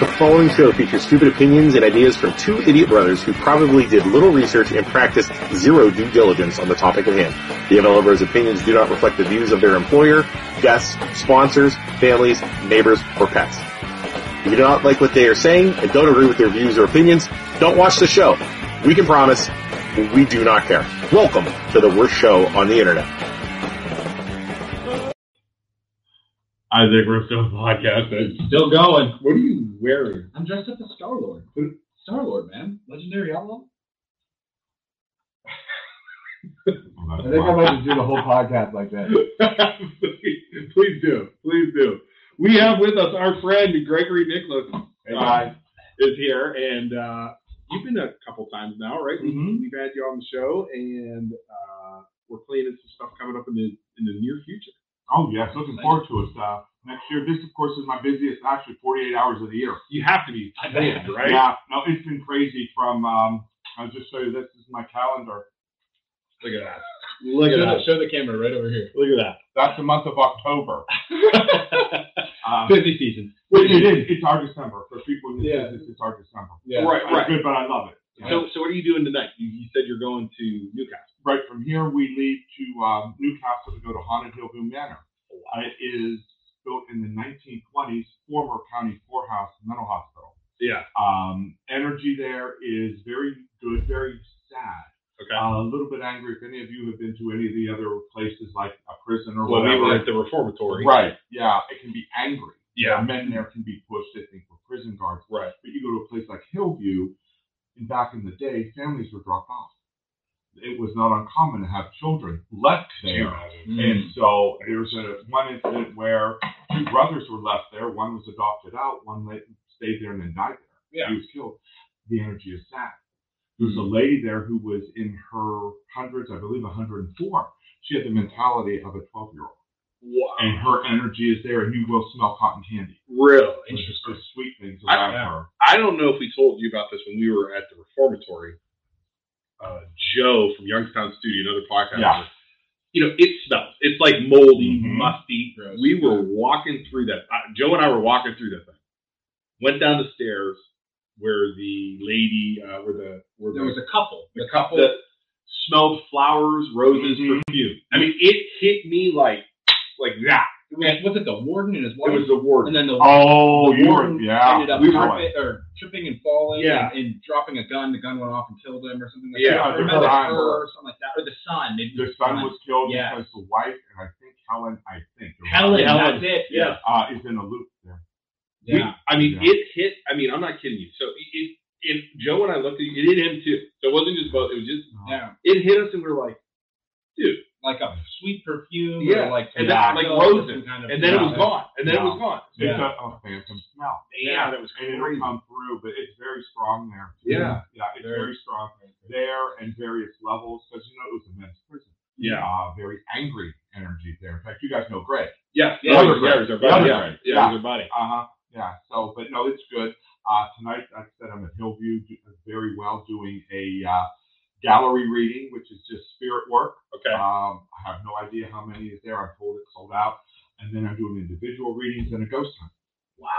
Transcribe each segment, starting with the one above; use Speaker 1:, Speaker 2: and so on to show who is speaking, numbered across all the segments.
Speaker 1: The following show features stupid opinions and ideas from two idiot brothers who probably did little research and practiced zero due diligence on the topic at hand. The MLovers' opinions do not reflect the views of their employer, guests, sponsors, families, neighbors, or pets. If you do not like what they are saying and don't agree with their views or opinions, don't watch the show. We can promise we do not care. Welcome to the worst show on the internet.
Speaker 2: Isaac, we're still podcasting.
Speaker 3: Still going.
Speaker 2: What are you wearing?
Speaker 3: I'm dressed up as Star Lord. Star Lord, man. Legendary outlaw.
Speaker 2: Oh,
Speaker 4: I think I might just do the whole podcast like that.
Speaker 2: please, please do. Please do. We have with us our friend Gregory Nicholas.
Speaker 4: Hey,
Speaker 2: uh,
Speaker 4: guys.
Speaker 2: Is here, and uh, you've been a couple times now, right? We-
Speaker 4: Mhm.
Speaker 2: We've had you on the show, and uh, we're planning some stuff coming up in the in the near future.
Speaker 4: Oh yes, looking forward to it. Uh, next year, this of course is my busiest actually 48 hours of the year.
Speaker 2: You have to be planned, right?
Speaker 4: Yeah, no, it's been crazy. From um, I'll just show you this, this is my calendar.
Speaker 2: Look at that. Look at that.
Speaker 3: Show the camera right over here.
Speaker 2: Look at
Speaker 4: That's the month of October.
Speaker 2: that.
Speaker 4: Um,
Speaker 3: Busy season.
Speaker 4: which it is. It's our December for people in this
Speaker 3: Yeah.
Speaker 4: business. It's our December.
Speaker 3: Yeah.
Speaker 2: Right,
Speaker 4: It's
Speaker 2: right.
Speaker 4: good, but I love it.
Speaker 2: So, so what are you doing tonight? You, you said you're going to Newcastle.
Speaker 4: right from here, we leave to um, Newcastle to go to Haunted Hillview Manor. Uh, it is built in the 1920s, former county poorhouse mental hospital.
Speaker 2: Yeah.
Speaker 4: Um, energy there is very good, very sad,
Speaker 2: Okay.
Speaker 4: uh, a little bit angry. If any of you have been to any of the other places like a prison or
Speaker 2: well, we
Speaker 4: whatever,
Speaker 2: were at the reformatory.
Speaker 4: right? Yeah, it can be angry.
Speaker 2: Yeah.
Speaker 4: men there can be pushed. They think we're prison guards,
Speaker 2: Right.
Speaker 4: but you go to a place like Hillview, and back in the day, families were dropped off. It was not uncommon to have children left there.
Speaker 2: Mm.
Speaker 4: And so there was a, one incident where two brothers were left there. One was adopted out. One la- stayed there and then died there.
Speaker 2: Yeah. Mm-hmm.
Speaker 4: He was killed. The energy is sad. There was a lady there who was in her hundreds, I believe 104. She had the mentality of a 12 year old.
Speaker 2: Wow.
Speaker 4: And her energy is there, and you will smell cotton candy.
Speaker 2: Real
Speaker 4: There's
Speaker 2: interesting.
Speaker 4: just sweet things
Speaker 2: I-
Speaker 4: about
Speaker 2: yeah.
Speaker 4: her.
Speaker 2: I don't know if we told you about this when we were at the reformatory. Uh, Joe from Youngstown Studio, another podcast.
Speaker 4: Yeah.
Speaker 2: You know, it smells. It's like moldy,
Speaker 4: Mhm.
Speaker 2: musty.
Speaker 3: Gross.
Speaker 2: We were walking through that. I, Joe and I were walking through that thing. Went down the stairs where the lady, uh, where the where
Speaker 3: There
Speaker 2: the,
Speaker 3: was a couple.
Speaker 2: the couple that smelled flowers, roses,
Speaker 4: Mhm.
Speaker 2: perfume. I mean, it hit me like like that.
Speaker 3: Was, was it the warden and his
Speaker 2: It
Speaker 3: wife?
Speaker 2: was the warden.
Speaker 3: and then the
Speaker 4: Oh,
Speaker 3: the
Speaker 4: you
Speaker 3: warden
Speaker 4: were, yeah.
Speaker 3: ended up
Speaker 4: we were-
Speaker 3: tripping, or tripping and falling
Speaker 2: Yeah.
Speaker 3: and, and dropping a gun. The gun went off and killed him or something like
Speaker 2: Yeah.
Speaker 3: that.
Speaker 4: Yeah,
Speaker 3: I
Speaker 4: the
Speaker 3: remember
Speaker 4: son.
Speaker 3: her or something like that. Or the son. Maybe
Speaker 4: Their son was killed
Speaker 3: Yeah.
Speaker 4: because the wife, and I think Helen, I think.
Speaker 3: Helen. That's
Speaker 2: Helen.
Speaker 3: it.
Speaker 2: Yeah.
Speaker 4: Uh, is in a loop there.
Speaker 2: We-
Speaker 3: Yeah.
Speaker 2: I mean,
Speaker 4: Yeah.
Speaker 2: it hit. I mean, I'm not kidding you. So it, it, it Joe and I looked at you. It hit him too. So it wasn't just both. It was just
Speaker 3: Yeah.
Speaker 2: it hit us, and we were like,
Speaker 3: Like a sweet perfume.
Speaker 2: Yeah.
Speaker 3: Or like
Speaker 2: And
Speaker 4: then,
Speaker 2: like,
Speaker 3: tobacco or some
Speaker 2: roses.
Speaker 3: Kind of
Speaker 2: and then it
Speaker 3: Yeah.
Speaker 2: was gone, and then it was
Speaker 4: Yeah.
Speaker 2: gone.
Speaker 4: It's
Speaker 3: Yeah.
Speaker 4: a, a phantom smell.
Speaker 2: Yeah, that was
Speaker 4: And it'll come through, but it's very strong there.
Speaker 2: Yeah.
Speaker 4: Yeah, it's
Speaker 3: Very-
Speaker 4: very strong there and various levels because, you know, it was a men's prison.
Speaker 2: Yeah.
Speaker 4: Uh, very angry energy there. In fact, you guys know Greg.
Speaker 2: Yeah,
Speaker 3: Yeah.
Speaker 2: yeah, it was- yeah, it was our
Speaker 4: Yeah.
Speaker 2: body.
Speaker 4: Yeah.
Speaker 2: Yeah, yeah, it was our body.
Speaker 4: Uh huh. Yeah. So, but no, it's good. Uh, tonight, like I said, I'm at Hillview do- uh, very well doing a uh, gallery reading, which is just spirit work.
Speaker 2: Okay.
Speaker 4: Um, I have no idea how many is there. I'm told it's sold out. And then I'm doing individual readings and a ghost hunt.
Speaker 2: Wow.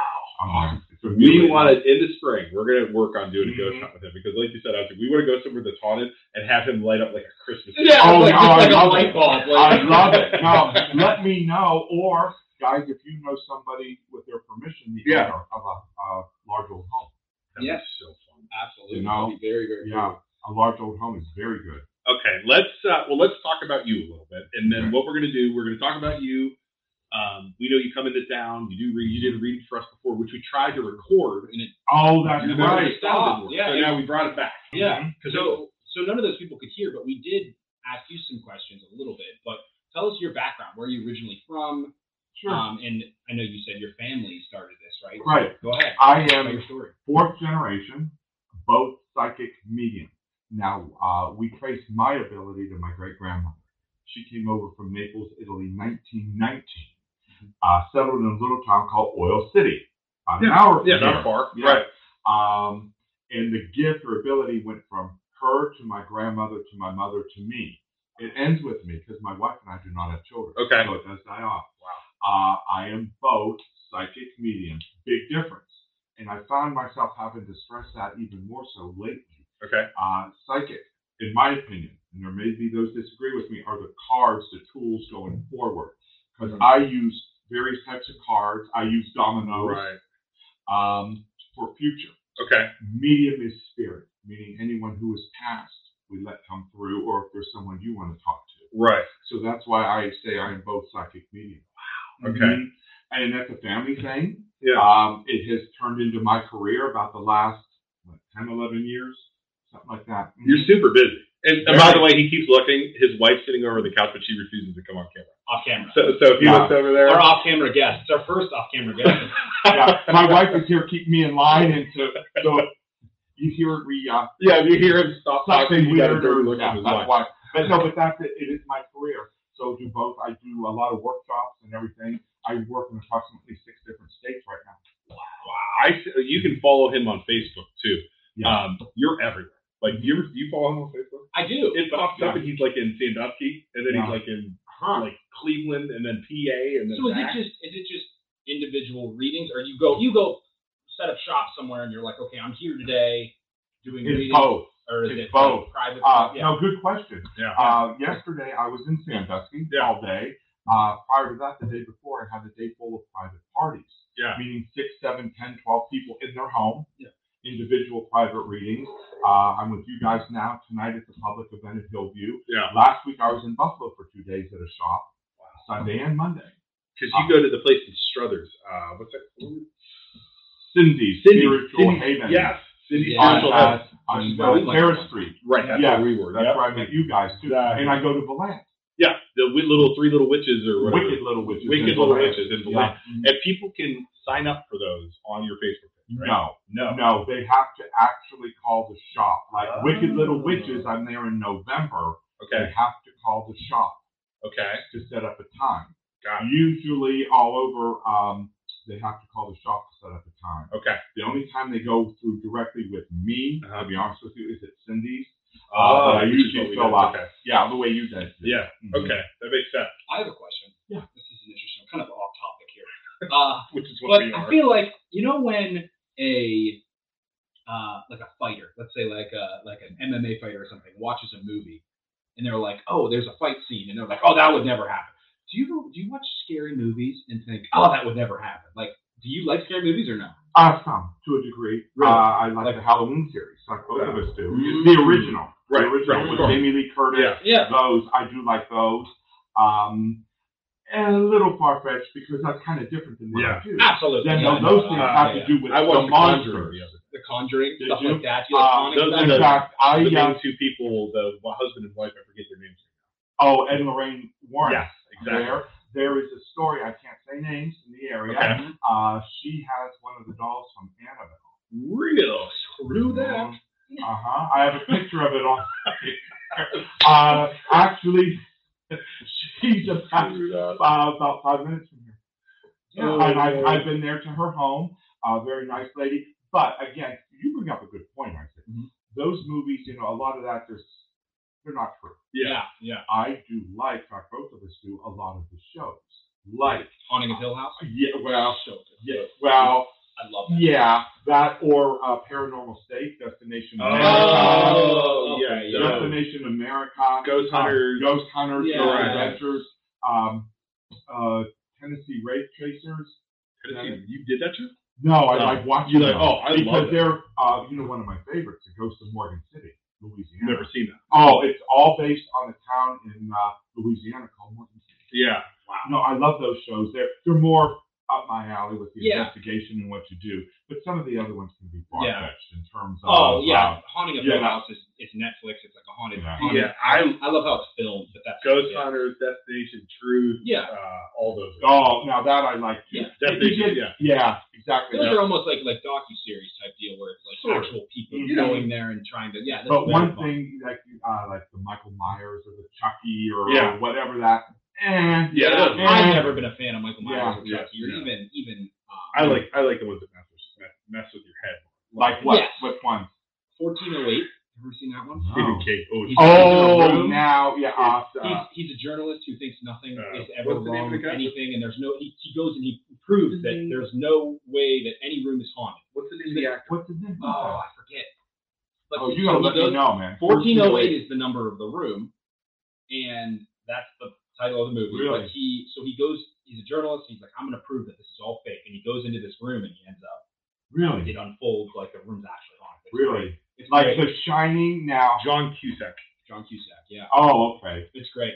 Speaker 4: Um, it's a
Speaker 2: We
Speaker 4: really-
Speaker 2: want to in the spring. We're gonna work on doing a ghost
Speaker 4: Mhm.
Speaker 2: hunt with him because, like you said, I was like, we want to go somewhere that's haunted and have him light up like a Christmas.
Speaker 3: Yeah,
Speaker 4: Oh,
Speaker 3: like, just
Speaker 4: no, I
Speaker 3: like a
Speaker 4: love
Speaker 3: light
Speaker 4: it.
Speaker 3: bulb.
Speaker 4: I
Speaker 3: Like,
Speaker 4: love it. No, let me know. Or, guys, if you know somebody with their permission, the
Speaker 2: Yeah.
Speaker 4: owner of a, a large old home.
Speaker 2: That was
Speaker 3: Yes.
Speaker 2: so fun.
Speaker 3: Absolutely.
Speaker 4: You know?
Speaker 3: Very, very
Speaker 4: Yeah, a large old home is very good.
Speaker 2: okay let's uh, well let's talk about you a little bit and then
Speaker 4: Okay.
Speaker 2: what we're going to do we're going to talk about you um, we know you come into town you do read you did a reading for us before which we tried to record and it
Speaker 4: Oh, that's
Speaker 2: and it
Speaker 4: right.
Speaker 2: never
Speaker 3: Oh,
Speaker 2: sounded work.
Speaker 3: yeah,
Speaker 2: so
Speaker 3: it-
Speaker 2: now we brought it back
Speaker 3: Yeah.
Speaker 2: because
Speaker 3: So, so none of those people could hear, but we did ask you some questions a little bit. But tell us your background. Where are you originally from?
Speaker 4: Sure.
Speaker 3: Um, and I know you said your family started this, right?
Speaker 4: right.
Speaker 3: Go ahead.
Speaker 4: I
Speaker 3: Tell
Speaker 4: am
Speaker 3: your story.
Speaker 4: fourth generation, both psychic medium. Now, uh, we trace my ability to my great grandmother. She came over from Naples, Italy, 1919, uh, settled in a little town called Oil City, about an hour from
Speaker 2: yeah
Speaker 4: here.
Speaker 2: not far
Speaker 4: Yeah.
Speaker 2: right
Speaker 4: Um, and the gift or ability went from her to my grandmother to my mother to me. It ends with me because my wife and I do not have children.
Speaker 2: Okay.
Speaker 4: So it does die off. Wow. Uh, I am both psychic mediums. Big difference. And I found myself having to stress that even more so lately.
Speaker 5: Okay.
Speaker 4: Uh, psychic, in my opinion, and there may be those disagree with me, are the cards, the tools going forward. Because I use various types of cards. I use dominoes
Speaker 5: Right.
Speaker 4: um, for future.
Speaker 5: Okay.
Speaker 4: Medium is spirit, meaning anyone who is past we let come through, or if there's someone you want to talk to.
Speaker 5: Right.
Speaker 4: So that's why I say I am both psychic medium.
Speaker 5: Wow. Okay.
Speaker 4: Mhm. And that's a family thing.
Speaker 5: Yeah.
Speaker 4: Um, it has turned into my career about the last what, 10, 11 years, something like that. Mm-hmm.
Speaker 5: You're super busy. And,
Speaker 2: Very.
Speaker 5: and by the way, he keeps looking. His wife's sitting over the couch, but she refuses to come on camera.
Speaker 2: off camera.
Speaker 5: So, so if he
Speaker 4: Wow. uh,
Speaker 5: looks over there,
Speaker 2: Our off camera guest. It's our first off camera guest.
Speaker 4: Yeah, my wife is here keeping me in line, and so, so you hear we uh,
Speaker 5: yeah, if you hear him stop
Speaker 4: something
Speaker 5: talking, you got a
Speaker 4: weird.
Speaker 5: dirty
Speaker 4: Or,
Speaker 5: look
Speaker 4: yeah,
Speaker 5: in his
Speaker 4: that's
Speaker 5: eye.
Speaker 4: why. But no, but that's it. It is my career. So do both. I do a lot of workshops and everything. I work in approximately six different states right now.
Speaker 5: I, you can follow him on Facebook too.
Speaker 4: Yeah.
Speaker 5: Um, you're everywhere. Like you, you follow him on Facebook.
Speaker 2: I do.
Speaker 5: It pops up and he's like in Sandusky, and then
Speaker 4: Yeah.
Speaker 5: he's like in like Cleveland, and then PA, and then
Speaker 2: So is it
Speaker 5: back.
Speaker 2: just is it just individual readings, or you go you go set up shop somewhere and you're like, okay, I'm here today doing
Speaker 4: It's
Speaker 2: readings,
Speaker 4: both.
Speaker 2: or is
Speaker 4: It's
Speaker 2: it
Speaker 4: both.
Speaker 2: private?
Speaker 4: Uh,
Speaker 2: yeah.
Speaker 4: No, good question.
Speaker 5: yeah.
Speaker 4: Uh, yesterday I was in Sandusky
Speaker 5: Yeah.
Speaker 4: all day. Uh, prior to that, the day before, I had a day full of private parties.
Speaker 5: Yeah.
Speaker 4: Meaning six, seven, ten, twelve people in their home.
Speaker 2: Yeah.
Speaker 4: Individual private readings. Uh, I'm with you guys now tonight at the public event at Hillview.
Speaker 5: Yeah.
Speaker 4: Last week I was in Buffalo for two days at a shop, Sunday and Monday.
Speaker 5: Because you go to the place in Struthers. Uh, what's that? called?
Speaker 4: Cindy's
Speaker 5: Cindy.
Speaker 4: Spiritual
Speaker 5: Cindy-
Speaker 4: Haven.
Speaker 5: Yes. Cindy
Speaker 2: Yeah.
Speaker 4: On,
Speaker 5: Spiritual Haven.
Speaker 4: uh, on
Speaker 2: Where we
Speaker 4: uh,
Speaker 2: went.
Speaker 4: Harris Street.
Speaker 5: Right. That's
Speaker 4: yeah.
Speaker 5: where we were.
Speaker 4: That's
Speaker 5: Yep.
Speaker 4: where I met you guys too.
Speaker 5: Exactly.
Speaker 4: And I go to Belan.
Speaker 5: Yeah. The wi- little three little witches or whatever.
Speaker 4: Wicked Little Witches. in
Speaker 5: Wicked Little
Speaker 4: Belan.
Speaker 5: Witches in
Speaker 4: Yeah.
Speaker 5: And people can sign up for those on your Facebook page, right?
Speaker 4: No.
Speaker 5: No.
Speaker 4: No, they have to actually call the shop. Like
Speaker 5: Oh.
Speaker 4: Wicked Little Witches, I'm there in November.
Speaker 5: Okay.
Speaker 4: They have to call the shop
Speaker 5: Okay.
Speaker 4: to set up a time.
Speaker 5: Got it.
Speaker 4: Usually, all over, um, they have to call the shop to set up a time.
Speaker 5: Okay. Uh-huh.
Speaker 4: The only time they go through directly with me, I'll be honest with you, is at Cindy's. Uh,
Speaker 5: Oh,
Speaker 4: but I Ah,
Speaker 5: which is
Speaker 4: usually
Speaker 5: what we
Speaker 4: fill
Speaker 5: did.
Speaker 4: out.
Speaker 5: Okay.
Speaker 4: Yeah, the way you guys did.
Speaker 5: Yeah.
Speaker 4: Mhm.
Speaker 5: Okay. That makes sense.
Speaker 2: I have a question.
Speaker 4: Yeah.
Speaker 2: This is an interesting, kind of off topic here. Uh,
Speaker 5: Which is what
Speaker 2: but
Speaker 5: we
Speaker 2: I
Speaker 5: are.
Speaker 2: feel like you know when a uh, like a fighter, let's say like a like an MMA fighter or something, watches a movie, and they're like, oh, there's a fight scene, and they're like, oh, that would never happen. Do you do you watch scary movies and think, oh, that would never happen? Like, do you like scary movies or no?
Speaker 4: Uh, some, to a degree.
Speaker 2: Really?
Speaker 4: Uh, I like,
Speaker 2: Like-
Speaker 4: the Halloween series, like both of us do.
Speaker 2: Mm.
Speaker 4: The original.
Speaker 5: Right,
Speaker 4: The original
Speaker 5: right,
Speaker 4: with
Speaker 5: right.
Speaker 4: Jamie Lee Curtis.
Speaker 5: Yeah.
Speaker 2: Yeah.
Speaker 4: those I do like those. Um, and a little far fetched because that's kind of different than what
Speaker 5: Yeah.
Speaker 4: I do.
Speaker 2: Absolutely.
Speaker 4: Then
Speaker 2: Yeah,
Speaker 4: those
Speaker 2: no, no,
Speaker 4: things
Speaker 2: no,
Speaker 4: have
Speaker 2: yeah,
Speaker 4: to do with the
Speaker 5: I watched The Conjuring
Speaker 4: monsters.
Speaker 5: the other.
Speaker 2: yeah. the Conjuring,
Speaker 4: Did
Speaker 2: stuff
Speaker 4: you?
Speaker 2: like that. Do you like
Speaker 4: Uh,
Speaker 2: Conjuring
Speaker 5: those
Speaker 2: stuff?
Speaker 5: are
Speaker 4: in fact, I
Speaker 5: The
Speaker 4: uh,
Speaker 5: main two people, the the husband and wife, I forget their names.
Speaker 4: oh Ed and Lorraine Warren.
Speaker 5: Yeah, exactly.
Speaker 4: There, there is a story I can't say names in the area.
Speaker 5: Okay.
Speaker 4: Uh, she has one of the dolls from Annabelle.
Speaker 5: Really?
Speaker 2: Screw that.
Speaker 4: Uh huh. I have a picture of it on. uh, actually, she's about uh, about five minutes from here.
Speaker 2: Yeah.
Speaker 4: and I've, I've been there to her home. uh, very nice lady. But again, you bring up a good point, I think.
Speaker 2: Mhm.
Speaker 4: Those movies, you know, a lot of that, there's, they're not true.
Speaker 5: Yeah.
Speaker 2: yeah.
Speaker 4: I do like, in fact, both of us do, a lot of the shows. Like,
Speaker 2: Haunting of Hill House.
Speaker 4: yeah, well,
Speaker 2: So good.
Speaker 4: yeah, well,
Speaker 2: I love that.
Speaker 4: yeah, that or uh, Paranormal State, Destination America.
Speaker 5: Oh,
Speaker 2: Oh,
Speaker 5: yeah.
Speaker 2: okay,
Speaker 5: yeah.
Speaker 4: Destination America.
Speaker 5: Ghost
Speaker 4: uh,
Speaker 5: Hunters.
Speaker 4: Ghost Hunters,
Speaker 2: Yeah.
Speaker 4: Ghost
Speaker 5: Right.
Speaker 4: Adventures, um, uh, Tennessee Rape Chasers.
Speaker 5: Tennessee, You did that too?
Speaker 4: No, I
Speaker 5: No.
Speaker 4: like watching
Speaker 5: You're like,
Speaker 4: them.
Speaker 5: oh, I love
Speaker 4: because
Speaker 5: it.
Speaker 4: they're, uh, you know, one of my favorites, The Ghost of Morgan City, Louisiana.
Speaker 5: Never seen that.
Speaker 4: Oh, it's all based on a town in uh, Louisiana called Morgan City.
Speaker 5: Yeah.
Speaker 4: No, I love those shows. They're they're more up my alley with the
Speaker 2: Yeah.
Speaker 4: investigation and what you do, but some of the other ones can be far fetched in terms of.
Speaker 2: Oh,
Speaker 4: uh,
Speaker 2: yeah. Haunting of
Speaker 4: yeah.
Speaker 2: Hill House is, is Netflix. It's like a haunted.
Speaker 4: Yeah.
Speaker 2: haunted-
Speaker 5: Yeah. I
Speaker 2: I love how it's filmed, but that's
Speaker 5: Ghost
Speaker 2: yeah.
Speaker 5: Hunters, Destination Truth,
Speaker 2: Yeah.
Speaker 5: uh, all those.
Speaker 4: oh, now that I like too.
Speaker 2: Yeah.
Speaker 5: Destination,
Speaker 4: You get-
Speaker 5: yeah.
Speaker 4: exactly.
Speaker 2: Those are almost like like docu series type deal where it's like
Speaker 5: Sure.
Speaker 2: actual people
Speaker 4: Yeah.
Speaker 2: going there and trying to yeah. that's
Speaker 4: Mm-hmm. But
Speaker 2: very
Speaker 4: one
Speaker 2: fun.
Speaker 4: thing, like uh, like the Michael Myers or the Chucky or
Speaker 5: Yeah.
Speaker 4: whatever that. Eh,
Speaker 5: Yeah, those-
Speaker 4: eh.
Speaker 2: I've never been a fan of Michael
Speaker 4: Yeah,
Speaker 2: Myers or
Speaker 5: yeah,
Speaker 2: Chucky or
Speaker 5: yeah.
Speaker 2: even even.
Speaker 5: I
Speaker 2: Um,
Speaker 5: like I like the ones that mess with, mess with your head.
Speaker 4: Like what?
Speaker 2: Yes.
Speaker 4: Which one?
Speaker 2: 1408. Ever seen that one?
Speaker 5: Stephen King. Oh,
Speaker 2: He's-
Speaker 5: Stephen
Speaker 4: Oh,
Speaker 5: King.
Speaker 4: now yeah. Uh,
Speaker 2: He's, he's a journalist who thinks nothing
Speaker 5: Uh,
Speaker 2: is ever
Speaker 5: what's the name
Speaker 2: wrong
Speaker 5: of the
Speaker 2: with
Speaker 5: guy? Mm-hmm.
Speaker 2: anything, and there's no. He, he goes and he proves that there's no way that any room is haunted.
Speaker 5: What's the name of the actor?
Speaker 4: What's his name?
Speaker 2: Oh, I forget. But
Speaker 4: oh,
Speaker 2: he-
Speaker 4: you gotta
Speaker 2: he
Speaker 4: let
Speaker 2: goes-
Speaker 4: me know, man.
Speaker 2: 1408 is the number of the room, and that's the title of the movie.
Speaker 4: Really?
Speaker 2: But he, so he goes. He's a journalist. He's like, I'm going to prove that this is all fake, and he goes into this room, and he ends up.
Speaker 4: Really?
Speaker 2: It unfolds like the room's actually haunted.
Speaker 4: Really?
Speaker 2: It's
Speaker 4: Like
Speaker 2: great.
Speaker 4: The Shining now.
Speaker 5: John Cusack.
Speaker 2: John Cusack. Yeah,
Speaker 4: Oh, okay.
Speaker 2: it's great.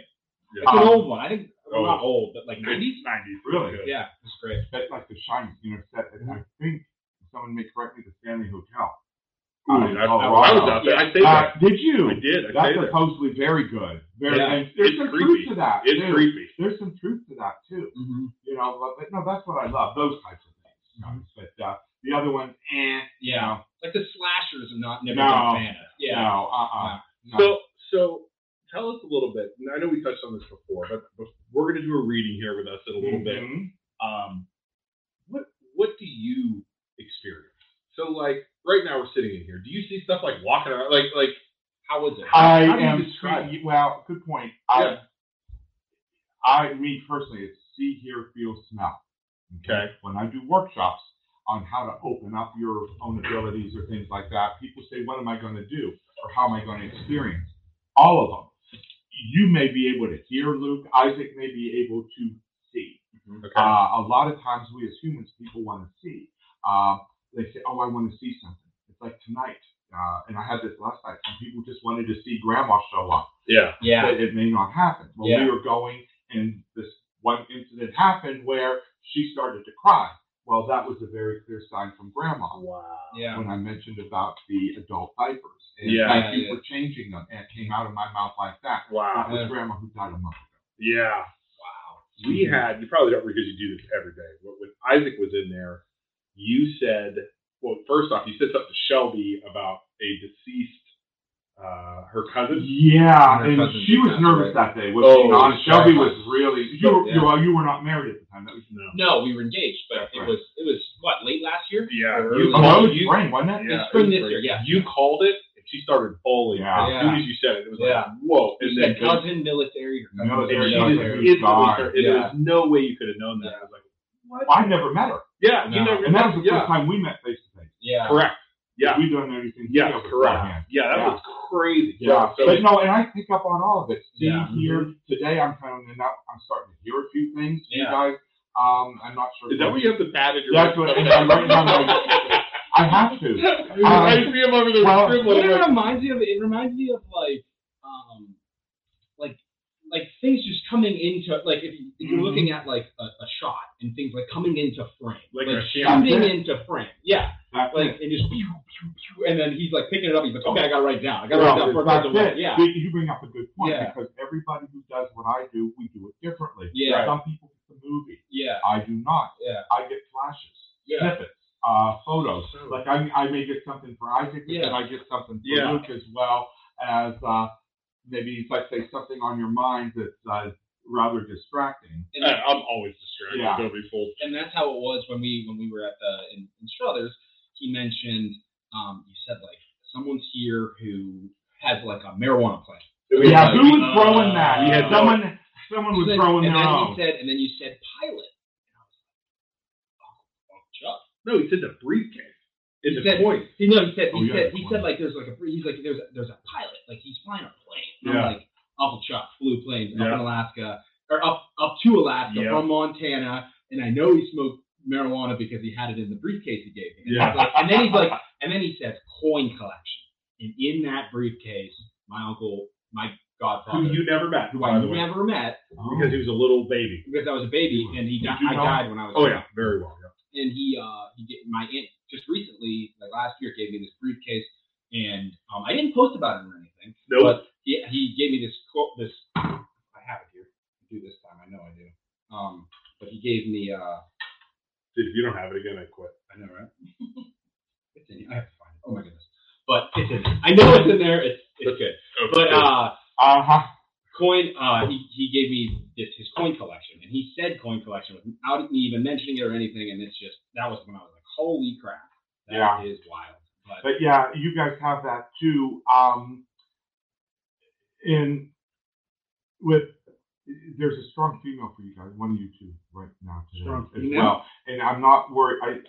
Speaker 5: Yeah.
Speaker 2: It's an
Speaker 4: Um,
Speaker 2: old one. I think well,
Speaker 5: oh.
Speaker 2: not old, but like 90s.
Speaker 5: 90s. 90s.
Speaker 4: Really?
Speaker 5: Good.
Speaker 2: Yeah, it's great.
Speaker 4: That's like The Shining. You know, set. And I think someone may correct me. The Stanley Hotel.
Speaker 5: Ooh,
Speaker 4: Uh,
Speaker 5: that's-
Speaker 4: oh,
Speaker 5: I was
Speaker 4: wow.
Speaker 5: out there. I stayed
Speaker 4: Uh,
Speaker 5: there.
Speaker 4: did you?
Speaker 5: I did. I
Speaker 4: That's
Speaker 5: stayed there.
Speaker 4: supposedly very good. Very.
Speaker 2: Yeah.
Speaker 4: and there's
Speaker 5: It's
Speaker 4: some
Speaker 5: creepy.
Speaker 4: truth to that.
Speaker 5: It's
Speaker 4: too.
Speaker 5: creepy.
Speaker 4: There's some truth to that too.
Speaker 2: Mm-hmm.
Speaker 4: You know, but, but no, that's what I love. Those types of things. you
Speaker 5: Mm-hmm.
Speaker 4: know, But uh, the other ones, eh. You
Speaker 2: Yeah,
Speaker 4: know,
Speaker 2: like the slashers are not never
Speaker 4: No.
Speaker 2: been a fan of. Yeah.
Speaker 4: No, uh-uh. No.
Speaker 5: So, so tell us a little bit. and I know we touched on this before, but, but we're going to do a reading here with us in a little bit.
Speaker 4: Mhm.
Speaker 5: Um, what what do you experience? So, like right now, we're sitting in here. Do you see stuff like walking around? Like, like
Speaker 2: How was it?
Speaker 4: I
Speaker 5: How do you
Speaker 4: am.
Speaker 5: describe
Speaker 4: see- well, good point.
Speaker 5: Yeah.
Speaker 4: I, I, me personally, it's see, hear, feel, smell.
Speaker 5: Okay.
Speaker 4: When I do workshops on how to open up your own abilities or things like that, people say, "What am I going to do?" or "How am I going to experience?" All of them. You may be able to hear, Luke. Isaac may be able to see.
Speaker 5: okay,
Speaker 4: Uh, a lot of times we as humans, people want to see. Uh, they say, oh, I want to see something. It's like tonight. Uh, and I had this last night. Some people just wanted to see grandma show up.
Speaker 5: yeah,
Speaker 2: yeah.
Speaker 4: But it may not happen. Well,
Speaker 2: Yeah.
Speaker 4: we were going, and this one incident happened where she started to cry. Well, that was a very clear sign from grandma
Speaker 2: Yeah.
Speaker 4: when I mentioned about the adult diapers. And
Speaker 5: Yeah.
Speaker 4: thank you
Speaker 2: Yeah, yeah.
Speaker 4: for changing them. And it came out of my mouth like that. That
Speaker 5: wow,
Speaker 4: was
Speaker 2: Yeah.
Speaker 4: grandma who died a month
Speaker 5: yeah. We
Speaker 4: Mm-hmm.
Speaker 5: had you probably don't because you do this every day. When when Isaac was in there, you said, well, first off, you said something to Shelby about a deceased, uh, her
Speaker 4: ago.
Speaker 5: cousin.
Speaker 4: Yeah,
Speaker 2: And her
Speaker 4: and
Speaker 2: cousin
Speaker 4: she was
Speaker 2: passed
Speaker 4: nervous
Speaker 2: away.
Speaker 4: that day. Was
Speaker 5: Oh,
Speaker 4: she not?
Speaker 5: she
Speaker 4: Shelby
Speaker 2: was
Speaker 4: was really. You,
Speaker 2: So-
Speaker 4: were-
Speaker 2: yeah.
Speaker 4: you, well, you were not married at the time. That was
Speaker 5: No.
Speaker 2: No, we were engaged, but it
Speaker 4: Right.
Speaker 2: was it was what late last year.
Speaker 5: Yeah,
Speaker 2: Or
Speaker 5: you
Speaker 2: early-
Speaker 4: oh, that was
Speaker 5: called you.
Speaker 4: spring, wasn't it?
Speaker 5: Yeah,
Speaker 2: spring
Speaker 5: it
Speaker 2: this
Speaker 5: was
Speaker 2: year, yeah.
Speaker 5: You called it, and she started bawling.
Speaker 4: Yeah.
Speaker 5: As soon as you said it, it was like,
Speaker 2: Yeah.
Speaker 5: whoa.
Speaker 2: You
Speaker 5: And
Speaker 2: said
Speaker 5: then
Speaker 2: cousin military. Or
Speaker 4: No, there
Speaker 5: and she
Speaker 4: you
Speaker 5: just
Speaker 4: go.
Speaker 5: instantly
Speaker 4: There you go.
Speaker 5: started. and
Speaker 2: Yeah.
Speaker 5: There's no way you could have known that. I was like, what?
Speaker 4: I never met her,
Speaker 5: Yeah,
Speaker 2: No.
Speaker 5: you never.
Speaker 4: and that was the
Speaker 5: yeah,
Speaker 4: first time we met face to face.
Speaker 2: Yeah.
Speaker 5: correct. Yeah,
Speaker 4: we done everything.
Speaker 5: yeah,
Speaker 4: together
Speaker 5: correct.
Speaker 4: beforehand.
Speaker 5: Yeah, that
Speaker 4: Yeah.
Speaker 5: was crazy.
Speaker 4: Yeah,
Speaker 5: So,
Speaker 4: but no, and I pick up on all of it. See
Speaker 2: Yeah.
Speaker 4: here today, I'm kind of now I'm starting to hear a few things. You
Speaker 2: Yeah.
Speaker 4: guys, um, I'm not sure.
Speaker 5: is that what you have to pad in your?
Speaker 4: That's what I'm writing down. my- I have to.
Speaker 5: It reminds me of over there
Speaker 4: well,
Speaker 5: scribbling.
Speaker 2: What it
Speaker 5: like,
Speaker 2: reminds me of? It reminds me of like, um, like, like things just coming into like if, you- if you're
Speaker 4: Mhm.
Speaker 2: looking at like a, a shot and things like coming into frame,
Speaker 5: Like a shot.
Speaker 2: shooting into frame. Yeah,
Speaker 4: That's it.
Speaker 2: like and just pew, pew, pew, and then he's like picking it up. He's like, okay, I got to write it down. I got to
Speaker 4: Well,
Speaker 2: write down four
Speaker 4: that's
Speaker 2: times a
Speaker 4: it.
Speaker 2: word. Yeah,
Speaker 4: You- You bring up a good point
Speaker 2: Yeah.
Speaker 4: because everybody who does what I do, we do it differently.
Speaker 2: Yeah.
Speaker 5: Right.
Speaker 4: Some people get the movie.
Speaker 2: yeah,
Speaker 4: I do not.
Speaker 2: Yeah.
Speaker 4: I get flashes,
Speaker 2: yeah,
Speaker 4: snippets, uh, photos. Like I, I may get something for Isaac, but then
Speaker 2: Yeah.
Speaker 4: I get something for
Speaker 5: Yeah.
Speaker 4: Luke as well as uh, maybe if I say something on your mind that's uh, rather distracting.
Speaker 2: And-
Speaker 5: Uh, I'm always distracted.
Speaker 4: Yeah.
Speaker 5: Don't be fooled.
Speaker 2: and that's how it was when we when we were at the in, in Struthers. He mentioned, um, you said like someone's here who has like a marijuana plant.
Speaker 4: Yeah,
Speaker 2: like,
Speaker 4: who was throwing
Speaker 2: uh,
Speaker 4: that?
Speaker 5: we had
Speaker 4: someone, someone was
Speaker 2: and
Speaker 4: throwing
Speaker 2: then
Speaker 4: their
Speaker 2: you
Speaker 4: own.
Speaker 2: said, and then you said pilot. And I was like, oh, Chuck.
Speaker 5: No, he said the briefcase. It's
Speaker 2: He said-
Speaker 5: a point.
Speaker 2: He, no, he said,
Speaker 4: Oh,
Speaker 2: he
Speaker 4: yeah,
Speaker 2: said,
Speaker 4: that's
Speaker 2: he
Speaker 4: one.
Speaker 2: said, like, there's like a, he's like, there's a, there's a pilot, like he's flying a plane. And
Speaker 5: Yeah.
Speaker 2: I'm like, Uncle Chuck flew planes
Speaker 5: Yeah.
Speaker 2: up in Alaska, or up, up to Alaska
Speaker 5: Yeah.
Speaker 2: from Montana, and I know he smoked marijuana because he had it in the briefcase he gave me. And,
Speaker 5: Yeah.
Speaker 2: he's like- and then he's like, and then he says coin collection, and in that briefcase, my uncle, my
Speaker 5: Who
Speaker 2: godfather,
Speaker 5: you never met,
Speaker 2: who
Speaker 5: by
Speaker 2: I
Speaker 5: the way,
Speaker 2: never met
Speaker 5: because he was a little baby.
Speaker 2: because I was a baby, and he
Speaker 4: Did
Speaker 2: di-
Speaker 4: you
Speaker 2: I
Speaker 4: know?
Speaker 2: died when I was
Speaker 5: Oh yeah, very well. Yeah.
Speaker 2: and he uh he get, my aunt just recently like last year gave me this briefcase and um, I didn't post about it or anything
Speaker 5: No,
Speaker 2: but he he gave me this quote this I have it here I do this time I know I do um but he gave me uh
Speaker 5: dude, if you don't have it again, I quit.
Speaker 2: I know right it's in here. I have to find it oh my goodness but it's in there. I know it's in there it's it's good but uh
Speaker 4: Uh huh.
Speaker 2: coin uh he, he gave me this, his coin collection and he said coin collection without me even mentioning it or anything and it's just that was when i was like holy crap that is
Speaker 4: Yeah.
Speaker 2: wild but
Speaker 4: But yeah, you guys have that too. Um, in with there's a strong female for you guys, one of you two right now today
Speaker 5: Strong
Speaker 4: as
Speaker 2: female.
Speaker 4: well. And I'm not worried. I,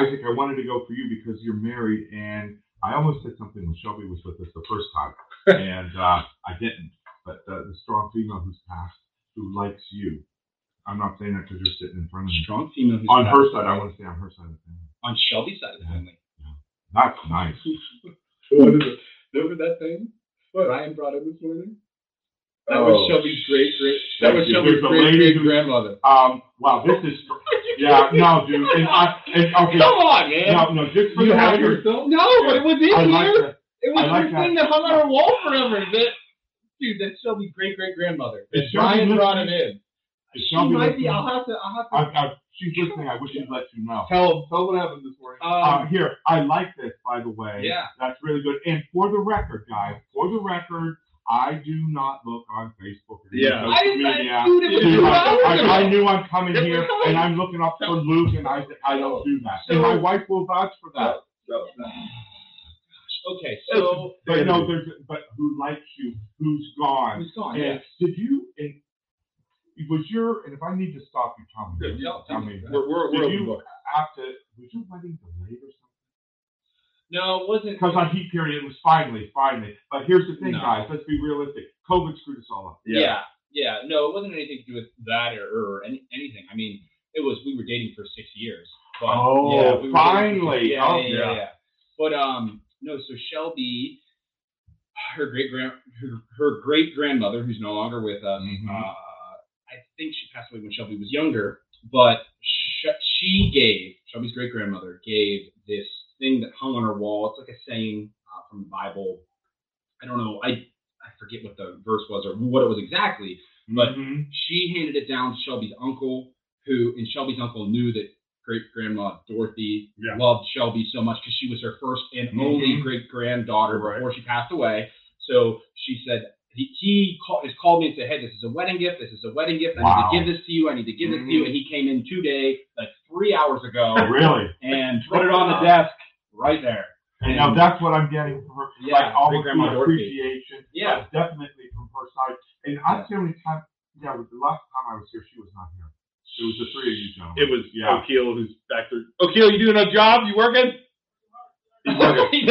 Speaker 4: Isaac, I wanted to go for you because you're married, and I almost said something when Shelby was with us the first time, and uh, I didn't. But the, the strong female who's passed, who likes you, I'm not saying that because you're sitting in front of me.
Speaker 2: Strong female who's
Speaker 4: On
Speaker 2: got-
Speaker 4: her side, I want to say on her side of the family.
Speaker 2: on Shelby's side of the family.
Speaker 4: That's nice.
Speaker 2: What is it? Remember that thing that Ryan brought in this morning? That was
Speaker 5: Oh,
Speaker 2: Shelby's great great. That was
Speaker 4: shit.
Speaker 2: Shelby's
Speaker 4: There's a
Speaker 2: great
Speaker 4: lady
Speaker 2: great
Speaker 4: who-
Speaker 2: grandmother.
Speaker 4: Um, wow, this is yeah, no, dude, and I, and okay,
Speaker 2: Come on, man.
Speaker 4: no, no, just for
Speaker 2: you
Speaker 4: the
Speaker 2: have it
Speaker 4: record,
Speaker 2: yourself? No, but it was in
Speaker 4: I
Speaker 2: here.
Speaker 4: like that.
Speaker 2: it was
Speaker 4: I like
Speaker 2: this
Speaker 4: that.
Speaker 2: thing that hung on our wall forever. That dude, that's Shelby's great great grandmother.
Speaker 4: Is Shelby
Speaker 2: Ryan brought it
Speaker 4: listening?
Speaker 2: in.
Speaker 4: Is
Speaker 2: She
Speaker 4: Shelby
Speaker 2: might be.
Speaker 4: listening?
Speaker 2: I'll have to. I'll have to.
Speaker 4: I, I, she's listening. I wish she'd let you know.
Speaker 2: Tell
Speaker 4: Tell what happened this morning.
Speaker 2: Um,
Speaker 4: Um, here, I like this, by the way.
Speaker 2: Yeah.
Speaker 4: That's really good. And for the record, guys, for the record, I do not look on Facebook or
Speaker 5: Yeah.
Speaker 4: social
Speaker 2: I didn't.
Speaker 4: media.
Speaker 2: I, dude, it was
Speaker 4: Dude,
Speaker 2: two
Speaker 4: I,
Speaker 2: hours
Speaker 4: I- I
Speaker 2: ago.
Speaker 4: knew I'm coming
Speaker 2: It
Speaker 4: here,
Speaker 2: was like-
Speaker 4: and I'm looking up for Luke, and I I don't do that. And my
Speaker 2: So-
Speaker 4: wife will vouch for that.
Speaker 5: So,
Speaker 2: Okay, so
Speaker 4: But no, there's but who likes you? Who's gone?
Speaker 2: who's gone? Yeah.
Speaker 4: And did you? And was your? And if I need to stop you, tell me.
Speaker 5: Yeah,
Speaker 2: yeah,
Speaker 4: tell me.
Speaker 5: we're, we're,
Speaker 4: Did
Speaker 5: we're
Speaker 4: you-
Speaker 5: open book.
Speaker 4: After was your wedding delayed or something?
Speaker 2: No, it wasn't.
Speaker 4: Because on heat period, it was finally, finally. But here's the thing,
Speaker 2: No.
Speaker 4: guys. Let's be realistic. COVID screwed us all up.
Speaker 5: Yeah.
Speaker 2: Yeah. yeah, No, it wasn't anything to do with that or, or any, anything. I mean, it was we were dating for six years. But
Speaker 4: Oh,
Speaker 2: yeah, we were dating for six-
Speaker 4: finally.
Speaker 2: Yeah,
Speaker 4: Oh,
Speaker 2: yeah, yeah,
Speaker 4: yeah.
Speaker 2: yeah. But um, no. So Shelby, her great grand, her, her great grandmother, who's no longer with us.
Speaker 4: Mhm.
Speaker 2: Uh, I think she passed away when Shelby was younger. But sh- she gave Shelby's great grandmother gave this thing that hung on her wall. It's like a saying uh, from the Bible. I don't know. I I forget what the verse was or what it was exactly, But-
Speaker 4: Mhm.
Speaker 2: she handed it down to Shelby's uncle, who and Shelby's uncle knew that great grandma Dorothy
Speaker 5: Yeah.
Speaker 2: loved Shelby so much because she was her first and
Speaker 4: Mhm.
Speaker 2: only great granddaughter
Speaker 5: Right.
Speaker 2: before she passed away. So she said he, he call, has called me and said, "Hey, this is a wedding gift. This is a wedding gift. I
Speaker 4: Wow. Mm-hmm.
Speaker 2: need to give this to you. I need to give this to you." And he came in today, like three hours
Speaker 5: Oh,
Speaker 2: ago,
Speaker 4: really.
Speaker 2: and put it on the desk right there.
Speaker 4: And now that's what I'm getting from her.
Speaker 2: Yeah,
Speaker 4: like all of
Speaker 2: great-grandma
Speaker 4: the
Speaker 2: Dorothy.
Speaker 4: appreciation.
Speaker 2: Yeah.
Speaker 4: but definitely from her side. And I'm the only time. Yeah, with the last time I was here, she was not here. It was the three of you gentlemen.
Speaker 5: It was
Speaker 4: Yeah.
Speaker 5: O'Keel who's back there. O'Keel, you doing a job? You working? He's working.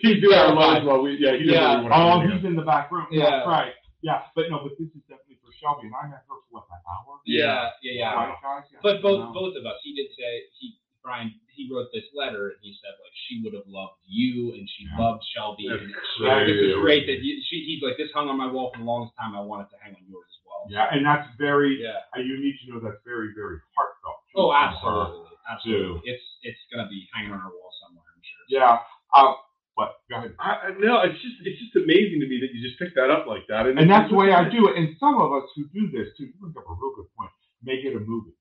Speaker 5: He's doing our lives while we, yeah, he doesn't
Speaker 2: Yeah.
Speaker 5: really
Speaker 4: Oh,
Speaker 5: want to.
Speaker 4: he's in the back room.
Speaker 2: Yeah.
Speaker 4: That's right. Yeah, but no, but this is definitely for Shelby, and I met her for what an hour.
Speaker 2: yeah, yeah, yeah.
Speaker 4: Right, guys? Yeah.
Speaker 2: But both
Speaker 4: No.
Speaker 2: both of us, he did say he Brian he wrote this letter and he said like she would have loved you and she
Speaker 4: Yeah.
Speaker 2: loved Shelby.
Speaker 5: That's
Speaker 2: and
Speaker 4: Yeah,
Speaker 2: this is
Speaker 5: crazy.
Speaker 2: great that you, she, he's like this hung on my wall for the longest time. I want it to hang on yours as well.
Speaker 4: Yeah, and that's very
Speaker 2: Yeah.
Speaker 4: Uh, you need to know that's very, very heartfelt.
Speaker 2: Oh,
Speaker 4: from her.
Speaker 2: absolutely, absolutely.
Speaker 4: too.
Speaker 2: It's it's gonna be hanging on our wall somewhere. I'm sure.
Speaker 4: Yeah. Um, but go ahead.
Speaker 5: I, I- no, it's just it's just amazing to me that you just picked that up like that. And,
Speaker 4: And that's the way I do it. And some of us who do this, too, you bring up a real good point. Make it a movie.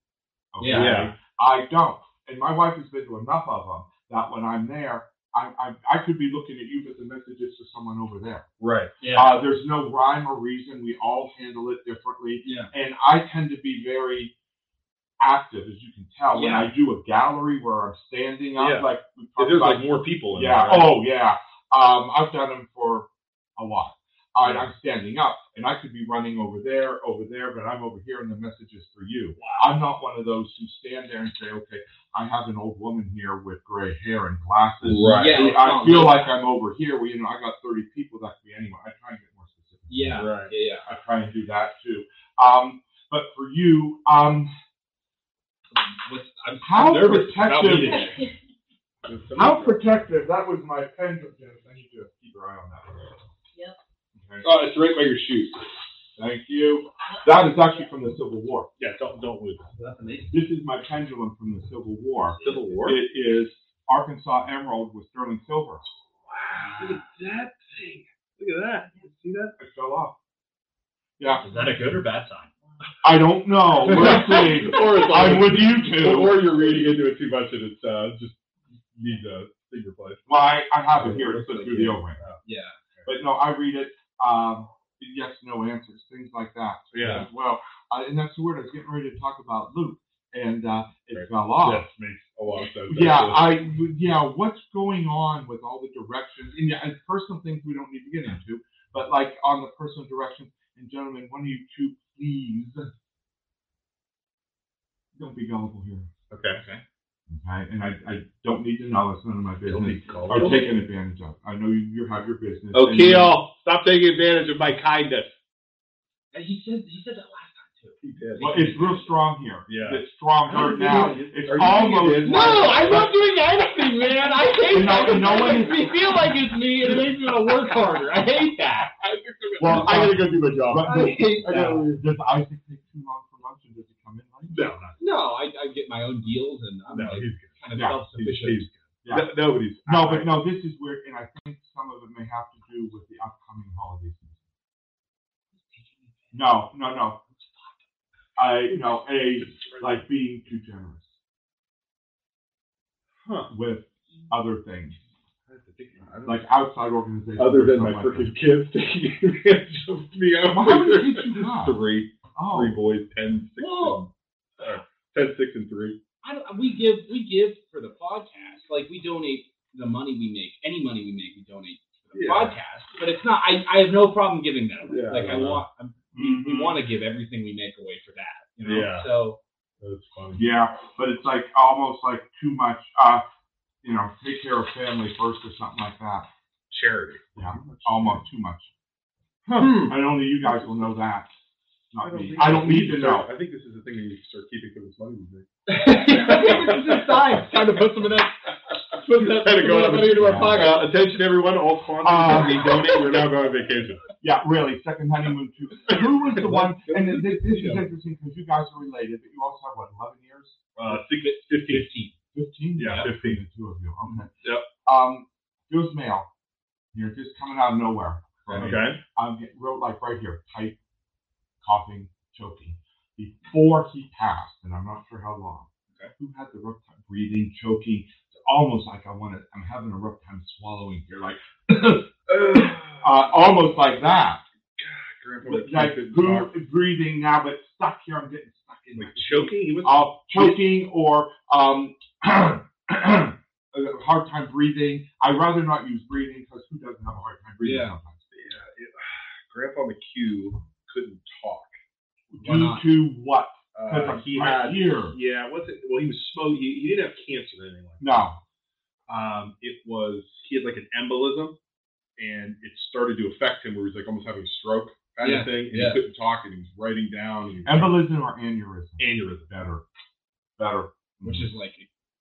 Speaker 4: Okay?
Speaker 2: Yeah.
Speaker 5: Yeah.
Speaker 4: I don't. And my wife has been to enough of them that when I'm there, I, I, I could be looking at you, but the message is for someone over there.
Speaker 5: Right.
Speaker 2: Yeah.
Speaker 4: Uh, there's no rhyme or reason. We all handle it differently.
Speaker 2: yeah.
Speaker 4: and I tend to be very active, as you can tell. When
Speaker 2: Yeah.
Speaker 4: I do a gallery where I'm standing up,
Speaker 5: Yeah.
Speaker 4: like we
Speaker 5: Yeah,
Speaker 4: talked
Speaker 5: there's
Speaker 4: about,
Speaker 5: like more people in
Speaker 4: yeah,
Speaker 5: there. right?
Speaker 4: oh yeah. Um, I've done them for a lot. I, I'm standing up, and I could be running over there, over there, but I'm over here, and the message is for you. I'm not one of those who stand there and say, okay, I have an old woman here with gray hair and glasses.
Speaker 5: Right.
Speaker 2: Yeah, it's
Speaker 4: I
Speaker 2: not-
Speaker 4: feel like I'm over here. Well, you know, I got 30 people that could be anyone. I try and get more specific.
Speaker 2: Yeah.
Speaker 5: Right.
Speaker 2: Yeah. Yeah.
Speaker 4: I try and do that too. Um, but for you, um,
Speaker 2: What's, I'm
Speaker 4: How
Speaker 2: nervous about
Speaker 4: protective-
Speaker 2: meeting it.
Speaker 4: how protective? That was my pendulum. Dennis. I need you to keep your eye on that.
Speaker 6: Yep.
Speaker 4: Okay.
Speaker 5: Oh, it's right by your shoes.
Speaker 4: Thank you. That is actually from the Civil War.
Speaker 5: Yeah, don't don't lose it.
Speaker 2: That's amazing.
Speaker 4: This is my pendulum from the Civil War.
Speaker 5: Civil War.
Speaker 4: It is Arkansas Emerald with sterling silver.
Speaker 5: Wow. Look at that thing. Look at that. See that?
Speaker 4: It fell off. Yeah,
Speaker 2: Is that a good or bad sign?
Speaker 4: I don't know. We'll see.
Speaker 5: or it's like,
Speaker 4: I'm with you two.
Speaker 5: or you're reading into it too much and it's uh, just needs a thing replaced.
Speaker 4: Why I have it here to put through the overhand.
Speaker 2: Yeah.
Speaker 4: But no, I read it. Um, yes, no answers, things like that.
Speaker 5: Yeah.
Speaker 4: As well, uh, and that's the word I was getting ready to talk about Luke, and uh, it
Speaker 5: Right.
Speaker 4: fell off.
Speaker 5: That makes a lot of sense.
Speaker 4: Yeah, I
Speaker 5: actually.
Speaker 4: yeah. What's going on with all the directions? And yeah, and personal things we don't need to get into, but like on the personal directions, and gentlemen, one of you two, please, don't be gullible here.
Speaker 5: Okay.
Speaker 4: Okay, and I, I don't need to know. It's none of my business. Or
Speaker 5: Okay.
Speaker 4: taken advantage of. I know you, you have your business. and you-
Speaker 5: O'Keel, stop taking advantage of my kindness.
Speaker 2: And he said he said that last time too.
Speaker 5: He did.
Speaker 4: Well, it's real strong here.
Speaker 5: Yeah.
Speaker 4: It's strong
Speaker 5: Are you
Speaker 4: here now.
Speaker 5: doing it?
Speaker 4: It's
Speaker 5: Are you doing
Speaker 4: almost.
Speaker 5: it?
Speaker 4: like-
Speaker 2: doing anything, man. I
Speaker 4: You know- you know when-
Speaker 2: feel like it's me, and it makes me want to work harder. I hate that.
Speaker 4: Well, I gotta
Speaker 5: go do my job.
Speaker 4: But
Speaker 2: I hate
Speaker 4: I
Speaker 2: that.
Speaker 4: gotta- does Isaac take too long for lunch, and does he come in late?
Speaker 5: No, not,
Speaker 2: No, I, I get my own deals, and I'm
Speaker 5: no,
Speaker 2: like
Speaker 5: he's good.
Speaker 2: kind of
Speaker 4: yeah,
Speaker 5: He's,
Speaker 2: self-sufficient.
Speaker 5: he's
Speaker 4: Yeah.
Speaker 5: good. No, nobody's.
Speaker 4: No, but no, this is weird, and I think some of it may have to do with the upcoming holiday season. No, no, no. I, you know, a like being too generous
Speaker 5: Huh.
Speaker 4: with other things,
Speaker 5: I have to think about it. I don't
Speaker 4: like outside organizations.
Speaker 5: other
Speaker 4: or
Speaker 5: than my
Speaker 4: something like
Speaker 5: freaking kids taking advantage of me. I'm
Speaker 4: Why would you do that?
Speaker 5: three,
Speaker 4: that. Oh,
Speaker 5: three boys, 10, 6,
Speaker 2: Whoa.
Speaker 5: and, uh, 10, 6, and 3.
Speaker 2: I don't, we give we give for the podcast. Like we donate the money we make, any money we make, we donate for the
Speaker 5: Yeah.
Speaker 2: podcast. But it's not. I, I have no problem giving that away.
Speaker 5: Yeah,
Speaker 2: like I
Speaker 5: I know.
Speaker 2: want. I'm, we,
Speaker 4: Mm-hmm.
Speaker 2: we want to give everything we make away for that. You know.
Speaker 5: Yeah.
Speaker 2: So
Speaker 5: That's funny.
Speaker 4: yeah, but it's like almost like too much. Uh, you know, take care of family first or something like that.
Speaker 5: Charity.
Speaker 4: Yeah, almost too much.
Speaker 5: Hmm.
Speaker 4: And only you guys will know that. Not me.
Speaker 5: think-
Speaker 4: I don't need to
Speaker 5: think-
Speaker 4: know.
Speaker 5: I think this is the thing we need to start keeping for this money. we make.
Speaker 2: it's just time. Time to put some of that. Put that
Speaker 5: Had to go on a-
Speaker 2: money into our pocket.
Speaker 5: Uh, attention, everyone! All sponsors
Speaker 4: Uh.
Speaker 5: that we donate, we're now going on vacation.
Speaker 4: Yeah, really. Second honeymoon too. Who was the one? And then this, this is interesting because you guys are related, but you also have what, eleven years?
Speaker 5: Uh, six, 15.
Speaker 2: Fifteen.
Speaker 4: Fifteen?
Speaker 5: Yeah,
Speaker 4: fifteen. The two of you. Okay.
Speaker 5: Yep.
Speaker 4: Um, here's mail. You're just coming out of nowhere.
Speaker 5: Okay.
Speaker 4: I'm getting wrote like right here, tight, coughing, choking. Before he passed, and I'm not sure how long.
Speaker 5: Okay.
Speaker 4: Who had the rough time breathing, choking? It's almost like I want to. I'm having a rough time swallowing here, like
Speaker 5: Uh,
Speaker 4: uh, almost like that.
Speaker 5: Grandpa,
Speaker 4: Like,
Speaker 5: like,
Speaker 4: like
Speaker 5: couldn't
Speaker 4: who
Speaker 5: talk.
Speaker 4: is breathing now, but stuck here. I'm getting stuck in
Speaker 5: Like
Speaker 4: like
Speaker 5: choking. He was
Speaker 4: uh, choking or um, a hard time breathing. I'd rather not use breathing because who doesn't have a hard time breathing
Speaker 5: Yeah.
Speaker 4: sometimes?
Speaker 5: Yeah, it, Grandpa McHugh couldn't talk.
Speaker 2: Why not?
Speaker 4: Due to what?
Speaker 5: Uh, he
Speaker 4: Right
Speaker 5: had
Speaker 4: here.
Speaker 5: yeah, what's it? Well, he was smoking. He, he didn't have cancer or anything like that.
Speaker 4: No.
Speaker 5: Um, it was he had like an embolism, and it started to affect him where he was like almost having a stroke kind
Speaker 2: Yeah,
Speaker 5: of thing, and
Speaker 2: yeah.
Speaker 5: he couldn't talk, and he was writing down. And he was
Speaker 4: Embolism or aneurysm?
Speaker 5: aneurysm.
Speaker 4: Better. Better.
Speaker 2: Which is like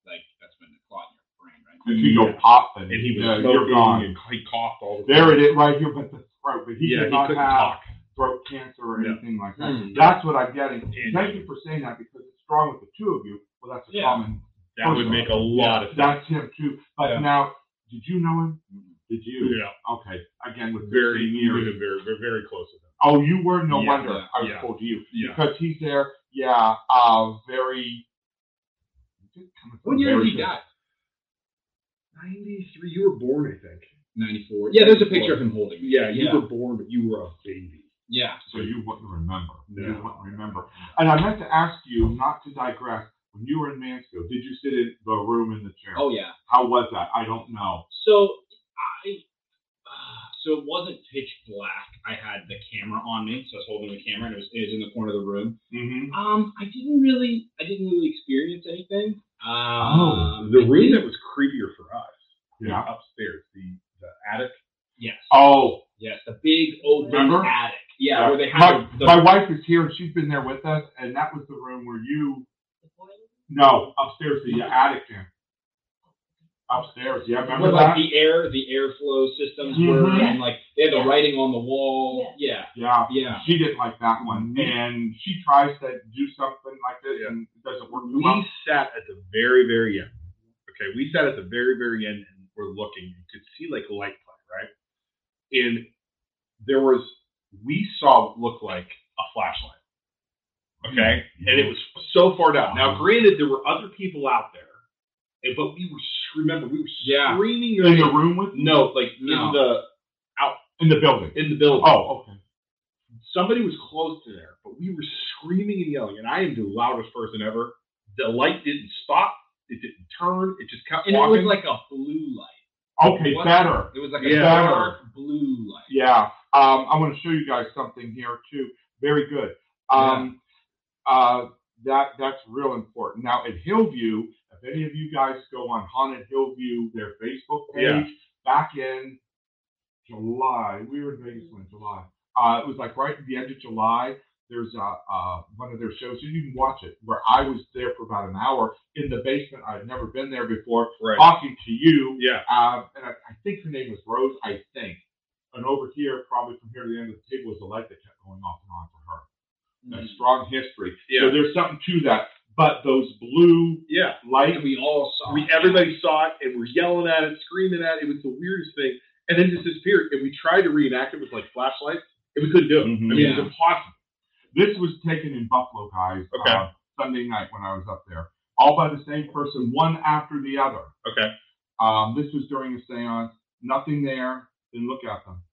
Speaker 2: like that's when the clot in your brain, right?
Speaker 4: If you
Speaker 5: Yeah.
Speaker 4: go pop, then
Speaker 5: And he was
Speaker 4: yeah,
Speaker 5: smoking,
Speaker 4: you're gone.
Speaker 5: and he coughed all the
Speaker 4: There it is, right here, but the throat. But he did
Speaker 5: yeah, he
Speaker 4: not
Speaker 5: couldn't
Speaker 4: have
Speaker 5: talk.
Speaker 4: throat cancer or
Speaker 5: No.
Speaker 4: anything like that.
Speaker 2: Mm.
Speaker 5: Hmm.
Speaker 4: That's what I'm getting.
Speaker 5: Yeah.
Speaker 4: Thank you for saying that because it's strong with the two of you. Well, that's a
Speaker 2: Yeah.
Speaker 4: common.
Speaker 5: That would make a lot of sense.
Speaker 4: That's him too. But
Speaker 5: Yeah. Mm-hmm.
Speaker 4: now, did you know him? Did you?
Speaker 5: Yeah,
Speaker 4: Okay. Again, with
Speaker 5: very,
Speaker 4: 15
Speaker 5: we
Speaker 4: years.
Speaker 5: were very, very, very close with him.
Speaker 4: Oh, you were no
Speaker 5: Yeah,
Speaker 4: wonder.
Speaker 2: yeah,
Speaker 4: I was
Speaker 5: yeah.
Speaker 4: told you
Speaker 5: Yeah.
Speaker 4: because he's there. Yeah. Uh, very.
Speaker 2: When year did
Speaker 4: very
Speaker 2: he
Speaker 4: good.
Speaker 2: die?
Speaker 5: 93, you were born, I think.
Speaker 2: Ninety four. Yeah, there's a picture of him holding. me.
Speaker 5: Yeah, you
Speaker 2: Yeah.
Speaker 5: were born, but you were a baby.
Speaker 2: Yeah.
Speaker 4: So you wouldn't remember. You
Speaker 5: No.
Speaker 4: wouldn't remember. And I meant to ask you not to digress. When you were in Mansfield, did you sit in the room in the chair?
Speaker 2: Oh yeah.
Speaker 4: How was that? I don't know.
Speaker 2: So I, uh, so it wasn't pitch black. I had the camera on me, so I was holding the camera, and it was, it was in the corner of the room.
Speaker 4: Mm-hmm.
Speaker 2: Um, I didn't really, I didn't really experience anything. Um,
Speaker 5: the room that was creepier for us
Speaker 4: Yeah.
Speaker 5: was upstairs, the, the attic.
Speaker 2: yes,
Speaker 4: Oh,
Speaker 2: yes, the big open
Speaker 4: Remember?
Speaker 2: attic. Yeah, where they
Speaker 4: my,
Speaker 2: had the,
Speaker 4: my wife is here and she's been there with us, and that was the room where you no upstairs the attic room. Upstairs, yeah,
Speaker 2: where,
Speaker 4: remember that?
Speaker 2: like the air, the airflow systems were,
Speaker 4: Mhm.
Speaker 2: and like they had the writing on the wall. Yeah,
Speaker 4: yeah,
Speaker 2: yeah.
Speaker 4: she didn't like that
Speaker 5: Mm-hmm.
Speaker 4: one, and she tries to do something like this, and it doesn't work too
Speaker 5: We
Speaker 4: well.
Speaker 5: sat at the very, very end. Okay, we sat at the very, very end and we're looking. You could see like light play, right? And there was, we saw what looked like a flashlight. Okay,
Speaker 4: Mm-hmm.
Speaker 5: and it was so far down. Now, granted, there were other people out there, and- but we were s- remember we were
Speaker 2: Yeah.
Speaker 5: screaming
Speaker 4: in the room with
Speaker 5: no, like
Speaker 2: No.
Speaker 5: in the
Speaker 4: in the building.
Speaker 5: in the building.
Speaker 4: Oh, okay.
Speaker 5: somebody was close to there, but we were screaming and yelling, and I am the loudest person ever. The light didn't stop, it didn't turn, it just kept
Speaker 2: And it was
Speaker 5: walking.
Speaker 2: like a blue light.
Speaker 4: Okay,
Speaker 2: What?
Speaker 4: better.
Speaker 2: It was like a
Speaker 5: Yeah.
Speaker 2: dark blue light.
Speaker 4: Yeah, Um, I want to show you guys something here too. Very good. Um, uh, that that's real important. Now at Hillview, if any of you guys go on Haunted Hillview, their Facebook page,
Speaker 5: Yeah.
Speaker 4: back in July, we were in Vegas when July. Uh, it was like right at the end of July. There's uh, uh, one of their shows, so you can watch it. Where I was there for about an hour in the basement. I'd never been there before,
Speaker 5: Right.
Speaker 4: talking to you
Speaker 5: Yeah.
Speaker 4: um, and I, I think her name was Rose, I think. And over here, probably from here to the end of the table, was the light that kept going off and on for her. A
Speaker 2: Mm-hmm.
Speaker 4: strong history. So
Speaker 5: Yeah.
Speaker 4: there's something to that. But those blue
Speaker 5: Yeah.
Speaker 2: And
Speaker 4: lights,
Speaker 2: we all saw.
Speaker 5: We
Speaker 2: it.
Speaker 5: everybody saw it and we're yelling at it, screaming at it. It was the weirdest thing. And then it disappeared. And we tried to reenact it with like flashlights, and we couldn't do it.
Speaker 4: Mhm.
Speaker 5: I mean,
Speaker 2: Yeah.
Speaker 5: it's impossible.
Speaker 4: this was taken in Buffalo, guys,
Speaker 5: Okay.
Speaker 4: uh, Sunday night when I was up there, all by the same person, one after the other.
Speaker 5: Okay.
Speaker 4: Um, this was during a seance, nothing there, then look at them.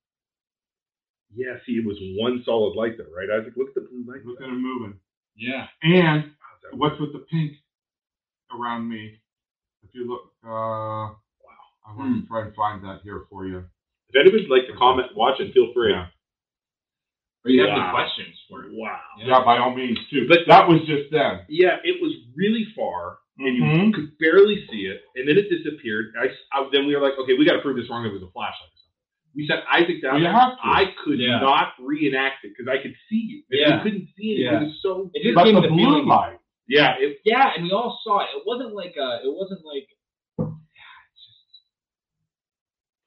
Speaker 5: Yeah. See, it was one solid light though, right? Isaac, look at the blue light.
Speaker 4: Look at them moving.
Speaker 2: Yeah.
Speaker 4: And
Speaker 5: How's that work?
Speaker 4: What's with the pink around me? If you look, uh, wow. I want to try and find that here for you.
Speaker 5: If anybody'd like to comment, watch it, feel free.
Speaker 4: Yeah.
Speaker 2: Or you have any
Speaker 5: Wow.
Speaker 2: questions for it?
Speaker 5: Wow.
Speaker 4: Yeah, by all means, too. But
Speaker 5: But-
Speaker 4: that was just then.
Speaker 5: Yeah, it was really far, and you
Speaker 4: Mhm.
Speaker 5: could barely see it, and then it disappeared. I, I- then we were like, okay, we got to prove this wrong. It was a flashlight. or something. We sent Isaac down.
Speaker 4: Well, you
Speaker 5: there.
Speaker 4: have to.
Speaker 5: I could
Speaker 2: Yeah.
Speaker 5: not reenact it because I could see you. And
Speaker 2: Yeah.
Speaker 5: You couldn't see it.
Speaker 2: Yeah.
Speaker 5: It was so.
Speaker 2: It just
Speaker 4: but
Speaker 2: gave
Speaker 4: the
Speaker 2: me the
Speaker 4: blue
Speaker 2: feeling.
Speaker 4: light.
Speaker 5: Yeah. It,
Speaker 2: Yeah, and we all saw it. It wasn't like uh it wasn't like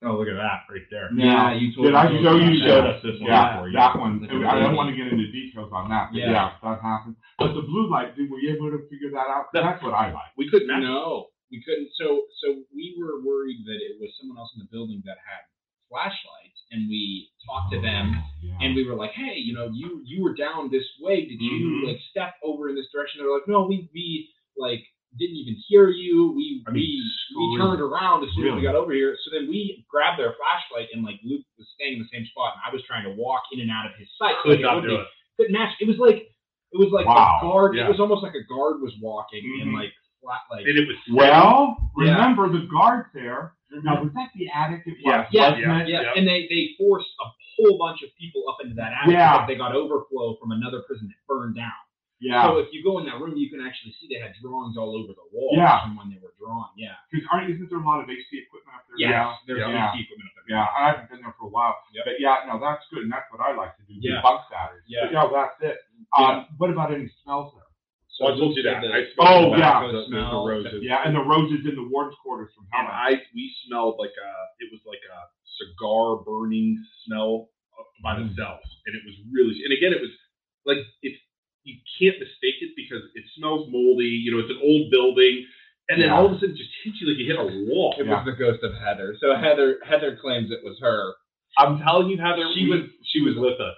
Speaker 5: oh, look at that right there.
Speaker 2: yeah, you told
Speaker 4: Did I
Speaker 2: me
Speaker 4: show you
Speaker 2: about
Speaker 4: showed
Speaker 2: that.
Speaker 4: us
Speaker 5: this
Speaker 4: Yeah, that one.
Speaker 2: Like a
Speaker 4: I don't
Speaker 2: baby.
Speaker 4: want to get into details on that. But yeah.
Speaker 2: Yeah.
Speaker 4: that happened. But the blue light, dude, were you able to figure that out?
Speaker 5: No.
Speaker 4: That's what I like.
Speaker 5: We couldn't. match
Speaker 2: No, we couldn't. So so we were worried that it was someone else in the building that had flashlights, and we talked to them,
Speaker 4: Yeah.
Speaker 2: and we were like, hey, you know, you you were down this way. Did you
Speaker 5: Mm-hmm.
Speaker 4: Mhm.
Speaker 2: like step over in this direction? They're like, no, we we like didn't even hear you. We
Speaker 4: I
Speaker 2: we
Speaker 4: mean,
Speaker 2: we
Speaker 4: screw
Speaker 2: turned around as soon as
Speaker 4: Really?
Speaker 2: we got over here. So then we grabbed their flashlight, and like Luke was staying in the same spot, and I was trying to walk in and out of his sight.
Speaker 5: it. Could
Speaker 2: Like,
Speaker 5: not
Speaker 2: wouldn't
Speaker 5: do
Speaker 2: be-
Speaker 5: it.
Speaker 2: couldn't match. It was like it was like
Speaker 4: Wow.
Speaker 2: a guard.
Speaker 5: Yeah.
Speaker 2: It was almost like a guard was walking and
Speaker 4: Mhm.
Speaker 2: like flat like.
Speaker 5: And it was
Speaker 4: Well,
Speaker 2: Yeah.
Speaker 4: remember the guard there. Now, was that the attic? It was,
Speaker 5: Yeah.
Speaker 2: Yeah,
Speaker 4: wasn't
Speaker 5: yeah,
Speaker 4: it?
Speaker 2: Yeah,
Speaker 5: Yep.
Speaker 2: and they, they forced a whole bunch of people up into that attic
Speaker 4: Yeah.
Speaker 2: because they got overflow from another prison that burned down.
Speaker 4: Yeah.
Speaker 2: So if you go in that room, you can actually see they had drawings all over the walls
Speaker 4: Yeah.
Speaker 2: from when they were drawing. Yeah.
Speaker 4: Because aren't isn't there a lot of AC equipment up there?
Speaker 2: Yes, there's
Speaker 4: yeah.
Speaker 2: yeah. equipment up there.
Speaker 4: Yeah, I haven't been there for a while.
Speaker 2: Yep.
Speaker 4: But yeah, no, that's good, and that's what I like to do.
Speaker 2: Yeah.
Speaker 4: Debunk that.
Speaker 2: Yeah.
Speaker 4: But yeah, that's it. Um, what about any smells there?
Speaker 5: So I told you that.
Speaker 2: The,
Speaker 5: I
Speaker 4: Oh,
Speaker 5: smelled the
Speaker 4: yeah.
Speaker 5: tobacco,
Speaker 2: The smell.
Speaker 5: The roses.
Speaker 4: Yeah, and the roses in the warden's quarters from
Speaker 5: And
Speaker 4: Helen.
Speaker 5: I we smelled like a it was like a cigar burning smell uh, by
Speaker 2: Mm.
Speaker 5: themselves, and it was really. And again, it was like it's you can't mistake it because it smells moldy. You know, it's an old building, and then
Speaker 4: Yeah.
Speaker 5: all of a sudden, it just hits you like you hit a wall.
Speaker 2: it
Speaker 4: Yeah.
Speaker 2: was the ghost of Heather. So Heather Heather claims it was her.
Speaker 5: I'm telling you, Heather,
Speaker 2: She
Speaker 5: we-
Speaker 2: was-
Speaker 5: she was with us.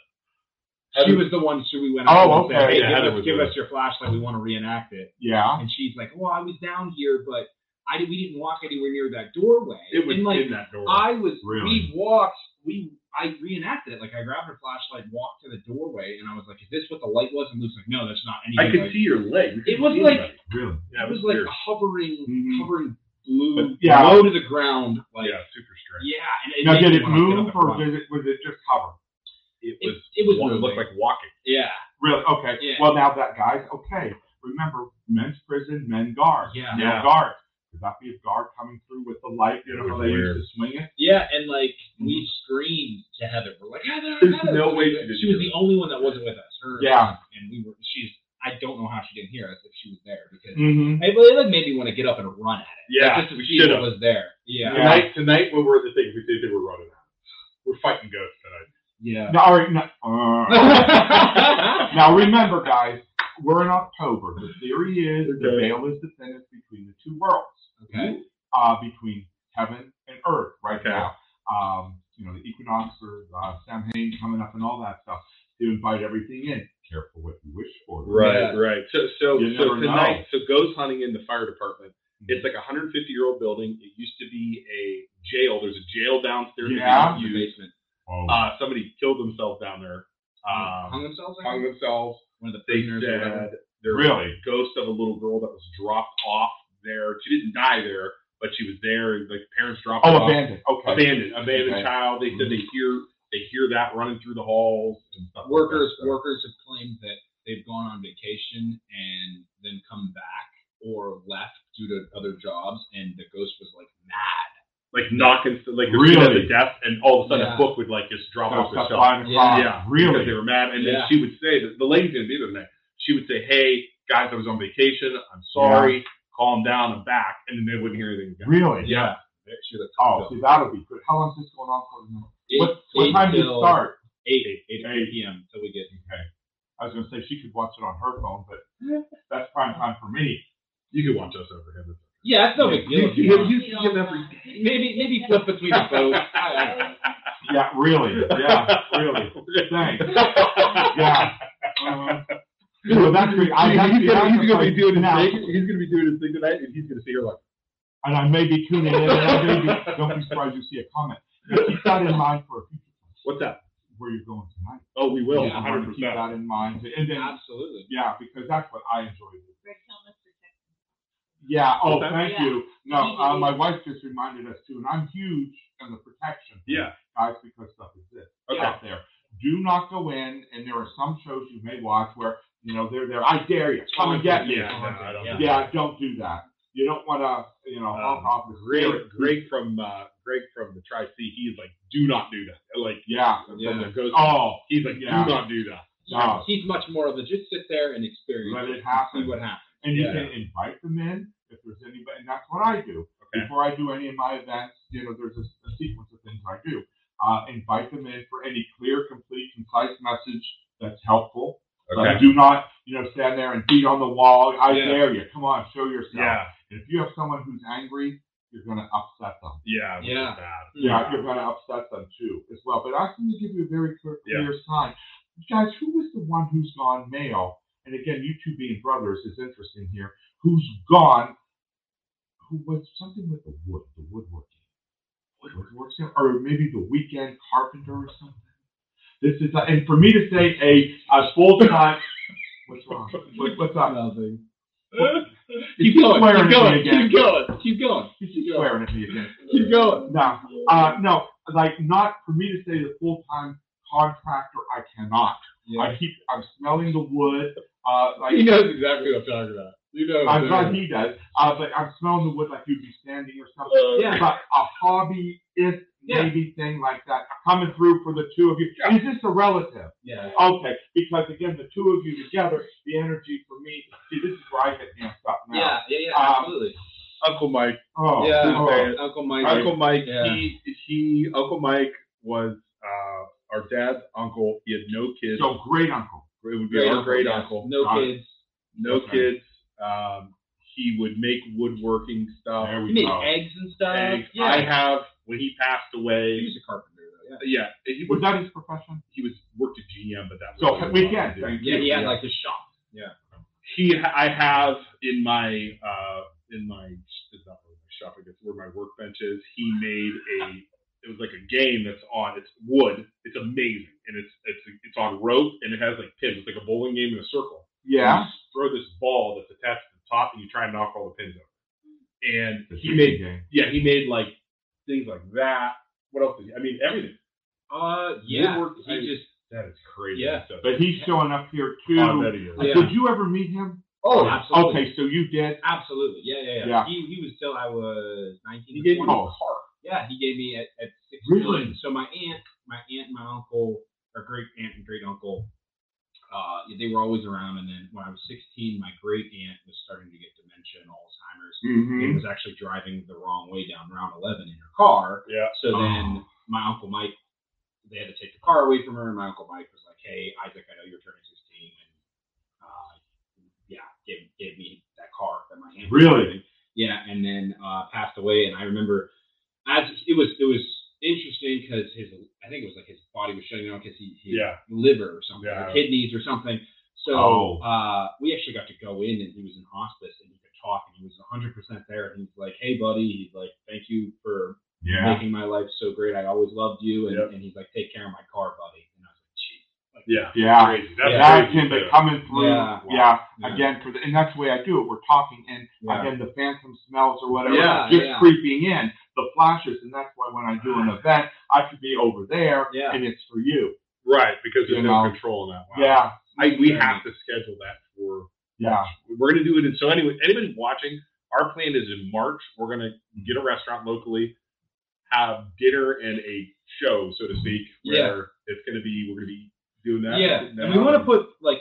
Speaker 2: she
Speaker 5: Heather-
Speaker 2: was the one who we went
Speaker 4: Oh,
Speaker 2: out to and
Speaker 4: okay.
Speaker 2: said, Hey,
Speaker 5: Yeah, Heather
Speaker 2: give, us,
Speaker 5: was
Speaker 2: give
Speaker 5: with
Speaker 2: us your flashlight, we want to reenact it.
Speaker 4: Yeah.
Speaker 2: And she's like, Well, I was down here, but I did, we didn't walk anywhere near that doorway.
Speaker 5: It was
Speaker 2: and like
Speaker 5: in that door.
Speaker 2: I was
Speaker 4: Really?
Speaker 2: we walked we I reenacted it. Like I grabbed her flashlight, walked to the doorway, and I was like, "Is this what the light was?" And Luke's like, "No, that's not anything."
Speaker 5: I could
Speaker 2: like,
Speaker 5: see your leg. You
Speaker 2: It
Speaker 5: couldn't
Speaker 2: was
Speaker 5: see
Speaker 2: like-
Speaker 5: anybody.
Speaker 4: Really?
Speaker 5: yeah,
Speaker 2: it was like
Speaker 5: weird.
Speaker 2: hovering,
Speaker 5: Mm-hmm.
Speaker 4: Mhm.
Speaker 2: hovering blue,
Speaker 4: But- yeah.
Speaker 2: low to the ground. Like
Speaker 5: yeah, super strange.
Speaker 2: yeah, and it
Speaker 4: Now,
Speaker 2: made
Speaker 4: did
Speaker 2: me
Speaker 4: it
Speaker 2: wanna get up
Speaker 4: move,
Speaker 2: and
Speaker 4: or
Speaker 2: run.
Speaker 4: did it, was it just hover?
Speaker 5: It
Speaker 2: It-
Speaker 5: was
Speaker 2: it was
Speaker 5: it
Speaker 2: moving.
Speaker 5: looked like walking.
Speaker 2: yeah,
Speaker 4: Really? Okay.
Speaker 2: Yeah.
Speaker 4: Well, now that, guys, okay. Remember, men's prison, men guard.
Speaker 2: Yeah.
Speaker 4: No
Speaker 5: Yeah.
Speaker 4: guard. Could that be a guard coming through with the light? You know how they
Speaker 5: Weird.
Speaker 4: used to swing it?
Speaker 2: yeah, and like
Speaker 5: Mm-hmm.
Speaker 2: we screamed to Heather. We're like, Heather,
Speaker 5: There's
Speaker 2: Heather.
Speaker 5: no way she
Speaker 2: she,
Speaker 5: didn't
Speaker 2: was
Speaker 5: hear
Speaker 2: the
Speaker 5: us.
Speaker 2: only one that wasn't with us. Her
Speaker 4: Yeah.
Speaker 2: and we were. She's. I don't know how she didn't hear us if she was there because
Speaker 4: Mm-hmm.
Speaker 2: it, it like made me want to get up and run at it.
Speaker 5: Yeah,
Speaker 2: just to
Speaker 5: we
Speaker 2: see
Speaker 5: should
Speaker 2: what
Speaker 5: have.
Speaker 2: was there. Yeah.
Speaker 4: Yeah.
Speaker 5: Tonight, tonight, when we're at the thing, we did, they were running out. We're fighting ghosts tonight.
Speaker 2: Yeah.
Speaker 4: No, all right, no, uh, Now remember, guys, we're in October. The theory is the
Speaker 5: Okay.
Speaker 4: veil is the thinnest between the two worlds,
Speaker 2: okay.
Speaker 4: uh, between heaven and earth, right
Speaker 5: Okay.
Speaker 4: now. Um, you know, the equinox or uh, Samhain coming up and all that stuff to invite everything in. Careful what you wish for.
Speaker 5: Right,
Speaker 2: Yeah.
Speaker 5: right. So, so,
Speaker 4: You
Speaker 5: so
Speaker 4: never
Speaker 5: tonight, so ghost hunting in the fire department. It's like a 150 year old building. It used to be a jail. There's a jail downstairs. that
Speaker 4: Yeah.
Speaker 2: In
Speaker 5: we
Speaker 2: the
Speaker 5: used.
Speaker 2: basement.
Speaker 4: Oh,
Speaker 5: Uh, somebody killed themselves down there.
Speaker 2: hung
Speaker 5: Um,
Speaker 2: themselves. I
Speaker 5: hung
Speaker 2: think?
Speaker 5: themselves.
Speaker 2: One of the
Speaker 5: They
Speaker 2: prisoners. or whatever.
Speaker 5: said there was
Speaker 4: Really?
Speaker 5: a ghost of a little girl that was dropped off there. She didn't die there, but she was there. and Like parents dropped her
Speaker 4: oh,
Speaker 5: off.
Speaker 4: abandoned. Okay.
Speaker 5: abandoned, abandoned
Speaker 4: Okay.
Speaker 5: child. They said they hear they hear that running through the halls and stuff. like
Speaker 2: workers
Speaker 5: that, so-
Speaker 2: workers have claimed that they've gone on vacation and then come back or left due to other jobs, and the ghost was like mad.
Speaker 5: like knocking, like they're sitting at
Speaker 4: Really?
Speaker 5: the desk, and all of a sudden
Speaker 2: Yeah.
Speaker 5: a book would like just drop
Speaker 4: That was
Speaker 5: off the
Speaker 4: about
Speaker 5: shelf.
Speaker 4: five o'clock.
Speaker 5: Yeah, because they
Speaker 4: Really?
Speaker 5: were mad, and then
Speaker 2: Yeah.
Speaker 5: she would say that the lady didn't be there tonight. She would say, "Hey guys, I was on vacation. I'm sorry. Calm down. I'm back." And then they wouldn't hear anything again.
Speaker 4: Really?
Speaker 2: Yeah. She was like,
Speaker 4: Oh, see, that'll be good. How long is this going on for?
Speaker 2: Eight-
Speaker 4: What, what
Speaker 2: eight
Speaker 4: time did it
Speaker 2: till-
Speaker 4: start?
Speaker 2: Eight, eight, eight, p.m. till we get.
Speaker 4: Okay. I was going to say she could watch it on her phone, but that's prime time for me.
Speaker 5: You could watch us over him.
Speaker 2: Yeah, it's no
Speaker 4: Yeah,
Speaker 2: big deal. if
Speaker 4: you-
Speaker 2: you
Speaker 4: you-
Speaker 2: want.
Speaker 5: you can give every-
Speaker 2: Maybe maybe flip between the both. I- I-
Speaker 4: Yeah, really. Yeah, really. Thanks. Yeah. Uh, no, that's great. I, that's
Speaker 5: he's, gonna, he's gonna be doing his
Speaker 4: now,
Speaker 5: thing. He's gonna be doing his thing tonight, and he's gonna see her like,
Speaker 4: and I may be tuning in. And I may be, don't be surprised you see a comment. But keep that in mind for a future
Speaker 5: "What's that?"
Speaker 4: where you're going tonight.
Speaker 5: Oh, we will.
Speaker 2: Yeah,
Speaker 4: You want
Speaker 5: Hundred
Speaker 4: to keep
Speaker 5: percent.
Speaker 4: that in mind, and then
Speaker 2: Absolutely.
Speaker 4: yeah, because that's what I enjoy. doing.
Speaker 6: Texas.
Speaker 4: Yeah. Oh,
Speaker 5: Okay.
Speaker 4: thank
Speaker 6: Yeah.
Speaker 4: you. No,
Speaker 6: Yeah.
Speaker 4: uh, my wife just reminded us too, and I'm huge on the protection. thing,
Speaker 5: Yeah.
Speaker 4: Guys, because stuff exists
Speaker 5: Okay.
Speaker 4: out there. Do not go in, and there are some shows you may watch where you know they're there. I dare you. Come and get me.
Speaker 5: Yeah, no, I don't
Speaker 2: Yeah.
Speaker 5: do that.
Speaker 4: Yeah, don't do that. You don't want to, you know, hop
Speaker 5: Um,
Speaker 4: off the
Speaker 5: Greg,
Speaker 4: spirit.
Speaker 5: Greg from uh, Greg from the Tri C, he's like, "Do not do that." Like,
Speaker 4: Yeah.
Speaker 5: from
Speaker 2: Yeah.
Speaker 5: the ghost,
Speaker 4: Oh,
Speaker 5: he's like,
Speaker 4: yeah.
Speaker 5: "Do not do that."
Speaker 4: No.
Speaker 2: He's much more of a just sit there and experience
Speaker 4: Let it
Speaker 2: and
Speaker 4: happen.
Speaker 2: See what happens.
Speaker 4: and you
Speaker 5: Yeah.
Speaker 4: can invite them in if there's anybody. And that's what I do
Speaker 5: Okay.
Speaker 4: before I do any of my events. You know, there's a, a sequence of things I do. Uh, invite them in for any clear, complete, concise message that's helpful. Like, do not, you know, stand there and beat on the wall. I
Speaker 5: Yeah.
Speaker 4: dare you. Come on, show yourself.
Speaker 5: Yeah.
Speaker 4: And if you have someone who's angry, you're going to upset them.
Speaker 5: Yeah. which is
Speaker 2: Yeah.
Speaker 5: bad.
Speaker 4: Yeah, you're going to upset them too, as well. But I seem to give you a very clear,
Speaker 5: Yeah.
Speaker 4: clear sign. Guys, who was the one who's gone male? And again, you two being brothers is interesting here. Who's gone? Who was something with the wood, the woodworking, woodworking, or maybe the weekend carpenter or something. This is, and for me to say a, a full time. What's wrong? What, what's up?
Speaker 2: Keep
Speaker 4: He's
Speaker 2: going.
Speaker 4: swearing
Speaker 2: Keep going.
Speaker 4: at me again.
Speaker 2: Keep going. Keep going.
Speaker 4: He's just swearing at me again.
Speaker 2: Keep going.
Speaker 4: No, uh, no, like not for me to say the full time contractor. I cannot. I keep. I'm smelling the wood. Uh, like
Speaker 2: He knows exactly what I'm talking about. You know.
Speaker 4: I'm glad he does. Uh, but I'm smelling the wood like you'd be standing or something.
Speaker 2: Uh, Yeah.
Speaker 4: But a hobby if
Speaker 2: Yeah.
Speaker 4: maybe thing like that coming through for the two of you. Is this a relative?
Speaker 2: Yeah.
Speaker 4: Okay, because again, the two of you together, the energy for me. See, this is where I get amped up now.
Speaker 2: Yeah. Yeah. Yeah.
Speaker 4: Um,
Speaker 2: Absolutely.
Speaker 5: Uncle Mike.
Speaker 4: Oh,
Speaker 2: yeah.
Speaker 4: oh.
Speaker 5: man.
Speaker 2: Uncle Mike.
Speaker 5: Uncle Mike.
Speaker 2: Yeah.
Speaker 5: He he. Uncle Mike was uh, our dad's uncle. He had no kids.
Speaker 4: So great uncle.
Speaker 5: it would be our great uncle.
Speaker 2: No
Speaker 4: Got it.
Speaker 2: kids.
Speaker 5: No
Speaker 4: Okay.
Speaker 5: kids. Um, he would make woodworking stuff.
Speaker 4: There
Speaker 2: He
Speaker 4: we
Speaker 2: made
Speaker 4: go.
Speaker 2: eggs and stuff.
Speaker 5: Eggs.
Speaker 2: Uh, Yeah.
Speaker 5: I have when he passed away.
Speaker 2: He was a carpenter though.
Speaker 5: yeah, he
Speaker 4: Was
Speaker 5: was
Speaker 4: that his profession?
Speaker 5: he was worked at GM, but that was
Speaker 4: So
Speaker 5: all he wanted
Speaker 4: weekend.
Speaker 5: to do.
Speaker 4: Thank
Speaker 2: Yeah.
Speaker 4: you.
Speaker 2: Yeah. He had like his shop.
Speaker 5: he I have in my uh in my it's not really my shop I guess where my workbench is he made a it was like a game that's on it's wood it's amazing and it's it's it's on rope and it has like pins it's like a bowling game in a circle
Speaker 4: yeah.
Speaker 5: you just throw this ball that's attached to the top and you try and knock all the pins over and
Speaker 4: The
Speaker 5: he made
Speaker 4: game.
Speaker 5: yeah he made like things like that what else did he, I mean everything
Speaker 2: Uh. Yeah.
Speaker 5: Woodwork-
Speaker 2: he
Speaker 5: I-
Speaker 2: just.
Speaker 5: that is crazy
Speaker 2: Yeah.
Speaker 5: stuff.
Speaker 4: But he's showing up here too.
Speaker 5: on video
Speaker 4: Uh,
Speaker 2: Yeah.
Speaker 4: Did you ever meet him?
Speaker 2: Oh, absolutely.
Speaker 4: Okay, so you did.
Speaker 2: Absolutely. Yeah. Yeah. Yeah.
Speaker 4: Yeah.
Speaker 2: He he was till I was 19.
Speaker 5: he
Speaker 2: or
Speaker 5: gave me
Speaker 2: 20.
Speaker 5: a
Speaker 4: Oh.
Speaker 5: car
Speaker 2: Yeah, he gave me at, at six
Speaker 4: Really?
Speaker 2: years. So my aunt, my aunt and my uncle, or great aunt and great uncle, uh, they were always around. And then when I was 16, my great aunt was starting to get dementia and Alzheimer's. And
Speaker 4: Mm-hmm.
Speaker 2: was actually driving the wrong way down Route 11 in her car.
Speaker 5: Yeah.
Speaker 2: So then my uncle Mike, they had to take the car away from her, and my uncle Mike was like, "Hey, Isaac, I know you're turning 16, and uh, yeah, gave, gave me that car that my aunt was
Speaker 4: Really?
Speaker 2: driving." Yeah, and then uh, passed away. And I remember as it was it was interesting because his I think it was like his body was shutting down because he his
Speaker 5: Yeah.
Speaker 2: liver or something,
Speaker 5: Yeah.
Speaker 2: or kidneys or something. So
Speaker 4: Oh.
Speaker 2: uh, we actually got to go in, and he was in hospice, and he could talk, and he was 100 percent there. And he's like, "Hey, buddy," he's like, "Thank you for
Speaker 4: Yeah.
Speaker 2: making my life so great. I always loved you." And,
Speaker 5: Yep.
Speaker 2: and he's like, "Take care of my car, buddy." And I was like, "Jeez,
Speaker 5: Yeah.
Speaker 4: Yeah.
Speaker 5: Crazy. That's
Speaker 4: That's
Speaker 5: crazy.
Speaker 4: him but coming through.
Speaker 2: Yeah.
Speaker 4: Yeah.
Speaker 2: Yeah.
Speaker 4: Again, for the, and that's the way I do it. We're talking, and
Speaker 2: Yeah.
Speaker 4: again, the phantom smells or whatever
Speaker 2: Yeah,
Speaker 4: just
Speaker 2: yeah.
Speaker 4: creeping in, the flashes, and that's why when I do an event, I could be over there,
Speaker 2: Yeah.
Speaker 4: and it's for you.
Speaker 5: Right, because there's
Speaker 4: You
Speaker 5: no
Speaker 4: know.
Speaker 5: control in that. Wow.
Speaker 4: Yeah.
Speaker 5: I, we have to schedule that for.
Speaker 4: Yeah.
Speaker 5: We're going to do it. And so, anyway, anybody watching, our plan is in March. We're going to get a restaurant locally, have dinner and a show, so to speak, where it's going to be, we're going to be doing that.
Speaker 2: yeah,
Speaker 5: sitting
Speaker 2: and we
Speaker 5: down.
Speaker 2: want to put like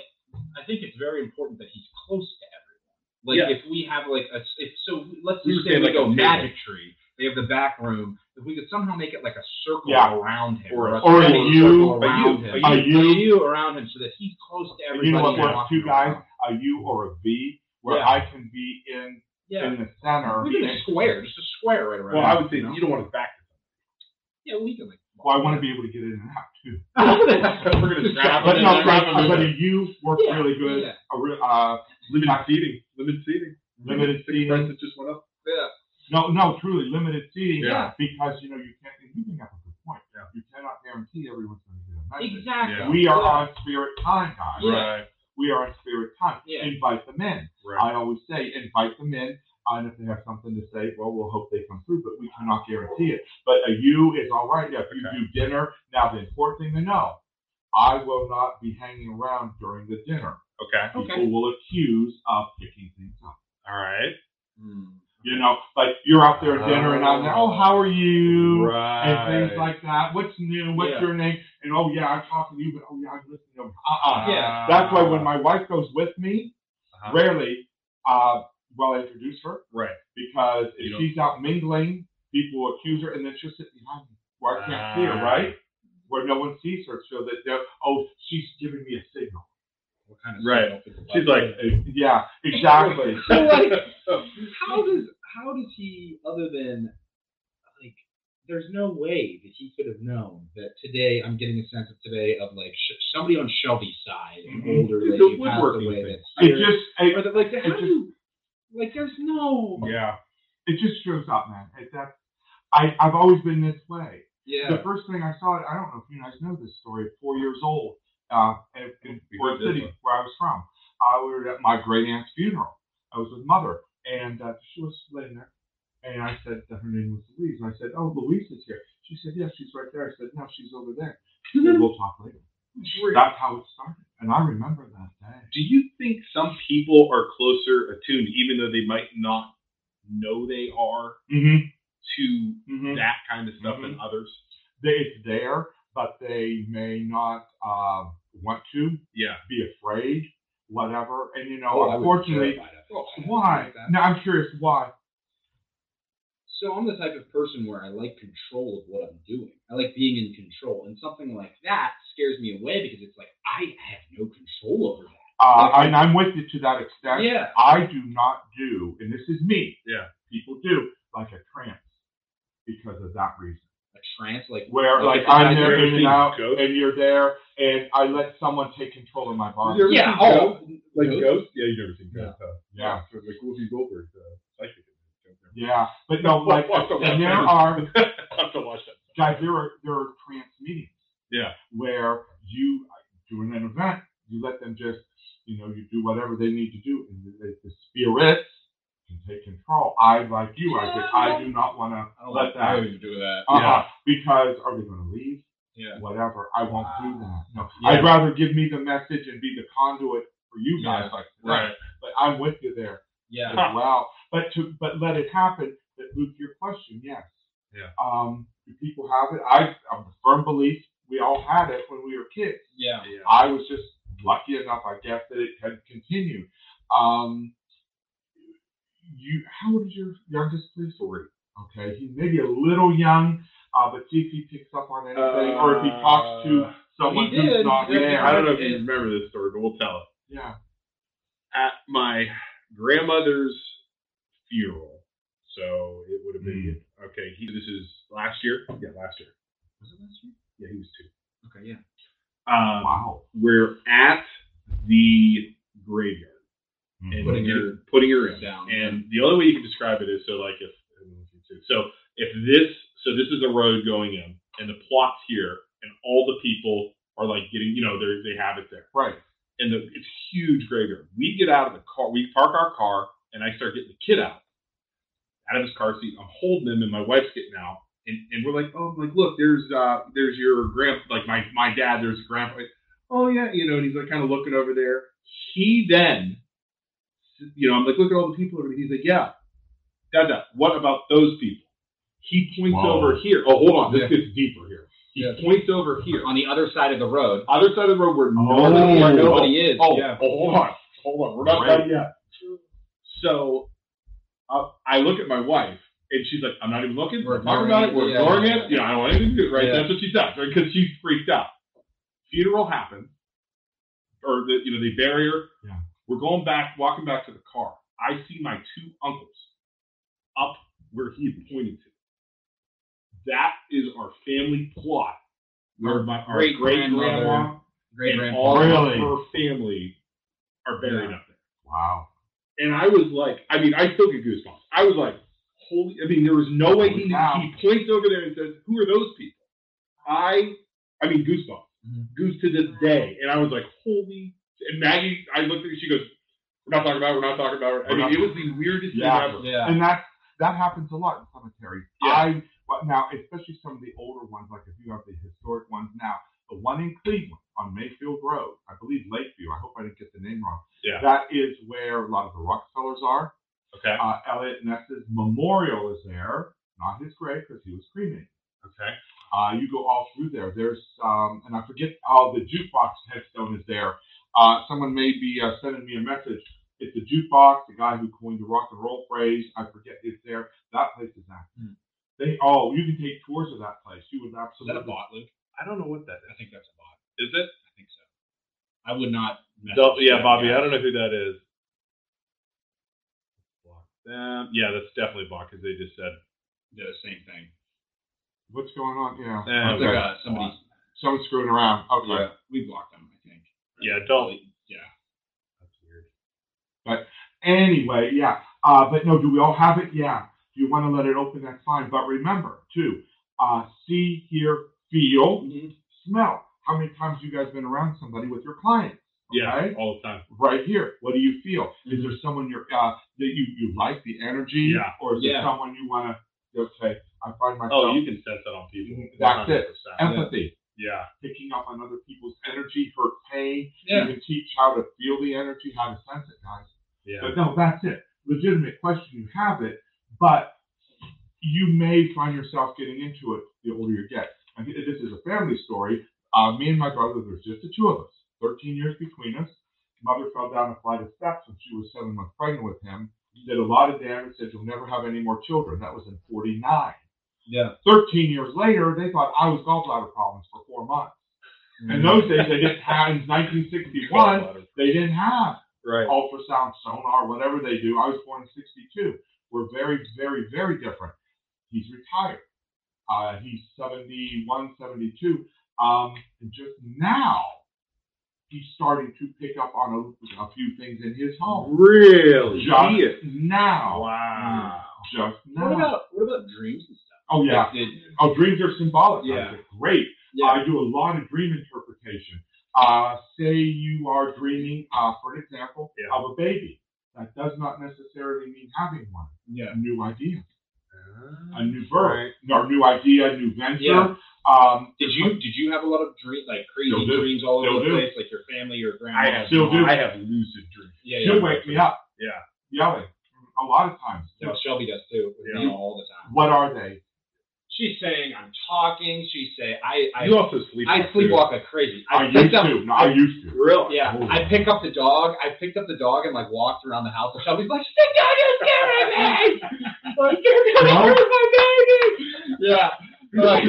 Speaker 2: I think it's very important that he's close to everyone. Like
Speaker 5: Yeah.
Speaker 2: if we have like a if so let's
Speaker 5: We
Speaker 2: just
Speaker 5: were
Speaker 2: say
Speaker 5: saying,
Speaker 2: we
Speaker 5: like,
Speaker 2: go
Speaker 5: a table.
Speaker 2: magic tree. They have the back room. If we could somehow make it like a circle
Speaker 4: Yeah.
Speaker 2: around him,
Speaker 5: Or
Speaker 2: a
Speaker 5: a-
Speaker 4: or a
Speaker 2: circle
Speaker 4: U,
Speaker 5: a
Speaker 2: around
Speaker 5: U,
Speaker 2: him,
Speaker 4: a U.
Speaker 2: U around him, so that he's close to
Speaker 4: And
Speaker 2: everybody.
Speaker 4: you know what?
Speaker 2: and
Speaker 4: There's
Speaker 2: walking
Speaker 4: two guys,
Speaker 2: around.
Speaker 4: a U or a V, where
Speaker 2: Yeah.
Speaker 4: I can be in
Speaker 2: Yeah,
Speaker 4: in the center.
Speaker 2: we did a square, just a square right around.
Speaker 5: Well,
Speaker 2: him,
Speaker 5: I would say
Speaker 2: you know?
Speaker 5: you don't want to back.
Speaker 2: yeah, we can like.
Speaker 4: Well, I want to be able to get in and out too.
Speaker 5: We're going to strap
Speaker 4: But
Speaker 5: them
Speaker 4: no,
Speaker 5: in there.
Speaker 4: but, but a U works
Speaker 2: Yeah,
Speaker 4: really good.
Speaker 2: yeah.
Speaker 4: A re- uh,
Speaker 5: Limited seating. Limited seating.
Speaker 4: limited
Speaker 5: Six
Speaker 4: seating.
Speaker 5: friends that just went up.
Speaker 2: Yeah.
Speaker 4: No, no, truly limited seating.
Speaker 5: Yeah.
Speaker 4: Because you know you can't. and You bring up a good point.
Speaker 5: Yeah.
Speaker 4: You cannot guarantee everyone's going to get a message.
Speaker 2: Exactly.
Speaker 5: Yeah.
Speaker 4: We are
Speaker 2: Yeah.
Speaker 4: on spirit time, guys.
Speaker 2: Yeah.
Speaker 5: Right.
Speaker 4: We are on spirit time.
Speaker 2: Yeah.
Speaker 4: Invite them in.
Speaker 5: Right.
Speaker 4: I always say invite them in, and if they have something to say, well, we'll hope they come through, but we cannot guarantee it. But a you is all right. If you
Speaker 5: Okay.
Speaker 4: do dinner, now the important thing to know, I will not be hanging around during the dinner.
Speaker 5: Okay.
Speaker 2: Okay.
Speaker 4: People will accuse of picking things up.
Speaker 5: All right.
Speaker 2: Mm.
Speaker 4: You know, like you're out there at dinner, and I'm there. Oh, how are you?
Speaker 5: Right.
Speaker 4: And things like that. What's new? What's
Speaker 2: Yeah.
Speaker 4: your name? And oh yeah, I'm talking to you, but oh yeah, I'm listening. to
Speaker 5: Uh,
Speaker 4: Uh-uh.
Speaker 2: Yeah.
Speaker 4: That's why when my wife goes with me,
Speaker 5: Uh-huh.
Speaker 4: rarely uh, will I introduce her
Speaker 5: Right.
Speaker 4: because
Speaker 5: You
Speaker 4: if
Speaker 5: don't-
Speaker 4: she's out mingling, people will accuse her, and then she'll sit behind me where I can't see her,
Speaker 5: Ah.
Speaker 4: right? Where no one sees her, so that they're, oh, she's giving me a signal.
Speaker 2: What kind of
Speaker 5: Right.
Speaker 2: stuff is it
Speaker 5: She's like,
Speaker 4: Uh, yeah, exactly.
Speaker 2: So, like, how does how does he other than like there's no way that he could have known that today I'm getting a sense of today of like sh- somebody on Shelby's side, an
Speaker 4: Mhm.
Speaker 2: older
Speaker 5: It's
Speaker 2: lady
Speaker 5: a
Speaker 2: who passed
Speaker 5: woodworking
Speaker 2: away
Speaker 5: thing.
Speaker 2: that's
Speaker 4: it
Speaker 2: here.
Speaker 4: just, it,
Speaker 2: Or that, like how
Speaker 4: just-
Speaker 2: do you like there's no
Speaker 4: yeah, it just shows up, man. It, that, I, I've always been this way.
Speaker 2: yeah
Speaker 4: The first thing I saw, I don't know if you guys know this story, at four years old, uh, in, in
Speaker 5: We
Speaker 4: Fort
Speaker 5: heard this
Speaker 4: City,
Speaker 5: one.
Speaker 4: where I was from. I was at my great aunt's funeral. I was with mother, and uh, she was laying there, and I said that her name was Louise. And I said, "Oh, Louise is here." She said, "Yeah, she's right there." I said, "No, she's over there." She said, "We'll talk later." That's how it started, and I remember that day.
Speaker 5: Do you think some people are closer attuned, even though they might not know they are,
Speaker 4: Mm-hmm.
Speaker 5: to
Speaker 4: mm-hmm.
Speaker 5: that kind of stuff than others?
Speaker 4: it's there, but they may not uh, want to
Speaker 5: Yeah.
Speaker 4: be afraid, whatever. And you know,
Speaker 2: Oh, I would be
Speaker 4: unfortunately,
Speaker 2: terrified of it.
Speaker 4: why?
Speaker 2: Like that.
Speaker 4: Now I'm curious why.
Speaker 2: So I'm the type of person where I like control of what I'm doing. I like being in control, and something like that scares me away because it's like I have no control over that.
Speaker 4: Uh,
Speaker 2: Okay.
Speaker 4: and I'm with you to that extent.
Speaker 2: yeah,
Speaker 4: I do not do, and this is me.
Speaker 5: Yeah.
Speaker 4: People do like a trance because of that reason.
Speaker 2: a trance, like
Speaker 4: Where
Speaker 2: Like if
Speaker 4: like,
Speaker 2: the
Speaker 4: I'm
Speaker 2: guy
Speaker 4: there
Speaker 5: there
Speaker 4: in
Speaker 5: sees
Speaker 4: and out,
Speaker 5: ghosts.
Speaker 4: and you're there, and I let someone take control of my body.
Speaker 5: There-
Speaker 2: yeah,
Speaker 5: Yeah.
Speaker 2: oh,
Speaker 5: Like
Speaker 2: Ghost?
Speaker 5: ghosts? Yeah, you've never seen
Speaker 2: No.
Speaker 5: ghosts. huh?
Speaker 4: Yeah.
Speaker 5: So it's like Whoopi Goldberg's uh, psychic.
Speaker 4: Yeah, but no, like,
Speaker 5: Watch the-
Speaker 4: and there are
Speaker 5: I'll have to watch that.
Speaker 4: guys. There are there are trance meetings.
Speaker 5: Yeah.
Speaker 4: where you during an event, you let them just, you know, you do whatever they need to do, and the, the- the spirits can take control. I like you. I said I do not want
Speaker 2: I
Speaker 4: to
Speaker 2: don't
Speaker 4: let
Speaker 2: like
Speaker 4: that
Speaker 2: that. to do that.
Speaker 4: Uh-uh.
Speaker 5: Yeah.
Speaker 4: Because are they going to leave?
Speaker 2: Yeah.
Speaker 4: Whatever. I won't do that. No.
Speaker 5: Yeah.
Speaker 4: I'd rather give me the message and be the conduit for you guys.
Speaker 2: Yeah.
Speaker 4: Like, that.
Speaker 5: Right.
Speaker 4: But I'm with you there
Speaker 2: Yeah,
Speaker 4: as
Speaker 5: Huh.
Speaker 4: well. But to but let it happen. But Luke, your question, yes.
Speaker 5: Yeah.
Speaker 4: Um, do people have it? I, I'm a firm belief we all had it when we were kids.
Speaker 2: yeah.
Speaker 5: Yeah.
Speaker 4: I was just lucky enough, I guess, that it had continued. Um, you, how old is your youngest, please? Three. Okay, he's maybe a little young, uh, but see if he picks up on anything or if he talks to
Speaker 5: Uh,
Speaker 4: someone
Speaker 2: he
Speaker 4: who's
Speaker 2: did.
Speaker 4: not
Speaker 2: He did.
Speaker 4: there.
Speaker 5: I don't know if you remember this story, but we'll tell it.
Speaker 4: Yeah.
Speaker 5: At my grandmother's funeral, so it would have been okay. He, this is last year. Yeah, last year.
Speaker 2: Was it last year?
Speaker 5: Yeah, he was two.
Speaker 2: Okay, yeah.
Speaker 5: Um,
Speaker 4: Wow.
Speaker 5: we're at the graveyard
Speaker 4: Hmm.
Speaker 5: and
Speaker 2: Putting
Speaker 5: putting
Speaker 2: her-
Speaker 5: her, putting her in.
Speaker 2: down.
Speaker 5: And the only way you can describe it is so like if so if this so this is the road going in and the plot's here and all the people are like getting, you know, they they have it there.
Speaker 4: Right.
Speaker 5: And the, it's huge graveyard. We get out of the car, we park our car, and I start getting the kid out, out of his car seat. I'm holding him, and my wife's getting out, and, and we're like, oh, I'm like look, there's uh, there's your grand, like my my dad, there's grandpa. Oh yeah, you know, and he's like kind of looking over there. He then, you know, I'm like, look at all the people over there. He's like, yeah, Dada, what about those people? He points
Speaker 4: Whoa.
Speaker 5: over here. Oh, hold on, this
Speaker 2: Yeah.
Speaker 5: gets deeper here. He
Speaker 2: Yeah.
Speaker 5: points over here,
Speaker 2: on the other side of the road,
Speaker 5: other side of the road where
Speaker 4: Oh.
Speaker 5: nobody,
Speaker 2: where
Speaker 5: where nobody
Speaker 2: nobody is.
Speaker 5: Oh,
Speaker 2: yeah.
Speaker 5: oh, hold on. Hold on. We're not
Speaker 4: Right.
Speaker 5: done yet. So uh, I look at my wife, and she's like, I'm not even looking. We're
Speaker 2: We're
Speaker 5: talking
Speaker 2: ignoring
Speaker 5: about it.
Speaker 2: it.
Speaker 5: We're
Speaker 2: Yeah,
Speaker 5: ignoring
Speaker 2: yeah,
Speaker 5: it. You know, I don't want anything to do, right?
Speaker 2: Yeah.
Speaker 5: That's what she does, right? Because she's freaked out. Funeral happens, or the, you know, they bury her.
Speaker 4: Yeah.
Speaker 5: We're going back, walking back to the car. I see my two uncles up where he had pointed to. That is our family plot. Where my our great
Speaker 2: Great-grandmother.
Speaker 5: grandma
Speaker 2: Great
Speaker 5: and
Speaker 2: grandpa.
Speaker 5: all
Speaker 4: Really?
Speaker 5: of her family are buried
Speaker 2: Yeah.
Speaker 5: up
Speaker 4: Wow.
Speaker 5: there. And I was like, I mean, I still get goosebumps. I was like, holy, I mean, there was no way he,
Speaker 4: Holy cow.
Speaker 5: he points over there and says, who are those people? I, I mean, goosebumps,
Speaker 2: Mhm.
Speaker 5: goose to this day. And I was like, holy, and Maggie, I looked at her, she goes, we're not talking about it, we're not talking about it. I
Speaker 4: We're
Speaker 5: mean,
Speaker 4: not-
Speaker 5: it was the weirdest
Speaker 4: Yeah.
Speaker 5: thing ever.
Speaker 2: Yeah.
Speaker 4: And that that happens a lot in cemeteries.
Speaker 5: Yeah.
Speaker 4: I but now, especially some of the older ones, like if you have the historic ones now, the one in Cleveland on Mayfield Road, I believe Lakeview. I hope I didn't get the name wrong.
Speaker 5: Yeah.
Speaker 4: That is where a lot of the Rockefellers are.
Speaker 5: Okay.
Speaker 4: Uh, Elliot Ness's memorial is there, not his grave because he was cremated.
Speaker 5: Okay.
Speaker 4: Uh, you go all through there. There's, um, and I forget, oh, the jukebox headstone is there. Uh, someone may be uh, sending me a message. It's the jukebox, the guy who coined the rock and roll phrase. I forget it's there. That place is active.
Speaker 2: Hmm.
Speaker 4: They, oh, you can take tours of that place. You would
Speaker 2: Is that a
Speaker 4: absolutely.
Speaker 2: bot, Luke?
Speaker 5: I don't know what that
Speaker 2: I think that's a bot.
Speaker 5: is. Is it?
Speaker 2: I think so. I would not. mess
Speaker 5: Del-
Speaker 2: with
Speaker 5: yeah,
Speaker 2: that
Speaker 5: Bobby.
Speaker 2: guy.
Speaker 5: I don't know who that is. Um, yeah, that's definitely blocked because they just said.
Speaker 2: Did the same thing.
Speaker 4: What's going on? Yeah.
Speaker 5: eh,
Speaker 2: I think uh, somebody.
Speaker 4: Someone's screwing around. Okay.
Speaker 2: Yeah, we blocked them. I think.
Speaker 5: Yeah, don't.
Speaker 2: Yeah. That's weird.
Speaker 4: Anyway, yeah. Uh, but no, do we all have it? Yeah. Do you want to let it open? That's fine. But remember, too, uh, see, hear, feel,
Speaker 2: Mm-hmm.
Speaker 4: smell. How many times you guys been around somebody with your clients?
Speaker 5: Yeah,
Speaker 4: okay?
Speaker 5: all the time.
Speaker 4: Right here. What do you feel? Is there someone you're uh, that you, you like the energy?
Speaker 5: Mm-hmm. Yeah.
Speaker 4: Or is there
Speaker 2: Yeah.
Speaker 4: someone you want to okay? I find myself
Speaker 5: Oh, you can sense that on people.
Speaker 4: That's it.
Speaker 5: 100%.
Speaker 4: empathy,
Speaker 5: Yeah.
Speaker 4: picking up on other people's energy, hurt pain.
Speaker 2: Yeah.
Speaker 4: You can teach how to feel the energy, how to sense it, guys.
Speaker 5: Yeah.
Speaker 4: But no, that's it. Legitimate question, you have it, but you may find yourself getting into it the older you get. And th- this is a family story. Uh, me and my brother, there's just the two of us, 13 years between us. Mother fell down a flight of steps when she was seven months pregnant with him. Did a lot of damage, said you'll never have any more children. That was in 49.
Speaker 2: Yeah.
Speaker 4: 13 years later, they thought I was gallbladder problems for four months. In those days, they didn't have, in 1961, they didn't have
Speaker 5: Right.
Speaker 4: ultrasound, sonar, whatever they do. I was born in 62. We're very, very, very different. He's retired. Uh, he's 71, 72. Um, and just now, he's starting to pick up on a, a few things in his home.
Speaker 5: Really?
Speaker 4: Just now.
Speaker 5: Wow.
Speaker 4: Just
Speaker 2: What
Speaker 4: now.
Speaker 2: about what about dreams and stuff?
Speaker 4: Oh, yeah.
Speaker 2: Like, did,
Speaker 4: Oh, dreams are symbolic.
Speaker 2: Yeah.
Speaker 4: I said, Great.
Speaker 2: yeah.
Speaker 4: I do a lot of dream interpretation. Uh, say you are dreaming, uh, for an example,
Speaker 5: Yeah.
Speaker 4: of a baby. That does not necessarily mean having one.
Speaker 2: yeah.
Speaker 4: A new idea, a
Speaker 5: I-
Speaker 4: new birth, or new idea, a new venture.
Speaker 2: Yeah.
Speaker 4: Um,
Speaker 2: Did you did you have a lot of dream like crazy
Speaker 4: Still do.
Speaker 2: dreams all over
Speaker 4: Still
Speaker 2: the
Speaker 4: do.
Speaker 2: place, like your family or grandma?
Speaker 5: I have.
Speaker 4: Still do.
Speaker 5: I have lucid dreams.
Speaker 2: Yeah,
Speaker 4: she'll
Speaker 2: yeah.
Speaker 4: wake me up.
Speaker 5: Yeah.
Speaker 4: Yelling. A lot of times.
Speaker 2: No, Shelby does too. With me
Speaker 5: Yeah.
Speaker 2: all the time.
Speaker 4: What are they?
Speaker 2: She's saying I'm talking. She's saying I I
Speaker 5: you also sleep.
Speaker 2: I sleepwalk like crazy. I
Speaker 4: I, used
Speaker 2: picked up
Speaker 4: to. No, I used to.
Speaker 5: Really?
Speaker 2: yeah.
Speaker 4: Oh,
Speaker 2: I
Speaker 4: wow.
Speaker 2: pick up the dog. I picked up the dog and like walked around the house. And Shelby's like, the dog is scaring me. Like you're gonna
Speaker 4: No.
Speaker 2: hurt my baby. Yeah. Like, Uh,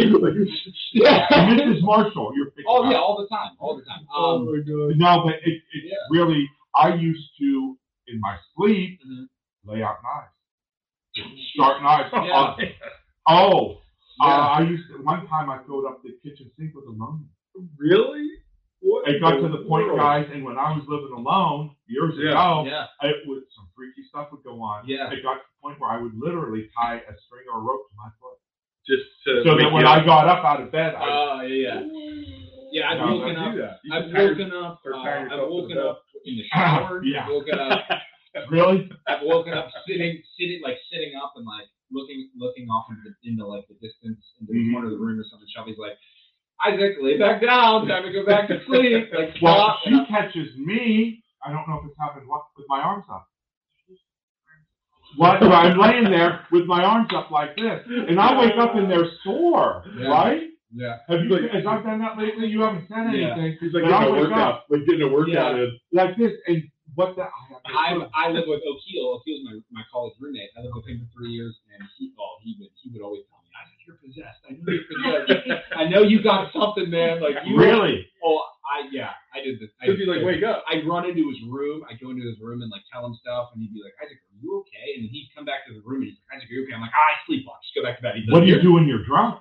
Speaker 2: yeah.
Speaker 4: Mrs. Marshall, you're picking
Speaker 2: Oh yeah,
Speaker 4: up.
Speaker 2: all the time, all the time.
Speaker 4: Oh,
Speaker 2: Um,
Speaker 4: No, but it, it's
Speaker 2: Yeah.
Speaker 4: really, I used to, in my sleep,
Speaker 2: Mhm.
Speaker 4: lay out knives. Sharp knives.
Speaker 2: Yeah.
Speaker 4: Oh,
Speaker 2: yeah.
Speaker 4: uh, I used to, one time I filled up the kitchen sink with ammonia.
Speaker 5: Really? What?
Speaker 4: It got to the point,
Speaker 5: world?
Speaker 4: guys, and when I was living alone years
Speaker 5: Yeah.
Speaker 2: Oh.
Speaker 4: ago,
Speaker 5: Oh.
Speaker 2: yeah.
Speaker 4: it would some freaky stuff would go on.
Speaker 2: Yeah.
Speaker 4: It got to the point where I would literally tie a string or a rope to my foot.
Speaker 5: Just to
Speaker 4: So
Speaker 5: wake
Speaker 4: that when
Speaker 5: you
Speaker 4: I
Speaker 5: up.
Speaker 4: got up out of bed, I
Speaker 2: Oh yeah. Yeah, I've Uh,
Speaker 4: No,
Speaker 2: woken up.
Speaker 5: do that. You
Speaker 2: I've
Speaker 5: just hire-
Speaker 2: woken up.
Speaker 5: or
Speaker 2: Uh,
Speaker 5: tire yourself
Speaker 2: I've
Speaker 5: to
Speaker 2: woken
Speaker 5: death.
Speaker 2: up in the shower.
Speaker 4: Yeah.
Speaker 2: Woken up.
Speaker 4: Really?
Speaker 2: I've woken up sitting, sitting like sitting up and like looking, looking off into, into like the distance into the
Speaker 4: Mhm.
Speaker 2: corner of the room or something. Shelby's like, Isaac, lay back down. Time to go back to sleep. Like stop.
Speaker 4: Well, she
Speaker 2: And I'm-
Speaker 4: catches me. I don't know if it's happened what, with my arms up. What? Well, I'm laying there with my arms up like this, and I wake up and they're sore,
Speaker 2: Yeah.
Speaker 4: right?
Speaker 2: yeah.
Speaker 4: Have you? Has I done that lately? You haven't said
Speaker 2: Yeah.
Speaker 4: anything.
Speaker 5: He's like
Speaker 4: But I
Speaker 5: getting a
Speaker 4: wake
Speaker 5: workout,
Speaker 4: up
Speaker 5: like getting a workout in.
Speaker 4: like this, and what the? I have to-
Speaker 2: I I live with O'Keel. O'Keel's my, my college roommate. I lived with him for three years, and he oh he would he would always tell me, Isaac, you're possessed. I know you're possessed. I know you got something, man. Like you
Speaker 4: really?
Speaker 2: Oh, I yeah, I did this. I
Speaker 5: He'd be like, wake up.
Speaker 2: I'd run into his room. I'd go into his room and like tell him stuff, and he'd be like, Isaac, are you okay? And then he'd come back to the room and he's like, Isaac, are you okay? I'm like, ah, I sleepwalk. Just go back to bed. He's
Speaker 4: What do
Speaker 2: like,
Speaker 4: you do when you're drunk?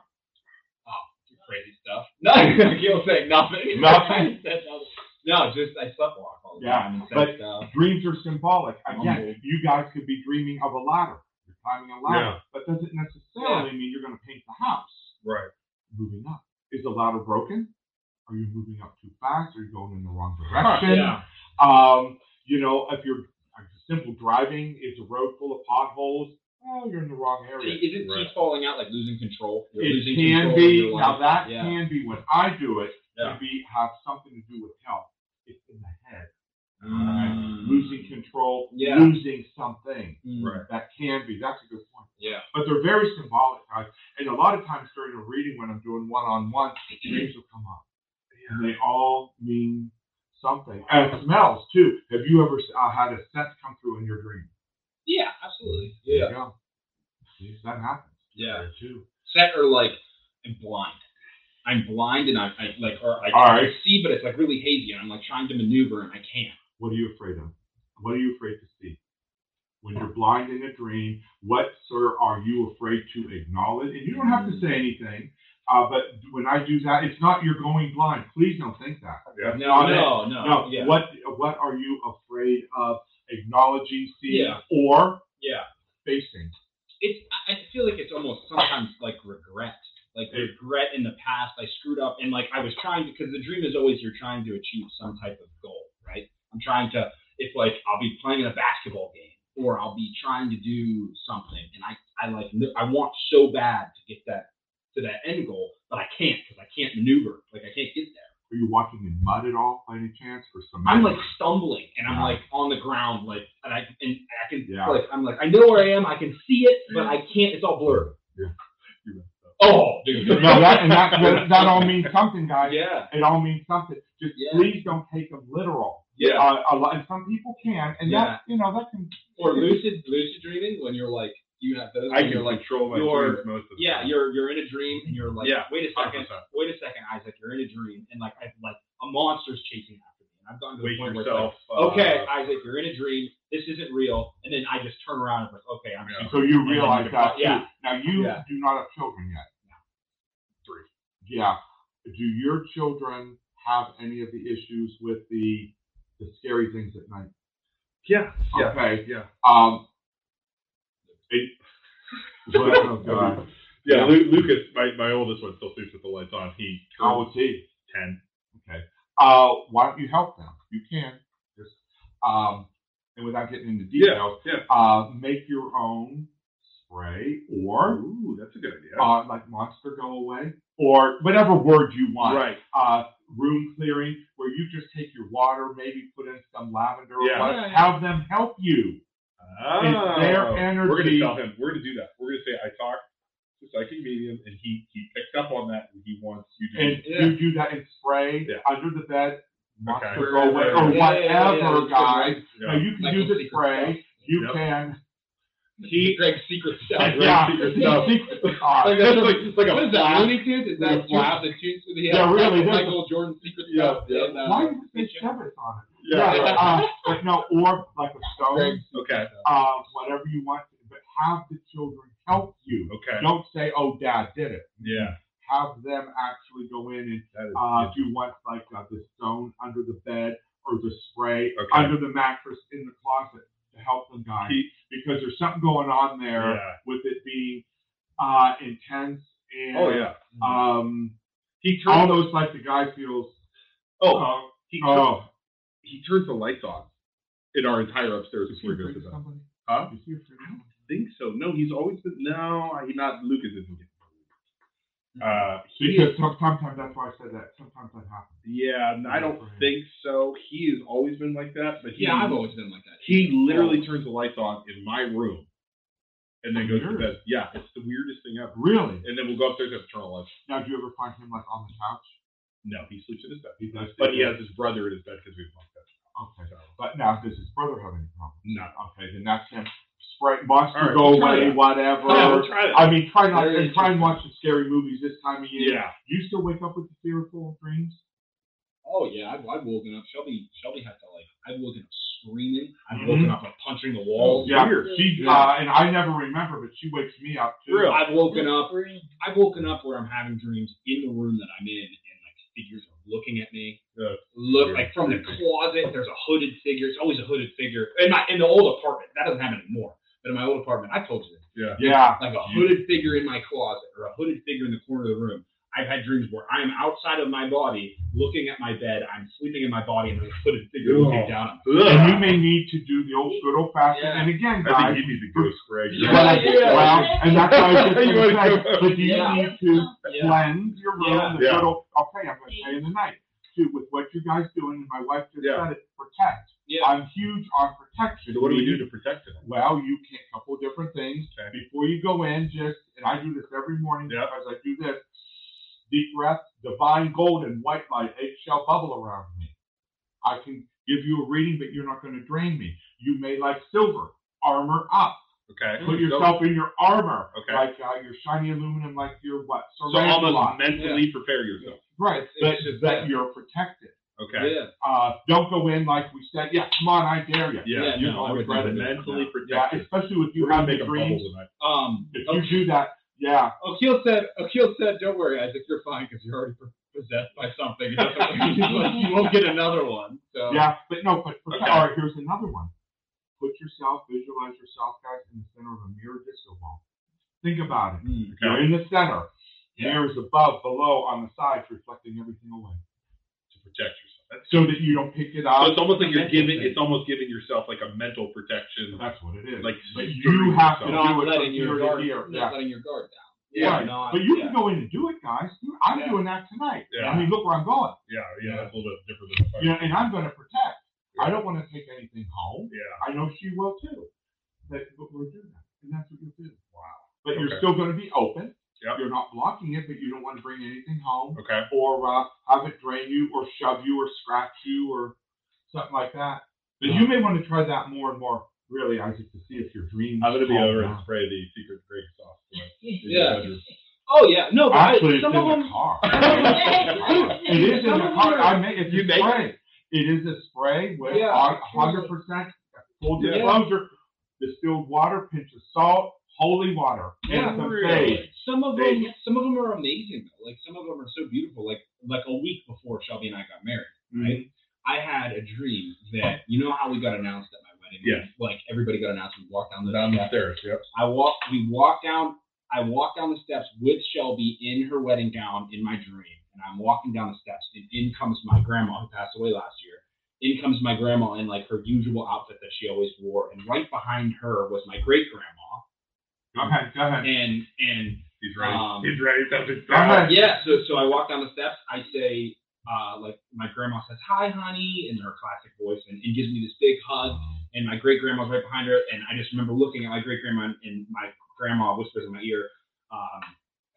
Speaker 2: do crazy stuff. No, he'll say nothing.
Speaker 4: Nothing?
Speaker 2: Said nothing. no, just I sleepwalk all the
Speaker 4: Yeah,
Speaker 2: time. and said
Speaker 4: but-
Speaker 2: stuff.
Speaker 4: Dreams are symbolic. Again,
Speaker 2: Humble.
Speaker 4: you guys could be dreaming of a ladder. You're climbing a ladder. That doesn't necessarily mean you're going to paint the house.
Speaker 5: Right.
Speaker 4: moving up? Is the ladder broken? Are you moving up too fast? Are you going in the wrong direction?
Speaker 5: Yeah.
Speaker 4: Um, you know, if you're like, simple driving, is a road full of potholes? Oh, you're in the wrong area.
Speaker 2: See, Isn't
Speaker 5: Right.
Speaker 2: keep falling out like losing control? You're
Speaker 4: It
Speaker 2: losing
Speaker 4: can
Speaker 2: control of
Speaker 4: be
Speaker 2: your life.
Speaker 4: now that
Speaker 2: yeah.
Speaker 4: can be when I do it.
Speaker 5: Yeah.
Speaker 4: Can be have something to do with health. It's in the head.
Speaker 2: Mm.
Speaker 4: Losing control.
Speaker 2: Yeah.
Speaker 4: Losing something.
Speaker 2: Mm.
Speaker 5: Right.
Speaker 4: That can be. That's a good point.
Speaker 2: Yeah.
Speaker 4: But they're very symbolic, guys. And a lot of times during a reading, when I'm doing one-on-one, dreams will come up, and they all mean something. And smells too. Have you ever uh, had a scent come through in your dream?
Speaker 2: Yeah, absolutely.
Speaker 4: There
Speaker 2: Yeah.
Speaker 4: you go. See, that happens.
Speaker 2: Yeah.
Speaker 4: There, too.
Speaker 2: set or like I'm blind. I'm blind and I, I like or I,
Speaker 4: All right.
Speaker 2: I see, but it's like really hazy, and I'm like trying to maneuver and I can't.
Speaker 4: What are you afraid of? What are you afraid to see? When you're blind in a dream, what, sir, are you afraid to acknowledge? And you don't have to say anything. Uh, but when I do that, it's not you're going blind. Please don't think that.
Speaker 5: Yeah.
Speaker 2: No,
Speaker 4: not it.
Speaker 2: no, no,
Speaker 4: No,
Speaker 2: yeah,
Speaker 4: what what are you afraid of acknowledging, seeing,
Speaker 2: Yeah.
Speaker 4: or
Speaker 2: yeah.
Speaker 4: facing?
Speaker 2: It's I I feel like it's almost sometimes like regret, like
Speaker 4: It-
Speaker 2: regret in the past. I screwed up and like I was trying because the dream is always you're trying to achieve some type of goal, right? I'm trying to. It's like I'll be playing in a basketball game or I'll be trying to do something, and I I like I want so bad to get that to that end goal, but I can't because I can't maneuver, like I can't get there.
Speaker 4: Are you walking in mud at all by any chance or some?
Speaker 2: I'm like stumbling and I'm
Speaker 4: Yeah.
Speaker 2: like on the ground, like and I and I can
Speaker 4: Yeah.
Speaker 2: like I'm like I know where I am, I can see it, but I can't. It's all blurred.
Speaker 4: Yeah.
Speaker 2: Oh, dude.
Speaker 4: no, that, and that, that that all means something, guys.
Speaker 2: yeah,
Speaker 4: It all means something. Just
Speaker 2: Yeah.
Speaker 4: please don't take them literal.
Speaker 2: yeah.
Speaker 4: Uh, a lot, and some people can, and that you know that can.
Speaker 2: Or lucid lucid dreaming when you're like you have those. when
Speaker 5: I can
Speaker 2: you're like
Speaker 5: control my
Speaker 2: you're-
Speaker 5: dreams most of the
Speaker 2: yeah,
Speaker 5: time.
Speaker 2: you're you're in a dream and you're like
Speaker 5: Yeah,
Speaker 2: wait a second,
Speaker 5: 100%.
Speaker 2: wait a second, Isaac, you're in a dream and like I like a monster's chasing after me and I've gotten to the
Speaker 5: wake
Speaker 2: point where it's like
Speaker 5: yourself. uh,
Speaker 2: okay, Isaac, you're in a dream. This isn't real. And then I just turn around and like okay, I'm
Speaker 5: Yeah.
Speaker 2: too
Speaker 4: So you
Speaker 2: then
Speaker 4: realize
Speaker 2: you can-
Speaker 4: that. too.
Speaker 2: yeah.
Speaker 4: Now you
Speaker 2: Yeah.
Speaker 4: do not have children yet.
Speaker 5: Three.
Speaker 4: Yeah. Do your children have any of the issues with the the scary things at night?
Speaker 5: Yeah. Yeah.
Speaker 4: Okay.
Speaker 5: Yeah.
Speaker 4: Um. it- what- oh God.
Speaker 5: Yeah,
Speaker 4: Yeah.
Speaker 5: Lu Lucas, my, my oldest one still sleeps with the lights on. He
Speaker 4: I
Speaker 5: turned
Speaker 4: would see.
Speaker 5: ten.
Speaker 4: Okay. Uh, why don't you help them? You can. Just um, and without getting into details,
Speaker 5: yeah.
Speaker 4: uh, make your own spray or
Speaker 5: Ooh, that's a good idea.
Speaker 4: uh, like monster go away or whatever word you want.
Speaker 5: right.
Speaker 4: uh, room clearing where you just take your water, maybe put in some lavender
Speaker 5: Yeah.
Speaker 4: or what,
Speaker 2: Yeah, yeah.
Speaker 4: have them help you.
Speaker 5: Oh.
Speaker 4: their
Speaker 5: We're gonna
Speaker 4: energy.
Speaker 5: tell him. We're gonna do that. We're gonna say I talk to psychic medium, and he he picks up on that, and he wants you to.
Speaker 4: And
Speaker 2: Yeah.
Speaker 4: you do that and spray
Speaker 5: Mm-hmm. Yeah.
Speaker 4: under the bed, monster
Speaker 5: Okay.
Speaker 4: go away,
Speaker 5: Yeah,
Speaker 4: or
Speaker 5: yeah,
Speaker 2: yeah,
Speaker 4: whatever,
Speaker 2: yeah, yeah.
Speaker 4: guys.
Speaker 5: Yeah.
Speaker 4: Now you can
Speaker 2: Like
Speaker 4: do
Speaker 2: the
Speaker 4: the
Speaker 2: secret
Speaker 4: spray.
Speaker 2: stuff.
Speaker 4: You
Speaker 5: Yep.
Speaker 4: can.
Speaker 2: He Greg's secret stuff.
Speaker 4: yeah,
Speaker 5: secret
Speaker 2: stuff.
Speaker 4: secret stuff.
Speaker 2: Like that's like, like a
Speaker 5: What
Speaker 2: is that? Looney Tunes? Is that a blab that shoots through the air?
Speaker 4: Yeah, really, that's-
Speaker 2: Michael Jordan's secret
Speaker 5: Yeah,
Speaker 2: stuff.
Speaker 5: yeah.
Speaker 2: And, uh,
Speaker 4: Why did they shove it on it?
Speaker 5: yeah.
Speaker 2: Yeah.
Speaker 4: but, uh, but no, or like a
Speaker 2: Greg,
Speaker 4: stone,
Speaker 5: Okay.
Speaker 4: uh, whatever you want, but have the children help you.
Speaker 5: Okay.
Speaker 4: Don't say, oh, dad did it.
Speaker 5: Yeah.
Speaker 4: Have them actually go in and
Speaker 5: That is,
Speaker 4: uh, if you want like uh, the stone under the bed or the spray
Speaker 5: Okay.
Speaker 4: under the mattress in the closet to help them guys
Speaker 5: He-
Speaker 4: because there's something going on there
Speaker 5: yeah.
Speaker 4: with it being uh, intense and
Speaker 5: Oh yeah.
Speaker 4: um,
Speaker 5: He turns.
Speaker 4: Almost like the guy feels.
Speaker 5: Oh,
Speaker 4: Oh,
Speaker 5: he turns,
Speaker 4: oh.
Speaker 5: he turns the lights on in our entire upstairs
Speaker 4: Is he
Speaker 5: before he goes
Speaker 4: afraid
Speaker 5: to
Speaker 4: of
Speaker 5: bed.
Speaker 4: somebody?
Speaker 5: Huh?
Speaker 4: Is he afraid of somebody?
Speaker 5: think so. No, he's always been. No, he not Lucas isn't. getting- Uh, he
Speaker 4: Because
Speaker 5: is,
Speaker 4: some- sometimes that's why I said that. Sometimes that happens.
Speaker 5: yeah, I don't think so. He has always been like that, but he,
Speaker 2: Yeah, I've always been like that.
Speaker 5: he literally turns the lights on in my room and then
Speaker 4: Oh,
Speaker 5: goes to
Speaker 4: weird.
Speaker 5: bed. Yeah, it's the weirdest thing ever.
Speaker 4: Really?
Speaker 5: And then we'll go upstairs and have to turn on the lights.
Speaker 4: Now, do you ever find him like on the couch?
Speaker 5: No, he sleeps in his bed.
Speaker 4: He does.
Speaker 5: But he has his brother in his bed because we have bunk beds.
Speaker 4: Okay. But now, does his brother have any problems?
Speaker 5: No.
Speaker 4: Okay, then that's him. Sprite wants
Speaker 5: All
Speaker 4: to
Speaker 5: right,
Speaker 4: go
Speaker 5: we'll try
Speaker 4: away,
Speaker 5: that.
Speaker 4: whatever.
Speaker 5: Yeah, we'll try that.
Speaker 4: Oh, I mean, try not
Speaker 2: Very
Speaker 4: and try
Speaker 2: interesting.
Speaker 4: and watch some scary movies this time of year.
Speaker 5: Yeah.
Speaker 4: You still wake up with the fearful dreams?
Speaker 2: Oh yeah, I've, I've woken up. Shelby Shelby had to like I've woken up screaming. I've
Speaker 4: Mhm.
Speaker 2: woken up like punching the walls.
Speaker 4: Oh, Yeah.
Speaker 5: Weird.
Speaker 4: She
Speaker 2: Yeah.
Speaker 4: uh, and I never remember, but she wakes me up too.
Speaker 5: Really?
Speaker 2: I've woken up. I've woken up where I'm having dreams in the room that I'm in, and like figures are looking at me.
Speaker 5: Yeah.
Speaker 2: Look like from the closet. There's a hooded figure. It's always a hooded figure. In my in the old apartment, that doesn't happen anymore. But in my old apartment, I told you this.
Speaker 4: Yeah.
Speaker 2: Like a hooded figure in my closet, or a hooded figure in the corner of the room. I've had dreams where I'm outside of my body, looking at my bed. I'm sleeping in my body, and there's a hooded figure looking
Speaker 5: Ugh.
Speaker 2: down on me.
Speaker 4: And
Speaker 5: Ugh.
Speaker 4: you may need to do the old good old fashioned.
Speaker 2: Yeah.
Speaker 4: And again,
Speaker 5: I
Speaker 4: guys,
Speaker 5: think you need to go, Greg.
Speaker 2: Yeah.
Speaker 4: well, I-
Speaker 1: Yeah.
Speaker 4: well, and that's what I was just
Speaker 5: You
Speaker 4: going
Speaker 5: wanna
Speaker 4: to say.
Speaker 5: go-
Speaker 4: But do you
Speaker 2: Yeah.
Speaker 4: need to cleanse your room?
Speaker 2: Yeah.
Speaker 4: The good
Speaker 5: Yeah.
Speaker 4: old- okay, I'm going to stay in the night. Dude, with what you guys doing, and my wife just
Speaker 5: Yeah.
Speaker 4: said it, protect.
Speaker 2: Yeah.
Speaker 4: I'm huge on protection.
Speaker 5: So what do we do
Speaker 4: meaning
Speaker 5: to protect him?
Speaker 4: well, you can a couple of different things
Speaker 5: Okay.
Speaker 4: before you go in. Just and I do this every morning
Speaker 5: Yep.
Speaker 4: because I do this deep breath, divine gold and white light eggshell bubble around me. I can give you a reading, but you're not going to drain me. You may like silver armor up.
Speaker 5: Okay.
Speaker 4: Put yourself in your armor,
Speaker 5: Okay.
Speaker 4: like uh, your shiny aluminum, like your what?
Speaker 5: So, so
Speaker 4: ceramic
Speaker 5: almost
Speaker 4: lot.
Speaker 5: mentally prepare yourself.
Speaker 4: right,
Speaker 2: It's
Speaker 4: but
Speaker 2: just
Speaker 4: that
Speaker 2: that-
Speaker 4: you're protected.
Speaker 5: Okay.
Speaker 2: Yeah.
Speaker 4: Uh, don't go in like we said. Yeah, come on, I dare you.
Speaker 5: Yeah.
Speaker 2: Yeah,
Speaker 4: you
Speaker 2: no, I would never
Speaker 4: it.
Speaker 2: do that.
Speaker 5: mentally
Speaker 4: Yeah,
Speaker 5: protected.
Speaker 4: especially with you
Speaker 5: We're gonna
Speaker 4: having
Speaker 5: make a
Speaker 4: dreams.
Speaker 5: bubble tonight.
Speaker 2: Um.
Speaker 4: If you do that, yeah.
Speaker 2: Akil said, Akil said, don't worry, Isaac, you're fine because you're already possessed by something. It doesn't mean you won't get another one. So
Speaker 4: Yeah, but no, but for,
Speaker 5: Okay.
Speaker 4: all right, here's another one. Put yourself, visualize yourself, guys, in the center of a mirror disco ball. Think about it.
Speaker 2: Mm.
Speaker 5: Okay.
Speaker 4: You're in the center.
Speaker 2: Yeah.
Speaker 4: Mirrors above, below, on the sides, reflecting everything away,
Speaker 5: to protect yourself. That's-
Speaker 4: so that you don't pick it
Speaker 5: so
Speaker 4: up.
Speaker 5: it's almost like you're
Speaker 2: mental
Speaker 5: giving.
Speaker 2: thing.
Speaker 5: It's almost giving yourself like a mental protection.
Speaker 4: That's what it is.
Speaker 5: Like
Speaker 4: but you
Speaker 5: stirring
Speaker 2: You're
Speaker 4: have to
Speaker 5: yourself.
Speaker 4: do
Speaker 2: not
Speaker 4: it from
Speaker 2: letting your
Speaker 4: here
Speaker 2: guard,
Speaker 4: to here.
Speaker 2: you're
Speaker 4: Yeah.
Speaker 2: not letting your guard down.
Speaker 5: Yeah,
Speaker 2: You're
Speaker 4: Right.
Speaker 2: not-
Speaker 4: But you
Speaker 2: yeah.
Speaker 4: can go in and do it, guys. Dude, I'm
Speaker 2: Yeah.
Speaker 4: doing that tonight.
Speaker 5: Yeah.
Speaker 4: I mean, look where I'm going.
Speaker 5: yeah, yeah, that's a little bit different than. the fire.
Speaker 4: You know, and I'm going to protect. I don't want to take anything home.
Speaker 5: yeah.
Speaker 4: I know she will too. That, but we're doing that, and that's what you'll do.
Speaker 5: Wow.
Speaker 4: But
Speaker 5: Okay.
Speaker 4: you're still going to be open.
Speaker 5: Yep.
Speaker 4: You're not blocking it, but you don't want to bring anything home
Speaker 5: Okay.
Speaker 4: or uh, have it drain you or shove you or scratch you or something like that. But you may want to try that more and more, really, Isaac, to see if your dreams.
Speaker 5: I'm gonna be
Speaker 4: calm
Speaker 5: over and
Speaker 4: down.
Speaker 5: spray the secret grape sauce. tonight.
Speaker 2: Yeah. Oh yeah. No, but I,
Speaker 4: Actually, it's in
Speaker 2: some of
Speaker 4: the
Speaker 2: them.
Speaker 4: car.
Speaker 5: Some
Speaker 4: It is in
Speaker 2: of
Speaker 4: the
Speaker 2: them
Speaker 4: car.
Speaker 2: are-
Speaker 4: I make it's
Speaker 5: You
Speaker 4: a
Speaker 5: make
Speaker 4: spray. It is a spray with
Speaker 2: Yeah.
Speaker 4: a hundred percent full
Speaker 5: Yeah.
Speaker 4: disclosure, distilled water, pinch of salt, holy water,
Speaker 2: Yeah,
Speaker 4: and some
Speaker 5: really.
Speaker 4: sage.
Speaker 2: Some of
Speaker 5: They-
Speaker 2: them, some of them are amazing though. Like some of them are so beautiful. Like like a week before Shelby and I got married,
Speaker 5: Mm-hmm.
Speaker 2: right? I had a dream that you know how we got announced at my wedding.
Speaker 5: Yeah.
Speaker 2: Like everybody got announced. We walked down the
Speaker 5: Down the
Speaker 2: steps.
Speaker 5: stairs. Yep.
Speaker 2: I walked. We walked down. I walked down the steps with Shelby in her wedding gown in my dream, and I'm walking down the steps, and in comes my grandma who passed away last year. In comes my grandma in like her usual outfit that she always wore, and right behind her was my great grandma.
Speaker 4: Go ahead, go ahead.
Speaker 2: And and
Speaker 5: He's ready.
Speaker 2: Um,
Speaker 5: He's ready. That's his
Speaker 4: Go ahead.
Speaker 2: Uh, yeah, so so I walk down the steps. I say uh, like my grandma says hi, honey, in her classic voice, and, and gives me this big hug. and my great grandma's right behind her. And I just remember looking at my great grandma, and, and my grandma whispers in my ear, um,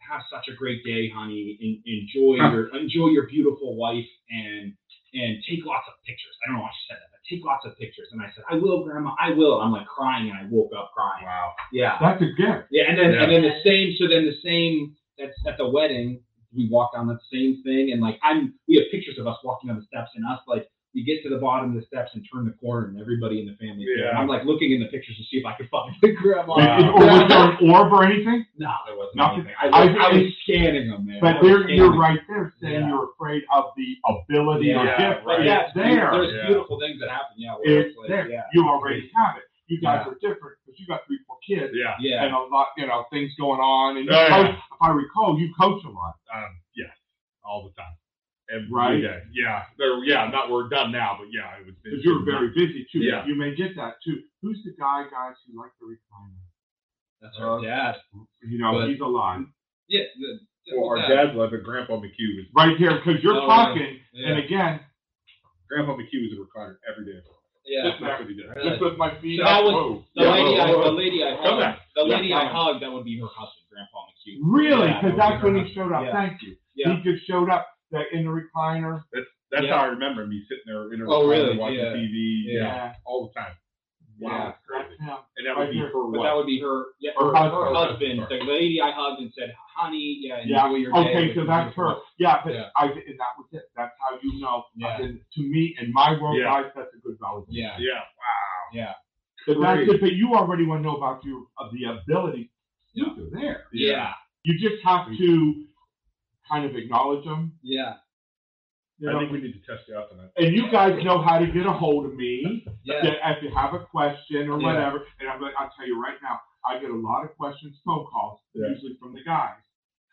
Speaker 2: "Have such a great day, honey. En- enjoy your enjoy your beautiful wife, and and take lots of pictures." I don't know why she said that, but take lots of pictures. And I said, "I will, grandma. I will." And I'm like crying, and I woke up crying.
Speaker 5: Wow.
Speaker 2: Yeah,
Speaker 4: That's a gift.
Speaker 2: yeah. And then and then the
Speaker 6: Yeah.
Speaker 2: same. So then the same. That's at the wedding. We walk down that same thing, and like I'm, we have pictures of us walking down the steps, and us like we get to the bottom of the steps and turn the corner, and everybody in the family. is there. And I'm like looking in the pictures to see if I could find the grandma.
Speaker 4: It- it- or was there an orb or anything?
Speaker 2: No, there wasn't
Speaker 4: Nothing.
Speaker 2: anything. I, was-
Speaker 4: I-
Speaker 2: I was scanning them, man. I was
Speaker 4: But there,
Speaker 2: scanning
Speaker 4: you're
Speaker 2: them.
Speaker 4: right there saying
Speaker 2: Yeah.
Speaker 4: you're afraid of the ability or
Speaker 5: Yeah,
Speaker 4: gift.
Speaker 5: right.
Speaker 2: But yeah,
Speaker 4: It's there.
Speaker 2: There's
Speaker 5: Yeah.
Speaker 2: beautiful things that happen. Yeah, where
Speaker 4: It's
Speaker 2: it's like,
Speaker 4: there.
Speaker 2: yeah,
Speaker 4: You already have it. You guys
Speaker 2: Yeah.
Speaker 4: are different because you got three, four kids.
Speaker 5: Yeah.
Speaker 2: yeah.
Speaker 4: and a lot, you know, things going on. And you
Speaker 5: Oh, yeah.
Speaker 4: coach, if I recall, you coach a lot.
Speaker 5: Um, yeah. All every
Speaker 4: Right.
Speaker 5: day. Yeah, They're- yeah. Not we're done now, but yeah, it was.
Speaker 4: Because you're very busy too.
Speaker 5: Yeah.
Speaker 4: You may get that too. Who's the guy, guys, who like the recliner?
Speaker 2: That's our
Speaker 4: Uh,
Speaker 2: dad.
Speaker 4: You know,
Speaker 2: But-
Speaker 4: he's alive.
Speaker 2: Yeah. The,
Speaker 5: Well, our dad's left, but Grandpa McHugh was
Speaker 4: Right here, because you're
Speaker 2: Oh,
Speaker 4: talking,
Speaker 2: yeah.
Speaker 4: and again,
Speaker 5: Grandpa McHugh was a recliner every day.
Speaker 2: Yeah.
Speaker 5: That's what he did.
Speaker 2: Really?
Speaker 4: just with my feet
Speaker 2: So
Speaker 4: up.
Speaker 2: that was-
Speaker 4: whoa.
Speaker 2: The
Speaker 5: Yeah, Oh,
Speaker 2: lady,
Speaker 5: whoa, whoa,
Speaker 2: I, the
Speaker 5: whoa.
Speaker 2: lady I
Speaker 5: Come
Speaker 2: hugged,
Speaker 5: back.
Speaker 2: the
Speaker 5: Yeah,
Speaker 2: lady
Speaker 4: come
Speaker 2: I
Speaker 4: back.
Speaker 2: hugged, that would be her husband, Grandpa McHugh.
Speaker 4: Really?
Speaker 2: Yeah,
Speaker 4: Because
Speaker 2: that
Speaker 4: that's
Speaker 2: would
Speaker 4: when
Speaker 2: be her
Speaker 4: he showed up.
Speaker 2: Yeah.
Speaker 4: Thank you.
Speaker 2: Yeah.
Speaker 4: He just showed up that in the recliner.
Speaker 5: That's
Speaker 2: Yeah.
Speaker 5: how I remember him. He's sitting there in a
Speaker 2: Oh,
Speaker 5: recliner
Speaker 2: really?
Speaker 5: watching
Speaker 2: Yeah.
Speaker 5: TV.
Speaker 2: Yeah.
Speaker 5: all the time.
Speaker 4: Yeah,
Speaker 5: Wow,
Speaker 4: that's
Speaker 5: crazy.
Speaker 4: him.
Speaker 5: And that would
Speaker 4: Right
Speaker 5: be
Speaker 4: here.
Speaker 5: for
Speaker 2: But that
Speaker 5: what?
Speaker 2: would be her, yeah,
Speaker 4: Her
Speaker 2: her, her
Speaker 4: husband.
Speaker 2: husband,
Speaker 5: Sorry.
Speaker 2: the lady I hugged and said, "Honey, yeah,
Speaker 4: Yeah.
Speaker 2: enjoy your day."
Speaker 4: Okay,
Speaker 2: with
Speaker 4: so
Speaker 2: your
Speaker 4: that's her.
Speaker 2: beautiful-"
Speaker 4: Yeah, but
Speaker 2: Yeah.
Speaker 4: I and that was it. That's how you know.
Speaker 2: Yeah.
Speaker 4: And to me, in my world,
Speaker 5: Yeah.
Speaker 4: guys, that's a good validation.
Speaker 2: Yeah,
Speaker 5: Yeah.
Speaker 2: yeah,
Speaker 4: But that's
Speaker 5: Great.
Speaker 4: it. But you already want to know about your of the ability.
Speaker 2: Yeah.
Speaker 4: You're there.
Speaker 2: yeah,
Speaker 4: You just have to kind of acknowledge them.
Speaker 2: yeah,
Speaker 4: You
Speaker 5: I
Speaker 4: know?
Speaker 5: think we need to test you out tonight.
Speaker 4: and you guys know how to get a hold of me.
Speaker 2: yeah.
Speaker 4: that if you have a question or
Speaker 2: Yeah.
Speaker 4: whatever, and I'm like, I'll tell you right now, I get a lot of questions, phone calls,
Speaker 5: Yeah.
Speaker 4: usually from the guys.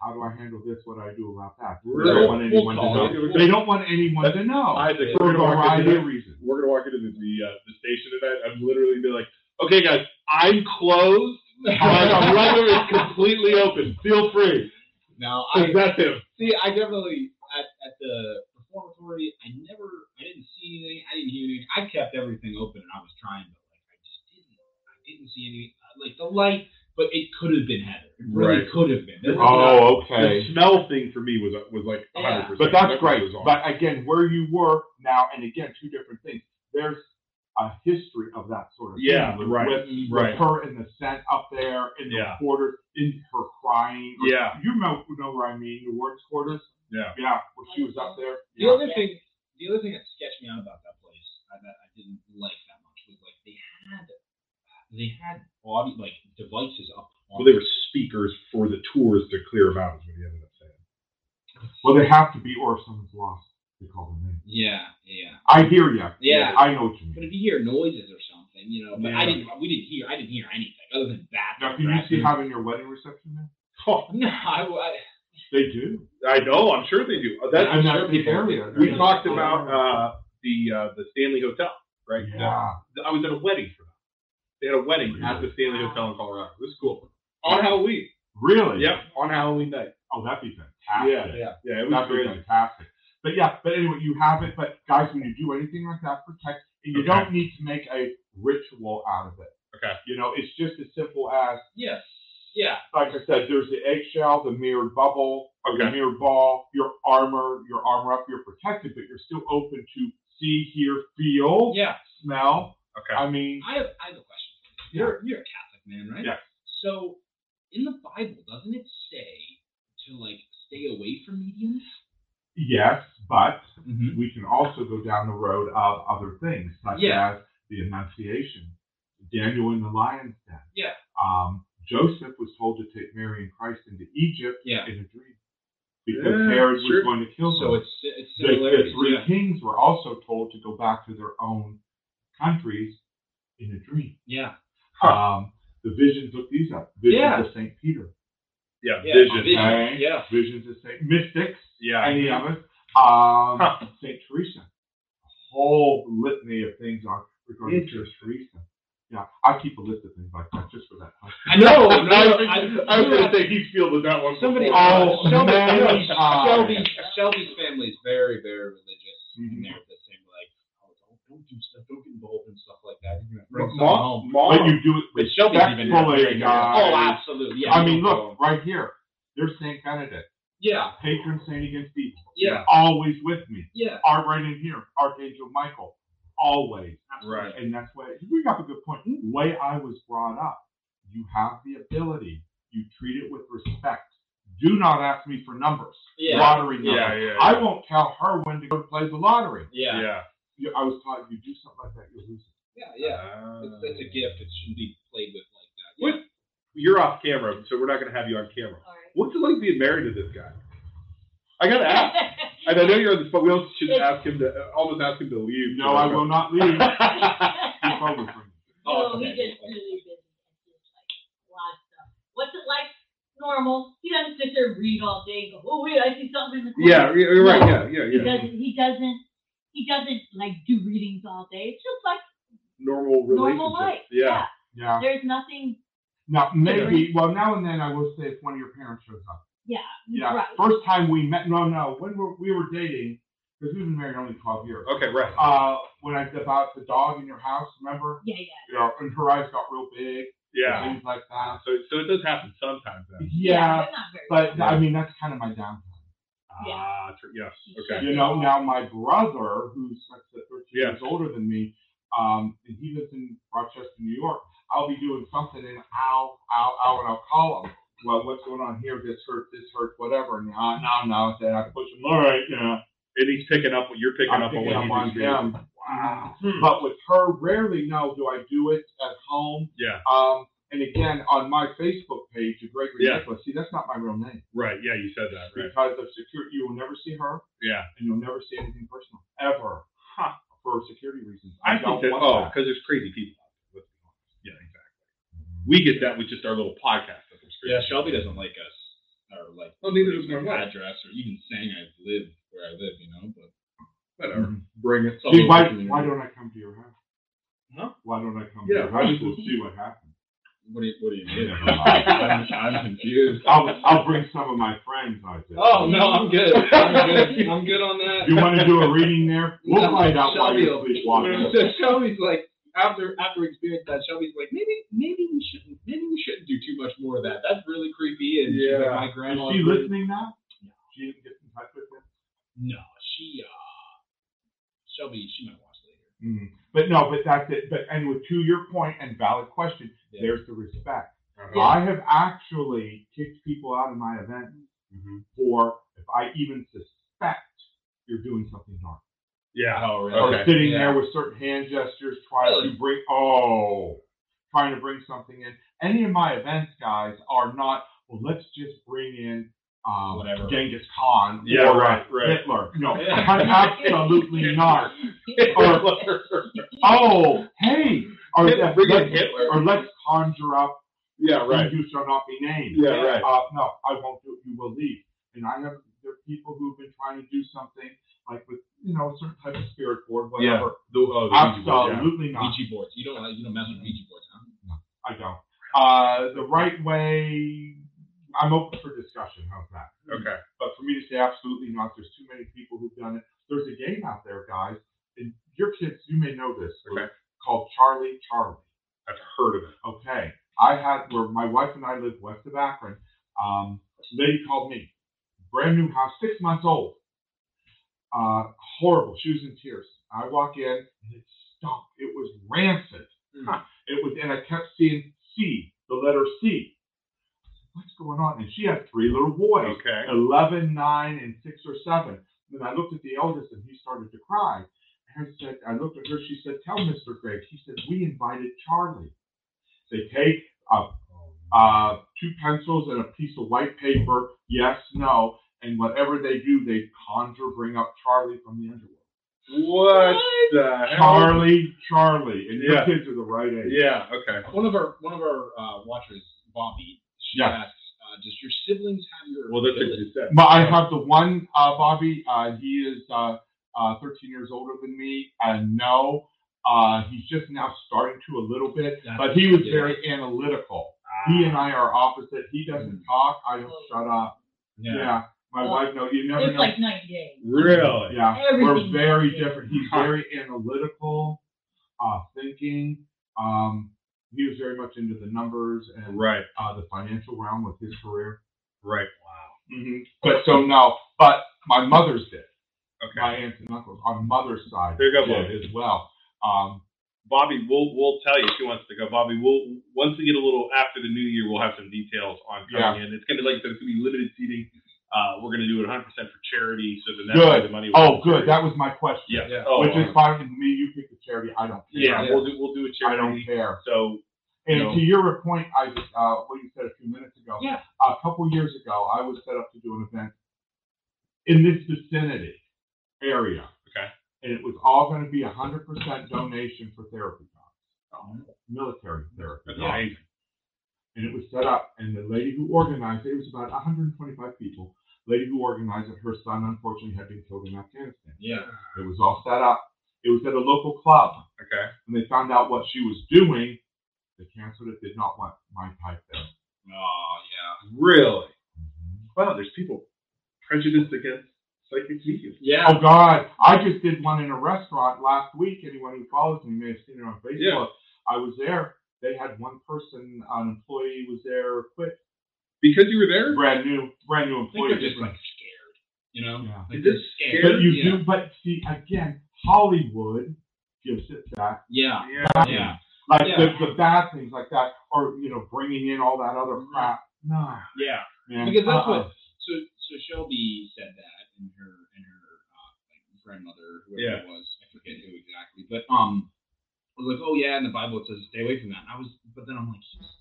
Speaker 4: How do I handle this? What do I do about that? They
Speaker 5: Really?
Speaker 4: don't want
Speaker 2: We'll
Speaker 4: anyone
Speaker 2: call
Speaker 4: to
Speaker 2: it.
Speaker 4: know.
Speaker 5: We'll-
Speaker 4: They don't want anyone Oh, to know
Speaker 5: Isaac,
Speaker 2: Yeah.
Speaker 5: we're
Speaker 4: for a
Speaker 5: gonna walk
Speaker 4: variety
Speaker 5: into
Speaker 4: of reasons.
Speaker 5: we're gonna walk into the the, uh, the station tonight. I'm literally be like, okay, guys, I'm closed. My brother is completely open. Feel free.
Speaker 2: Now I
Speaker 5: That's him.
Speaker 2: see. I definitely at, at the reformatory. I never. I didn't see anything. I didn't hear anything. I kept everything open, and I was trying, but like I just didn't. I didn't see anything. Like the light, but it could have been Heather. It really
Speaker 5: Right.
Speaker 2: could have been. This is not-
Speaker 4: Oh,
Speaker 5: The
Speaker 4: okay.
Speaker 5: smell thing for me was was like
Speaker 2: Yeah.
Speaker 5: 100. percent
Speaker 4: But that's great. But again, where you were now, and again, two different things. There's a history of that sort of
Speaker 5: Yeah,
Speaker 4: thing. with-
Speaker 5: right,
Speaker 4: With, with
Speaker 5: right.
Speaker 4: her in the scent up there, in the
Speaker 5: Yeah.
Speaker 4: quarters, in her crying. or-
Speaker 5: yeah,
Speaker 4: You know, know where I mean, the words quarters.
Speaker 5: yeah.
Speaker 4: Yeah, when she was up there.
Speaker 2: The
Speaker 4: Yeah.
Speaker 2: other thing, the other thing that sketched me out about that place, I, that I didn't like that much, was like they had, they had audio like devices up.
Speaker 5: Well, they were speakers for the tours to clear about is what he ended up saying.
Speaker 4: Well, they have to be, or if someone's lost, they call them in.
Speaker 2: Yeah, yeah.
Speaker 4: I hear you.
Speaker 2: Yeah.
Speaker 4: I know what you
Speaker 2: But
Speaker 4: mean.
Speaker 2: if you hear noises or something, you know. But I
Speaker 5: Yeah.
Speaker 2: didn't. We didn't hear. I didn't hear anything other than that.
Speaker 4: Now, can you see having your wedding reception there?
Speaker 5: Oh,
Speaker 2: No, I, I,
Speaker 4: They do.
Speaker 5: I know. I'm sure they do. That's
Speaker 4: I'm not
Speaker 5: sure
Speaker 4: big
Speaker 5: people-
Speaker 4: area.
Speaker 5: We talked about uh, the uh, the Stanley Hotel, right?
Speaker 4: Yeah.
Speaker 5: I was at a wedding for them. They had a wedding at the Stanley Hotel in Colorado. It was cool on Halloween.
Speaker 4: Really?
Speaker 5: Yep, on Halloween night.
Speaker 4: Oh, that'd be fantastic.
Speaker 5: Yeah,
Speaker 2: yeah.
Speaker 5: Yeah, it was
Speaker 4: That'd be
Speaker 5: crazy.
Speaker 4: fantastic. But yeah, but anyway, you have it. But guys, when you do anything like that, protect. And you
Speaker 5: Okay.
Speaker 4: don't need to make a ritual out of it.
Speaker 5: Okay.
Speaker 4: You know, it's just as simple as,
Speaker 2: Yes. Yeah.
Speaker 4: like I said, there's the eggshell, the mirrored bubble,
Speaker 5: Okay.
Speaker 4: your mirror ball, your armor, your armor up, you're protected, but you're still open to see, hear, feel,
Speaker 2: Yeah.
Speaker 4: smell.
Speaker 5: Okay.
Speaker 4: I mean,
Speaker 2: I have, I have a question. You're you're a Catholic man, right?
Speaker 4: Yeah.
Speaker 2: So, in the Bible, doesn't it say to like stay away from mediums?
Speaker 4: yes, but
Speaker 2: Mm-hmm.
Speaker 4: we can also go down the road of other things, such
Speaker 2: Yeah.
Speaker 4: as the Annunciation, Daniel in the lion's den.
Speaker 2: Yeah.
Speaker 4: Um, Joseph was told to take Mary and Christ into Egypt
Speaker 2: Yeah.
Speaker 4: in a dream because
Speaker 5: Yeah,
Speaker 4: Herod
Speaker 5: sure.
Speaker 4: was going to kill them.
Speaker 2: So it's it's
Speaker 4: the, the
Speaker 2: similarities.
Speaker 4: three
Speaker 2: yeah.
Speaker 4: kings were also told to go back to their own countries in a dream.
Speaker 2: Yeah.
Speaker 5: Huh.
Speaker 4: Um, the visions, look these up. Visions
Speaker 2: Yeah.
Speaker 4: of St. Peter,
Speaker 5: Yeah,
Speaker 2: Yeah.
Speaker 5: vision.
Speaker 2: vision,
Speaker 4: okay?
Speaker 2: Yeah.
Speaker 4: visions of St. Mystics,
Speaker 5: Yeah,
Speaker 4: any of us, um,
Speaker 5: Huh.
Speaker 4: St. Teresa. A whole litany of things on regarding St.
Speaker 5: Interesting.
Speaker 4: Teresa. Yeah, I keep a list of things like that just for that.
Speaker 2: I know.
Speaker 5: No,
Speaker 2: no,
Speaker 5: I, I was
Speaker 2: you
Speaker 5: going
Speaker 2: have-
Speaker 5: to say he fielded that one.
Speaker 2: Somebody,
Speaker 5: before.
Speaker 4: Oh,
Speaker 2: uh, Shelby,
Speaker 4: man.
Speaker 2: Shelby, Shelby's family is very, very religious,
Speaker 4: Mhm.
Speaker 2: and they're the same like, oh, don't, don't do stuff, don't get involved in stuff like that. You're gonna bring something home.
Speaker 5: Mom, mom,
Speaker 4: But you do it
Speaker 2: But Shelby's even
Speaker 4: respectfully,
Speaker 2: very, very-
Speaker 4: guys.
Speaker 2: Oh, absolutely. Yeah.
Speaker 4: I mean,
Speaker 2: no
Speaker 4: look,
Speaker 2: problem.
Speaker 4: right here. There's St. Benedict,
Speaker 2: Yeah.
Speaker 4: patron saint against evil.
Speaker 2: Yeah.
Speaker 4: Always with me.
Speaker 2: Yeah.
Speaker 4: Are right in here, Archangel Michael. Always.
Speaker 5: right.
Speaker 4: And that's why you bring up a good point. The way I was brought up, you have the ability, you treat it with respect. Do not ask me for numbers,
Speaker 2: Yeah.
Speaker 4: lottery numbers.
Speaker 5: Yeah, yeah, yeah.
Speaker 4: I won't tell her when to go play the lottery.
Speaker 2: Yeah. Yeah.
Speaker 5: Yeah.
Speaker 4: You- I was taught you do something like that, you'll lose it.
Speaker 2: Yeah. yeah.
Speaker 5: Ah.
Speaker 2: It's, it's a gift. It shouldn't be played with like that.
Speaker 5: What? You're off camera, so we're not going to have you on camera. What's it like being married to this guy? I got to ask. And I know you're on the spot. We also should ask him to uh, almost ask him to leave.
Speaker 4: No, I will not leave. Keep
Speaker 6: no,
Speaker 4: over from you.
Speaker 2: Oh, okay.
Speaker 6: he gets really busy. He does, like, a lot of stuff. What's it like? Normal. He doesn't gonna sit there and read all day and go, oh wait, I see something in the corner.
Speaker 5: Yeah, you're you're right. Yeah, yeah,
Speaker 6: He
Speaker 5: yeah.
Speaker 6: doesn't. He doesn't. He doesn't like do readings all day. It's just like
Speaker 5: Normal relationship.
Speaker 6: normal life.
Speaker 5: Yeah.
Speaker 4: Yeah.
Speaker 6: There's nothing.
Speaker 4: Now maybe. Well, now and then I will say if one of your parents shows up.
Speaker 6: Yeah.
Speaker 4: Yeah.
Speaker 6: Right.
Speaker 4: First time we met. No, no. When we were, we were dating, because we've been married only twelve years.
Speaker 5: Okay, right.
Speaker 4: Uh, when I about the dog in your house, remember?
Speaker 6: Yeah. Yeah.
Speaker 4: You know, and her eyes got real big.
Speaker 5: Yeah.
Speaker 4: Things like that.
Speaker 5: So, so it does happen sometimes. Then.
Speaker 4: Yeah.
Speaker 6: but not very.
Speaker 4: But I mean, that's kind of my Uh, downfall.
Speaker 6: Yeah.
Speaker 5: Ah, tr- yes. Okay.
Speaker 4: You know, now my brother, who's like I said, 13
Speaker 5: Yeah.
Speaker 4: years older than me, um, and he lives in Rochester, New York. I'll be doing something and ow, ow, ow, and I'll call him. Well, what's going on here? This hurts, this hurts, whatever. And uh, no, no, then I push him. All right, you know,
Speaker 5: And he's picking up what you're picking
Speaker 4: I'm
Speaker 5: up
Speaker 4: picking
Speaker 5: on
Speaker 4: up
Speaker 5: what
Speaker 4: on
Speaker 5: he's doing.
Speaker 4: him.
Speaker 5: Wow.
Speaker 4: But with her, rarely now do I do it at home.
Speaker 5: Yeah.
Speaker 4: Um, and again, on my Facebook page, Gregory
Speaker 5: Yeah.
Speaker 4: Nicholas, see, that's not my real name
Speaker 5: Right. Yeah. You said that. Right.
Speaker 4: because of security. You will never see her.
Speaker 5: Yeah.
Speaker 4: and you'll never see anything personal ever
Speaker 5: Huh.
Speaker 4: for security reasons.
Speaker 5: I think
Speaker 4: don't
Speaker 5: that.
Speaker 4: want
Speaker 5: Oh,
Speaker 4: that.
Speaker 5: because there's crazy people. out there, Let's be honest. Yeah. Exactly. We get that with just our little podcast. That there's crazy
Speaker 2: Yeah,
Speaker 5: people.
Speaker 2: Shelby doesn't like us or like
Speaker 5: Well, neither does my wife.
Speaker 2: address or even saying I live where I live, you know. But
Speaker 5: Whatever.
Speaker 4: Mhm.
Speaker 5: Bring it.
Speaker 4: Dude, why, why don't I come to your house?
Speaker 5: Huh?
Speaker 4: Why don't I come to
Speaker 5: Yeah,
Speaker 4: your
Speaker 5: why
Speaker 4: house?
Speaker 5: don't
Speaker 4: We'll
Speaker 5: you-
Speaker 4: see what happens.
Speaker 2: What do you, what do you mean?
Speaker 4: I'm-
Speaker 2: I'm confused.
Speaker 4: I'll, I'll bring some of my friends. I said.
Speaker 2: Oh no, I'm good. I'm good. I'm good on that.
Speaker 4: You want to do a reading there? We'll
Speaker 2: No,
Speaker 4: find out while
Speaker 2: Shelby
Speaker 4: you're
Speaker 2: will-
Speaker 4: sleepwalking.
Speaker 2: So Shelby's like after after experience that Shelby's like maybe maybe we shouldn't maybe we shouldn't do too much more of that. That's really creepy. And she's
Speaker 5: Yeah.
Speaker 2: like, my
Speaker 4: Is
Speaker 2: grandma.
Speaker 4: she
Speaker 2: really-
Speaker 4: listening now? She didn't get in touch with him.
Speaker 2: No, she uh Shelby she might watch later.
Speaker 4: Mm. But no, but that's it. But anyway, to your point and valid question,
Speaker 2: Yeah.
Speaker 4: there's the respect.
Speaker 5: Uh-huh.
Speaker 4: I have actually kicked people out of my event for if I even suspect you're doing something dark.
Speaker 5: Yeah.
Speaker 2: Oh
Speaker 4: Or
Speaker 5: Okay.
Speaker 4: sitting
Speaker 2: Yeah.
Speaker 4: there with certain hand gestures, trying
Speaker 2: Really?
Speaker 4: to bring oh, trying to bring something in. Any of my events, guys, are not. Well, let's just bring in um,
Speaker 2: Whatever.
Speaker 4: Genghis Khan
Speaker 5: Yeah,
Speaker 4: or
Speaker 5: right, right.
Speaker 4: Hitler. No,
Speaker 2: Yeah.
Speaker 4: absolutely not. Or oh, hey, or,
Speaker 5: Hitler, bring in
Speaker 4: let's-
Speaker 5: Hitler.
Speaker 4: or let's conjure up.
Speaker 5: Yeah.
Speaker 4: Right.
Speaker 5: Right.
Speaker 4: You shall not be named.
Speaker 5: Yeah. Right.
Speaker 4: Uh, no, I won't do it. You will leave. And I have there are people who've been trying to do something like with you know certain type of spirit board, whatever.
Speaker 5: The- oh, the Ouija board, yeah.
Speaker 4: Absolutely not.
Speaker 2: Ouija boards. You don't like you don't mess with Ouija boards, huh?
Speaker 4: I don't. Uh, the right way. I'm open for discussion. How's that?
Speaker 5: Okay.
Speaker 4: But for me to say absolutely not, there's too many people who've done it. There's a game out there, guys, and your kids, you may know this,
Speaker 5: Okay.
Speaker 4: called Charlie Charlie.
Speaker 5: I've heard of it.
Speaker 4: Okay. I had where my wife and I live west of Akron. Um, lady called me, brand new house, six months old. Uh, horrible. She was in tears. I walk in and it stunk. It was rancid.
Speaker 5: Hmm.
Speaker 2: Mm.
Speaker 4: It was, and I kept seeing C, the letter C. What's going on? And she had three little boys,
Speaker 5: Okay.
Speaker 4: eleven, nine, and six or seven. And I looked at the eldest and he started to cry. I said, I looked at her. She said, "Tell Mr. Gregg." She said, "We invited Charlie." They take a, uh, two pencils and a piece of white paper. Yes, no, and whatever they do, they conjure, bring up Charlie from the underworld.
Speaker 5: What the hell?
Speaker 4: Charlie, Charlie, and your
Speaker 5: Yeah.
Speaker 4: kids are the right age.
Speaker 5: Yeah. Okay.
Speaker 2: One of our one of our uh, watchers, Bobby, she
Speaker 4: Yeah.
Speaker 2: asks, uh, "Does your siblings have your?"
Speaker 5: Well, that's what
Speaker 2: ability?
Speaker 5: you said.
Speaker 4: But I have the one, uh, Bobby. Uh, he is uh, uh, 13 years older than me. And no, uh, he's just now starting to a little bit.
Speaker 2: That's
Speaker 4: But he was
Speaker 2: yeah.
Speaker 4: very analytical. He and I are opposite. He doesn't talk. I don't shut up. Yeah.
Speaker 2: Yeah.
Speaker 4: My
Speaker 6: Well,
Speaker 4: wife, no, you never
Speaker 6: It's
Speaker 4: know.
Speaker 6: like night and day.
Speaker 5: Really?
Speaker 4: yeah. We're
Speaker 6: everything
Speaker 4: very
Speaker 6: is-
Speaker 4: different. He's
Speaker 5: Huh.
Speaker 4: very analytical, uh, thinking. Um, he was very much into the numbers and
Speaker 5: Right.
Speaker 4: uh, the financial realm with his career.
Speaker 5: Right. Wow.
Speaker 4: Mm-hmm. But so no, but my mother's did.
Speaker 5: Okay.
Speaker 4: My aunts and uncles on mother's side
Speaker 5: There you go,
Speaker 4: did
Speaker 5: Bobby.
Speaker 4: as well. Um,
Speaker 5: Bobby, we'll we'll tell you if she wants to go. Bobby, we'll once we get a little after the new year, we'll have some details on coming in. It's gonna be like I said, it's gonna be limited seating. Uh, we're gonna do it 100 percent for charity, so then that's where
Speaker 4: Good.
Speaker 5: the money. will
Speaker 4: oh,
Speaker 5: go to
Speaker 4: good.
Speaker 5: charity.
Speaker 4: That was my question.
Speaker 5: Yeah.
Speaker 2: Yeah.
Speaker 5: Oh,
Speaker 4: Which
Speaker 5: uh,
Speaker 4: is fine with me. You pick the charity. I don't care.
Speaker 5: yeah, We'll do we'll do a
Speaker 4: I don't
Speaker 5: charity.
Speaker 4: care.
Speaker 5: So
Speaker 4: And
Speaker 5: No.
Speaker 4: to your point, Isaac, uh, what you said a few minutes ago,
Speaker 2: Yeah.
Speaker 4: a couple years ago, I was set up to do an event in this vicinity area.
Speaker 5: Okay.
Speaker 4: And it was all going to be
Speaker 5: Oh.
Speaker 4: 100% donation for therapy dogs, military therapy
Speaker 5: that's
Speaker 4: dogs.
Speaker 5: amazing.
Speaker 4: and it was set up. And the lady who organized it, it was about 125 people. Lady who organized it, her son unfortunately had been killed in Afghanistan.
Speaker 5: Yeah.
Speaker 4: It was all set up. It was at a local club.
Speaker 5: Okay.
Speaker 4: When they found out what she was doing, they canceled it. Did not want my type there.
Speaker 5: Oh yeah. Mm-hmm. Really? Wow. There's people prejudiced against psychic mediums.
Speaker 2: Yeah.
Speaker 4: Oh God! I just did one in a restaurant last week. Anyone who follows me may have seen it on Facebook.
Speaker 5: Yeah.
Speaker 4: I was there. They had one person, an employee, was there, quit,
Speaker 5: Because you were there.
Speaker 4: brand new, brand new
Speaker 2: I think
Speaker 4: employee.
Speaker 2: they're just like scared. You know?
Speaker 4: Yeah.
Speaker 2: Like they're
Speaker 5: They're
Speaker 4: But
Speaker 2: scared.
Speaker 4: you
Speaker 2: yeah.
Speaker 4: do, but see, again, Hollywood gives it that.
Speaker 2: Yeah.
Speaker 5: Yeah.
Speaker 2: Yeah.
Speaker 4: Like
Speaker 2: Yeah.
Speaker 4: the, the bad things like that, or, you know, bringing in all that other crap. No.
Speaker 2: Yeah.
Speaker 4: Man,
Speaker 2: Because that's
Speaker 4: uh-uh.
Speaker 2: what. So so Shelby said that, and her and her uh, like grandmother, whoever
Speaker 5: Yeah.
Speaker 2: it was, I forget who exactly, but um, was like, oh yeah, in the Bible it says stay away from that. And I was, but then I'm like, he's-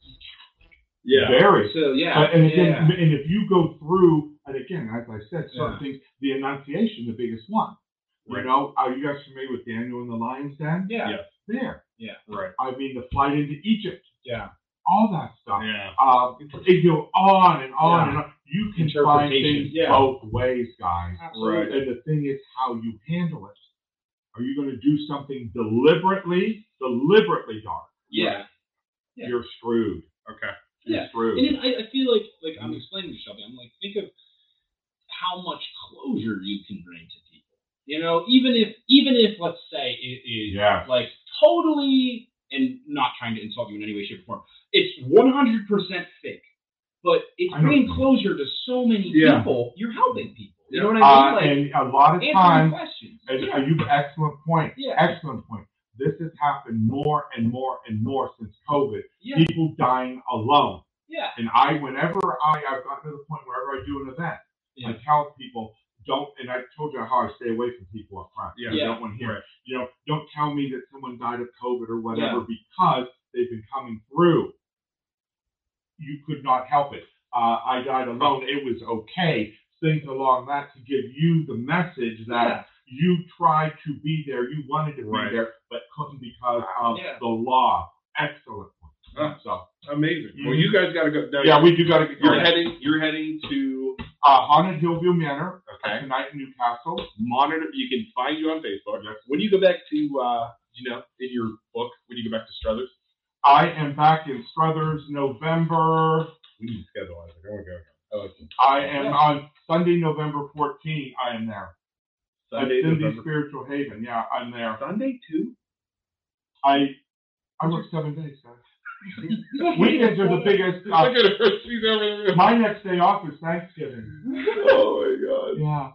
Speaker 2: he's Catholic.
Speaker 5: Yeah.
Speaker 4: Very.
Speaker 2: So yeah,
Speaker 4: But- Uh, and again,
Speaker 2: yeah,
Speaker 4: and if you go through, and again, as I said,
Speaker 2: Yeah.
Speaker 4: certain things, the Annunciation, the biggest one. You
Speaker 5: Right.
Speaker 4: know, are you guys familiar with Daniel and the Lion's Den?
Speaker 2: yeah,
Speaker 5: Yeah.
Speaker 4: There.
Speaker 5: Right.
Speaker 4: I mean, the flight into Egypt,
Speaker 2: yeah,
Speaker 4: all that stuff.
Speaker 5: Yeah.
Speaker 4: Uh, it go on and on
Speaker 2: Yeah.
Speaker 4: and on. You can find
Speaker 2: Interpretation,
Speaker 4: things
Speaker 2: yeah.
Speaker 4: both ways, guys.
Speaker 5: Absolutely.
Speaker 4: And the thing is how you handle it. Are you going to do something deliberately, deliberately dark?
Speaker 2: yeah. Yeah.
Speaker 4: You're screwed.
Speaker 5: Okay.
Speaker 4: You're
Speaker 2: Yeah.
Speaker 4: screwed.
Speaker 2: And then I, I feel like like
Speaker 4: Mm-hmm.
Speaker 2: I'm explaining to Shelby, I'm like, think of how much closure you can bring to people. You know, even if even if let's say it is
Speaker 4: Yeah.
Speaker 2: like totally and not trying to insult you in any way, shape, or form. It's one hundred percent fake. But it's
Speaker 4: I know.
Speaker 2: bringing closure to so many
Speaker 5: Yeah.
Speaker 2: people. You're helping people. You know what
Speaker 4: Uh,
Speaker 2: I mean?
Speaker 4: and a lot of
Speaker 2: like answering
Speaker 4: times,
Speaker 2: questions.
Speaker 4: And
Speaker 2: yeah.
Speaker 4: uh, you've excellent point.
Speaker 2: Yeah.
Speaker 4: Excellent point. This has happened more and more and more since COVID.
Speaker 2: yeah.
Speaker 4: People dying alone.
Speaker 2: Yeah.
Speaker 4: And I, whenever I, I've gotten to the point wherever I do an event, I
Speaker 2: Yeah.
Speaker 4: tell people don't. And I told you how I stay away from people up front.
Speaker 5: Yeah.
Speaker 4: You
Speaker 2: Yeah.
Speaker 4: don't want to hear.
Speaker 5: Right.
Speaker 4: You know, don't tell me that someone died of COVID or whatever because they've been coming through. You could not help it. Uh, I died alone. It was okay. Things along that to give you the message that
Speaker 2: Yeah.
Speaker 4: you tried to be there, you wanted to
Speaker 5: Right.
Speaker 4: be there, but couldn't because of
Speaker 2: Yeah.
Speaker 4: the law. Excellent.
Speaker 5: Huh.
Speaker 4: So
Speaker 5: Amazing. Well,
Speaker 4: Mhm.
Speaker 5: you guys got to go. Now,
Speaker 4: yeah, we do got to get
Speaker 5: Mm-hmm. You're
Speaker 4: going.
Speaker 5: heading. You're heading to.
Speaker 4: Uh, Haunted Hillview Manor
Speaker 5: Okay.
Speaker 4: tonight in Newcastle.
Speaker 5: monitor. You can find you on Facebook. When do you go back to, uh, you know, in your book, when you go back to Struthers,
Speaker 4: I am back in Struthers November.
Speaker 5: we need to schedule. I was like, I want to go. I like it.
Speaker 4: I am
Speaker 2: Yeah.
Speaker 4: on Sunday, November 14. I am there.
Speaker 5: Sunday,
Speaker 4: at Cindy's
Speaker 5: November.
Speaker 4: Spiritual Haven. Yeah, I'm there.
Speaker 5: Sunday too.
Speaker 4: I I work seven days. Guys. Weekends are the biggest.
Speaker 5: Look
Speaker 4: Uh,
Speaker 5: at her. She's over there.
Speaker 4: my next day off is Thanksgiving.
Speaker 5: Oh my
Speaker 4: Yeah.
Speaker 5: God!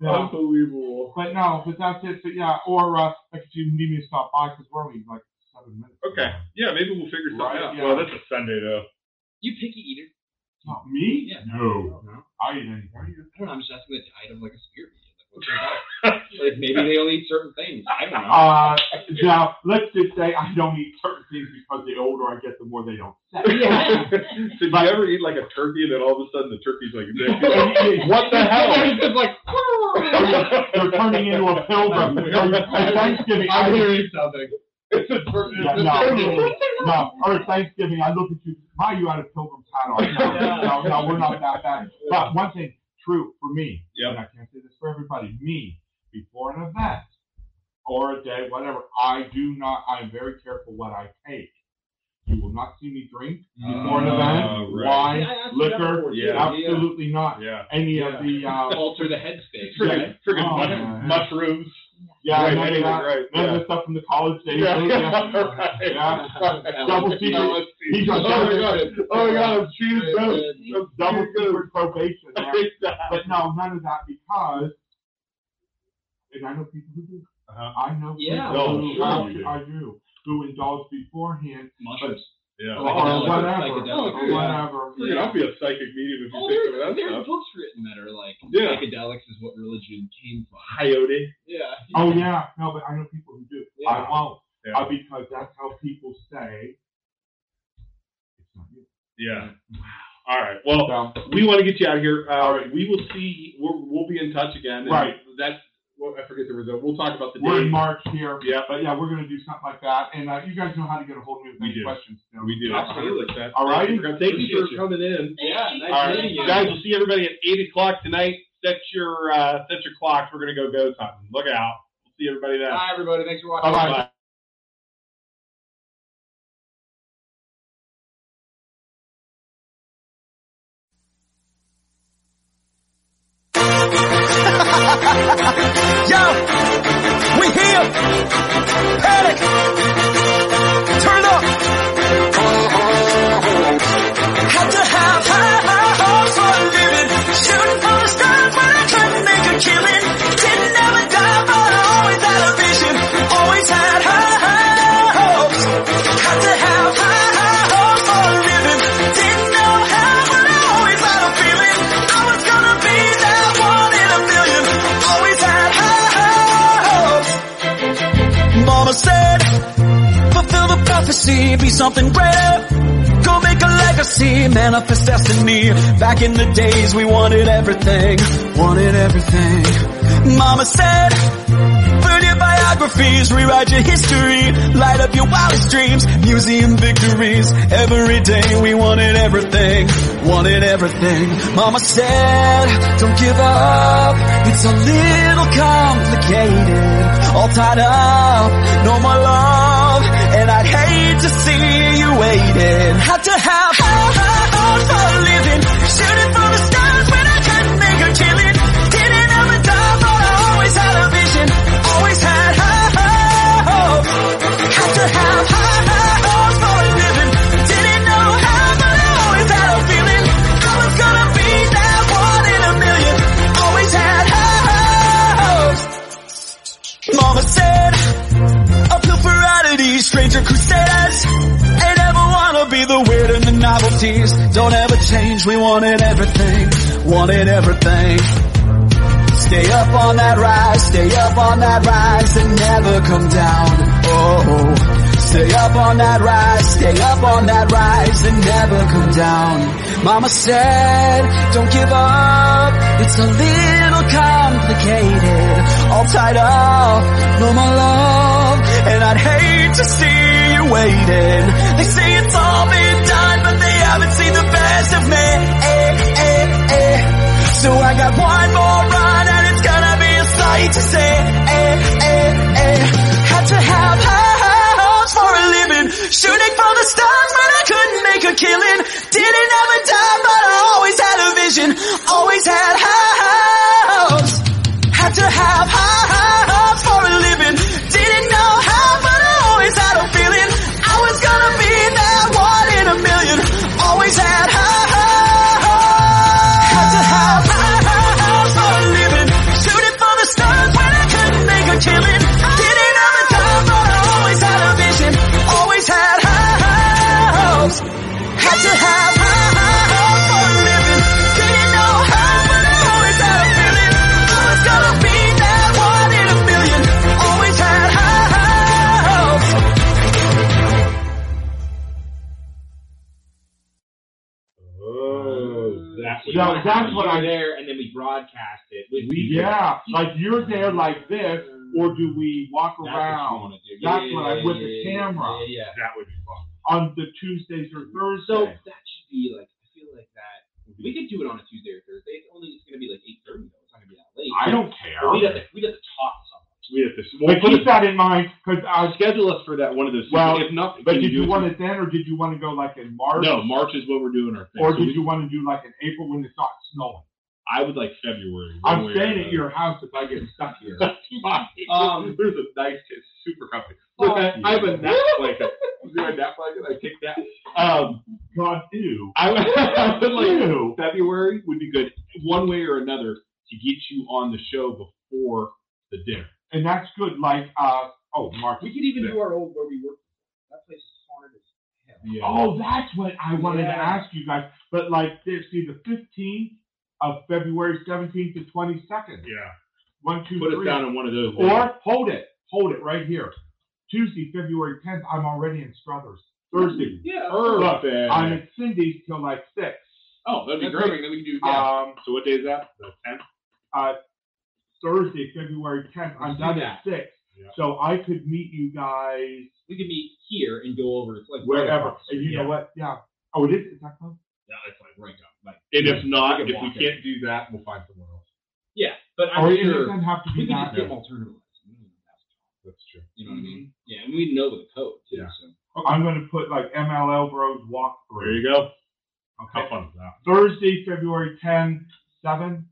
Speaker 4: Yeah.
Speaker 5: Unbelievable.
Speaker 4: But no, but that's it. But yeah, or uh, like if you need me to stop by, because we're only like seven minutes.
Speaker 5: Okay. Yeah, maybe we'll figure something
Speaker 4: Right,
Speaker 5: out.
Speaker 4: yeah.
Speaker 5: Well, that's a Sunday though.
Speaker 2: You picky eater.
Speaker 4: Not me?
Speaker 2: Yeah.
Speaker 4: No.
Speaker 2: No?
Speaker 4: I eat anything.
Speaker 2: I don't know, I'm just asking the diet of like a spirit medium. Like what's your diet? like maybe they only eat certain things. I don't know.
Speaker 4: Uh, now let's just say I don't eat certain things because the older I get, the more they don't.
Speaker 6: Yeah.
Speaker 5: so do you ever eat like a turkey and then all of a sudden the turkey's like this?
Speaker 4: And
Speaker 5: what the hell?
Speaker 2: It's just like
Speaker 4: They're turning into a pilgrim. Or Thanksgiving, I look,
Speaker 2: hearing something.
Speaker 5: It's a turkey.
Speaker 4: Yeah, no. no, or Thanksgiving, I look at you. Why you had a pilgrim's hat on? No, no, no, we're not that bad. But one thing, true for me,
Speaker 5: Yep.
Speaker 4: and I can't say this for everybody, me, before an event or a day, whatever, I do not, I'm very careful what I take. You will not see me drink before an
Speaker 5: Ah,
Speaker 4: event,
Speaker 5: right.
Speaker 4: wine,
Speaker 2: Yeah, I asked you that
Speaker 4: Uh, liquor,
Speaker 2: before,
Speaker 5: yeah.
Speaker 4: absolutely not.
Speaker 5: Yeah.
Speaker 4: Any of the, uh,
Speaker 2: Alter the headspace.
Speaker 5: Friggin', friggin'
Speaker 4: Oh,
Speaker 5: mus-
Speaker 4: man.
Speaker 5: mushrooms.
Speaker 4: yeah,
Speaker 5: right,
Speaker 4: none of
Speaker 5: anything,
Speaker 4: that,
Speaker 5: right.
Speaker 4: none of
Speaker 5: yeah.
Speaker 4: the stuff from the college days.
Speaker 5: Yeah.
Speaker 4: Yeah.
Speaker 5: right.
Speaker 4: Yeah.
Speaker 2: Double
Speaker 4: Double secret.
Speaker 5: He just- oh my god. Oh my god, I'm cheating so I'm
Speaker 4: Double
Speaker 5: cheating so-
Speaker 4: secret probation there. But no, none of that because, and I know people who do.
Speaker 5: Uh-huh.
Speaker 4: I know people
Speaker 2: Yeah.
Speaker 5: No,
Speaker 4: who
Speaker 5: sure
Speaker 4: have-
Speaker 5: you do.
Speaker 4: I do who indulge beforehand
Speaker 2: Mushrooms.
Speaker 5: Yeah.
Speaker 4: or
Speaker 2: Like psychedelic-
Speaker 4: whatever,
Speaker 2: psychedelic,
Speaker 4: or
Speaker 5: yeah.
Speaker 4: whatever.
Speaker 5: Friggin', I'll be a psychic medium if you
Speaker 2: Oh,
Speaker 5: think some
Speaker 2: there's,
Speaker 5: of that
Speaker 2: there's
Speaker 5: stuff.
Speaker 2: books written that are like
Speaker 5: Yeah.
Speaker 2: psychedelics is what religion came from.
Speaker 5: Coyote.
Speaker 2: Yeah.
Speaker 4: Oh yeah, no, but I know people who do.
Speaker 2: Yeah.
Speaker 4: I won't
Speaker 5: Yeah.
Speaker 4: uh, because that's how people say it's not you.
Speaker 5: Yeah. All right. Well,
Speaker 4: So,
Speaker 5: we want to get you out of here. Uh, We will see. We'll, we'll be in touch again. and
Speaker 4: Right.
Speaker 5: That's well, I forget the result. We'll talk about the
Speaker 4: We're in
Speaker 5: date.
Speaker 4: March here,
Speaker 5: Yeah,
Speaker 4: but yeah, we're going to do something like that. And uh, you guys know how to get a hold of me with
Speaker 5: We
Speaker 4: any
Speaker 5: do.
Speaker 4: questions. you know.
Speaker 5: we do.
Speaker 7: Absolutely.
Speaker 5: 100%.
Speaker 4: All right.
Speaker 5: Thank you for- Thank you for coming in.
Speaker 7: Yeah,
Speaker 6: Thank you.
Speaker 7: nice
Speaker 4: All right.
Speaker 7: meeting you.
Speaker 5: Guys,
Speaker 7: we'll see everybody at 8 o'clock tonight. Set your uh, set your clocks. We're going to go go time. Look out. We'll see everybody then.
Speaker 2: Bye, everybody. Thanks for watching.
Speaker 4: Bye bye.
Speaker 8: Yo, we here. Panic. Turn it up. Had to have high, high hopes for a living. Shooting for the stars when I couldn't make a killing. Didn't ever die, but I always had a vision. Always had high, high hopes. Had to have high, high hopes for a living. Didn't know how, but I always had a feeling. I was gonna be that one in a million. Always had high, high hopes. Mama said, fulfill the prophecy, be something greater. Go make a legacy, manifest destiny. Back in the days we wanted everything, wanted everything. Mama said, burn your biographies, rewrite your history, light up your wildest dreams, museum victories. Every day we wanted everything, wanted everything. Mama said, don't give up, it's a little complicated. All tied up, no more love, and I'd hate to see you waiting. Had to have high, high hopes for a living, shooting for the stars when I couldn't make a killing. Didn't ever die, but I always had a vision, always had high, high hopes. Had to have high, high hopes for a living, didn't know how, but I always had a feeling I was gonna be that one in a million. Always had high, high hopes. Mama said, uphill for oddity, stranger crusaders. Ain't ever wanna be the weird and the novelties. Don't ever change, we wanted everything, wanted everything. Stay up on that rise, stay up on that rise and never come down. Oh, stay up on that rise, stay up on that rise and never come down. Mama said, don't give up, it's a little complicated. All tied up, no more love, and I'd hate to see you waiting. They say it's all been done, but they haven't seen the best of me. Eh, eh, eh. So I got one more run and it's gonna be a sight to say, eh, eh, eh. Had to have high, high hopes for a living. Shooting for the stars when I couldn't make a killing. Didn't ever die but I always had a vision. Always had high, high hopes. Had to have high, high hopes for a living. Didn't know how but I always had a feeling. I was gonna be that one in a million. Always had high, high hopes. Had to have high, high hopes for a living. Shooting for the stars when I couldn't make a killing. Didn't have a time, but I always had a vision. Always had high, high hopes. Had to have high, high hopes for a living. Didn't know how, but I always had a feeling. I was gonna be that one in a million. Always had high, high hopes.
Speaker 5: Oh, that was
Speaker 4: Yeah, that's what
Speaker 7: You were
Speaker 4: I-
Speaker 7: there, and then we broadcast it. We,
Speaker 4: Yeah, like you're there like this, or do we walk
Speaker 2: That's what you
Speaker 4: around
Speaker 2: wanna do.
Speaker 4: That's
Speaker 2: Yeah,
Speaker 4: what I-
Speaker 2: yeah,
Speaker 4: with
Speaker 2: yeah,
Speaker 4: the
Speaker 2: yeah, yeah,
Speaker 4: camera.
Speaker 2: Yeah, yeah.
Speaker 5: that would be fun.
Speaker 4: on the Tuesdays or
Speaker 2: So
Speaker 4: Thursdays?
Speaker 2: that should be like I feel like that. We could do it on a Tuesday or Thursday. It's only it's gonna be like eight thirty though. It's not gonna be that late.
Speaker 4: I don't
Speaker 2: But we'd have
Speaker 4: care.
Speaker 2: to we'd have to talk something.
Speaker 5: We have this.
Speaker 4: But keep that in mind, because I
Speaker 7: I'll schedule us for that one of those.
Speaker 4: Well,
Speaker 7: if not,
Speaker 4: But
Speaker 7: can
Speaker 4: did
Speaker 7: do
Speaker 4: you
Speaker 7: it-
Speaker 4: want it then, or did you want to go like in March?
Speaker 7: No, March is what we're doing our thing.
Speaker 4: Or
Speaker 7: So
Speaker 4: did
Speaker 7: we-
Speaker 4: you want to do like in April when it's not snowing?
Speaker 7: I would like February. one way
Speaker 4: I'm
Speaker 7: or
Speaker 4: staying at
Speaker 7: another.
Speaker 4: your house if I get stuck here.
Speaker 2: Um,
Speaker 5: There's a nice, it's super comfy.
Speaker 2: Oh,
Speaker 5: Look, I, I have a nap blanket. Do I nap blanket? I take that. Um,
Speaker 4: God, ew.
Speaker 7: I would, I would like
Speaker 4: Ew.
Speaker 7: February would be good, one way or another, to get you on the show before the dinner.
Speaker 4: And that's good, like, uh, oh, March.
Speaker 2: We could even do our old where we work. That place is haunted as hell.
Speaker 4: Oh, that's what I wanted to
Speaker 2: Yeah.
Speaker 4: ask you guys. But like, this, see, the 15th of February, 17th to 22nd.
Speaker 5: yeah.
Speaker 4: One, two,
Speaker 7: Put us
Speaker 4: three.
Speaker 7: down on one of those.
Speaker 4: Or hold it, hold it right here. Tuesday, February 10th, I'm already in Struthers. Thursday,
Speaker 2: Yeah.
Speaker 4: Look,
Speaker 7: Perfect.
Speaker 2: Oh,
Speaker 4: I'm at Cindy's till like six.
Speaker 7: oh, that'd be
Speaker 2: That's
Speaker 7: great.
Speaker 2: perfect. Then we can do yeah.
Speaker 4: Um,
Speaker 7: So what day is that? The tenth.
Speaker 4: uh, Thursday, February 10th. I'm
Speaker 2: Let's do
Speaker 4: done
Speaker 2: that.
Speaker 4: at 6.
Speaker 5: Yeah.
Speaker 4: So I could meet you guys
Speaker 2: We could meet here and go over like
Speaker 4: wherever. And you know what? Yeah. Oh, it is? Is that close?
Speaker 2: Yeah, it's like right down. Like,
Speaker 5: And if not,
Speaker 2: We
Speaker 5: if
Speaker 2: can
Speaker 5: we
Speaker 2: walk
Speaker 5: can't do that, we'll find someone else.
Speaker 2: yeah, but
Speaker 4: or
Speaker 2: I'm
Speaker 4: Oh, it
Speaker 2: sure
Speaker 4: doesn't have to
Speaker 2: we
Speaker 4: be
Speaker 2: can
Speaker 4: that.
Speaker 2: just get alternative lights. We don't even have to talk,
Speaker 5: That's true.
Speaker 2: You know what I mean? Yeah, and we know the code too.
Speaker 5: Yeah.
Speaker 2: So
Speaker 4: I'm going to put like MLL Bros
Speaker 5: There
Speaker 4: walkthrough.
Speaker 5: you go. How
Speaker 4: Okay.
Speaker 5: fun is that?
Speaker 4: Thursday, February 10th, 7.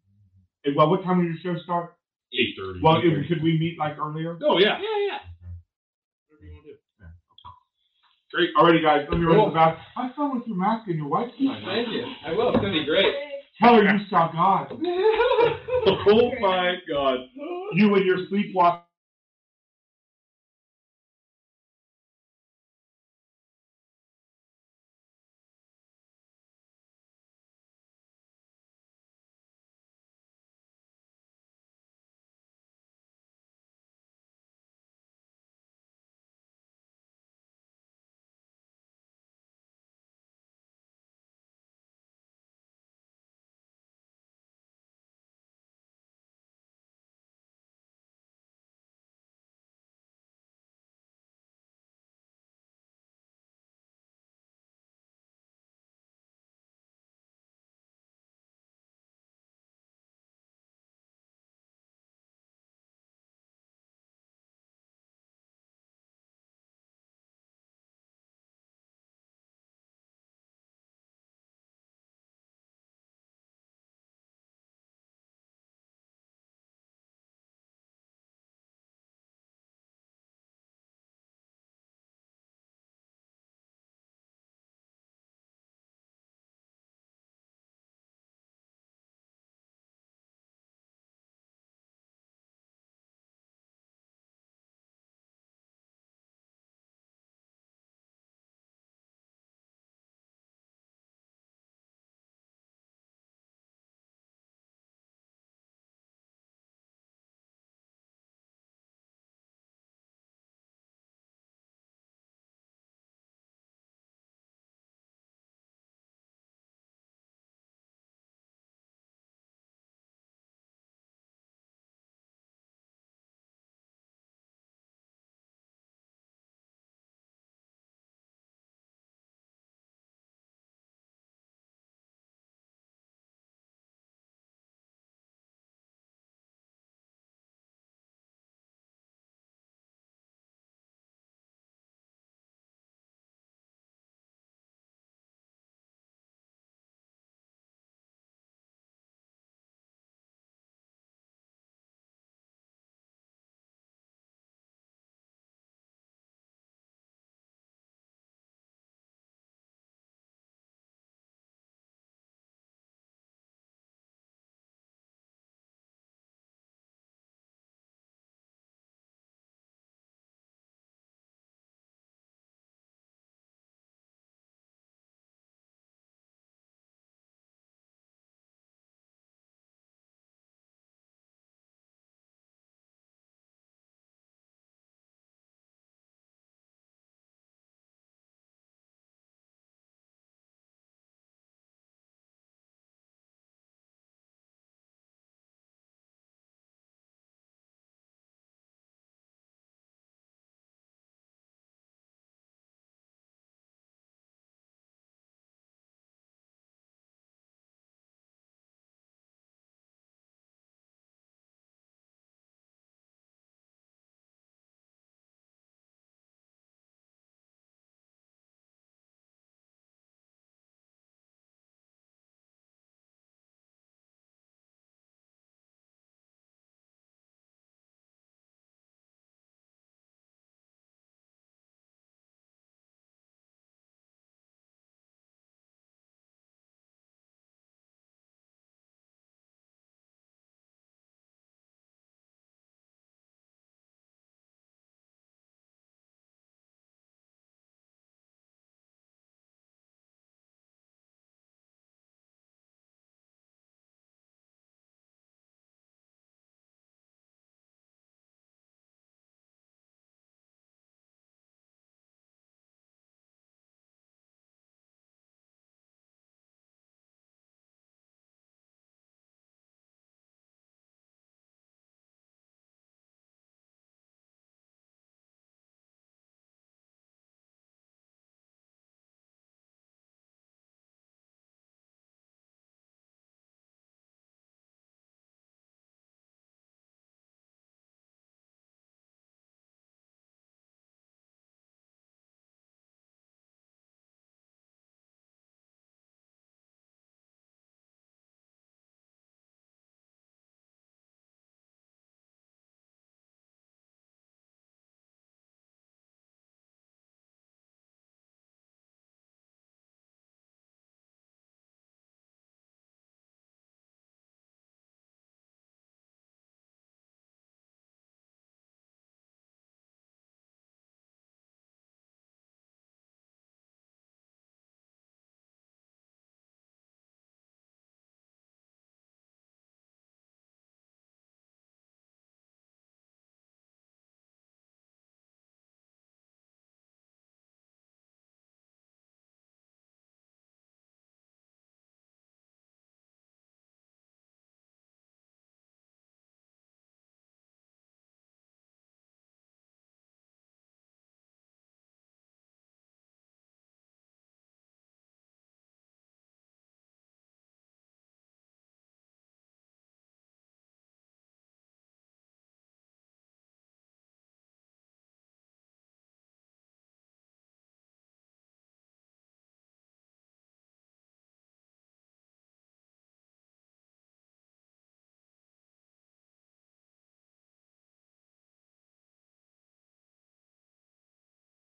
Speaker 4: And, well, what time did your show start?
Speaker 5: Eight thirty.
Speaker 4: Well, if, could we meet like earlier?
Speaker 5: oh
Speaker 2: yeah,
Speaker 5: yeah.
Speaker 2: yeah.
Speaker 5: Whatever you want to do.
Speaker 4: Great. Alrighty, guys. Let me run
Speaker 2: Cool.
Speaker 4: to the bath. I fell with your mask and your wife tonight.
Speaker 2: Thank you. I will. It's gonna be great.
Speaker 4: Tell her you saw God.
Speaker 5: Oh my God.
Speaker 4: You and your sleepwalk.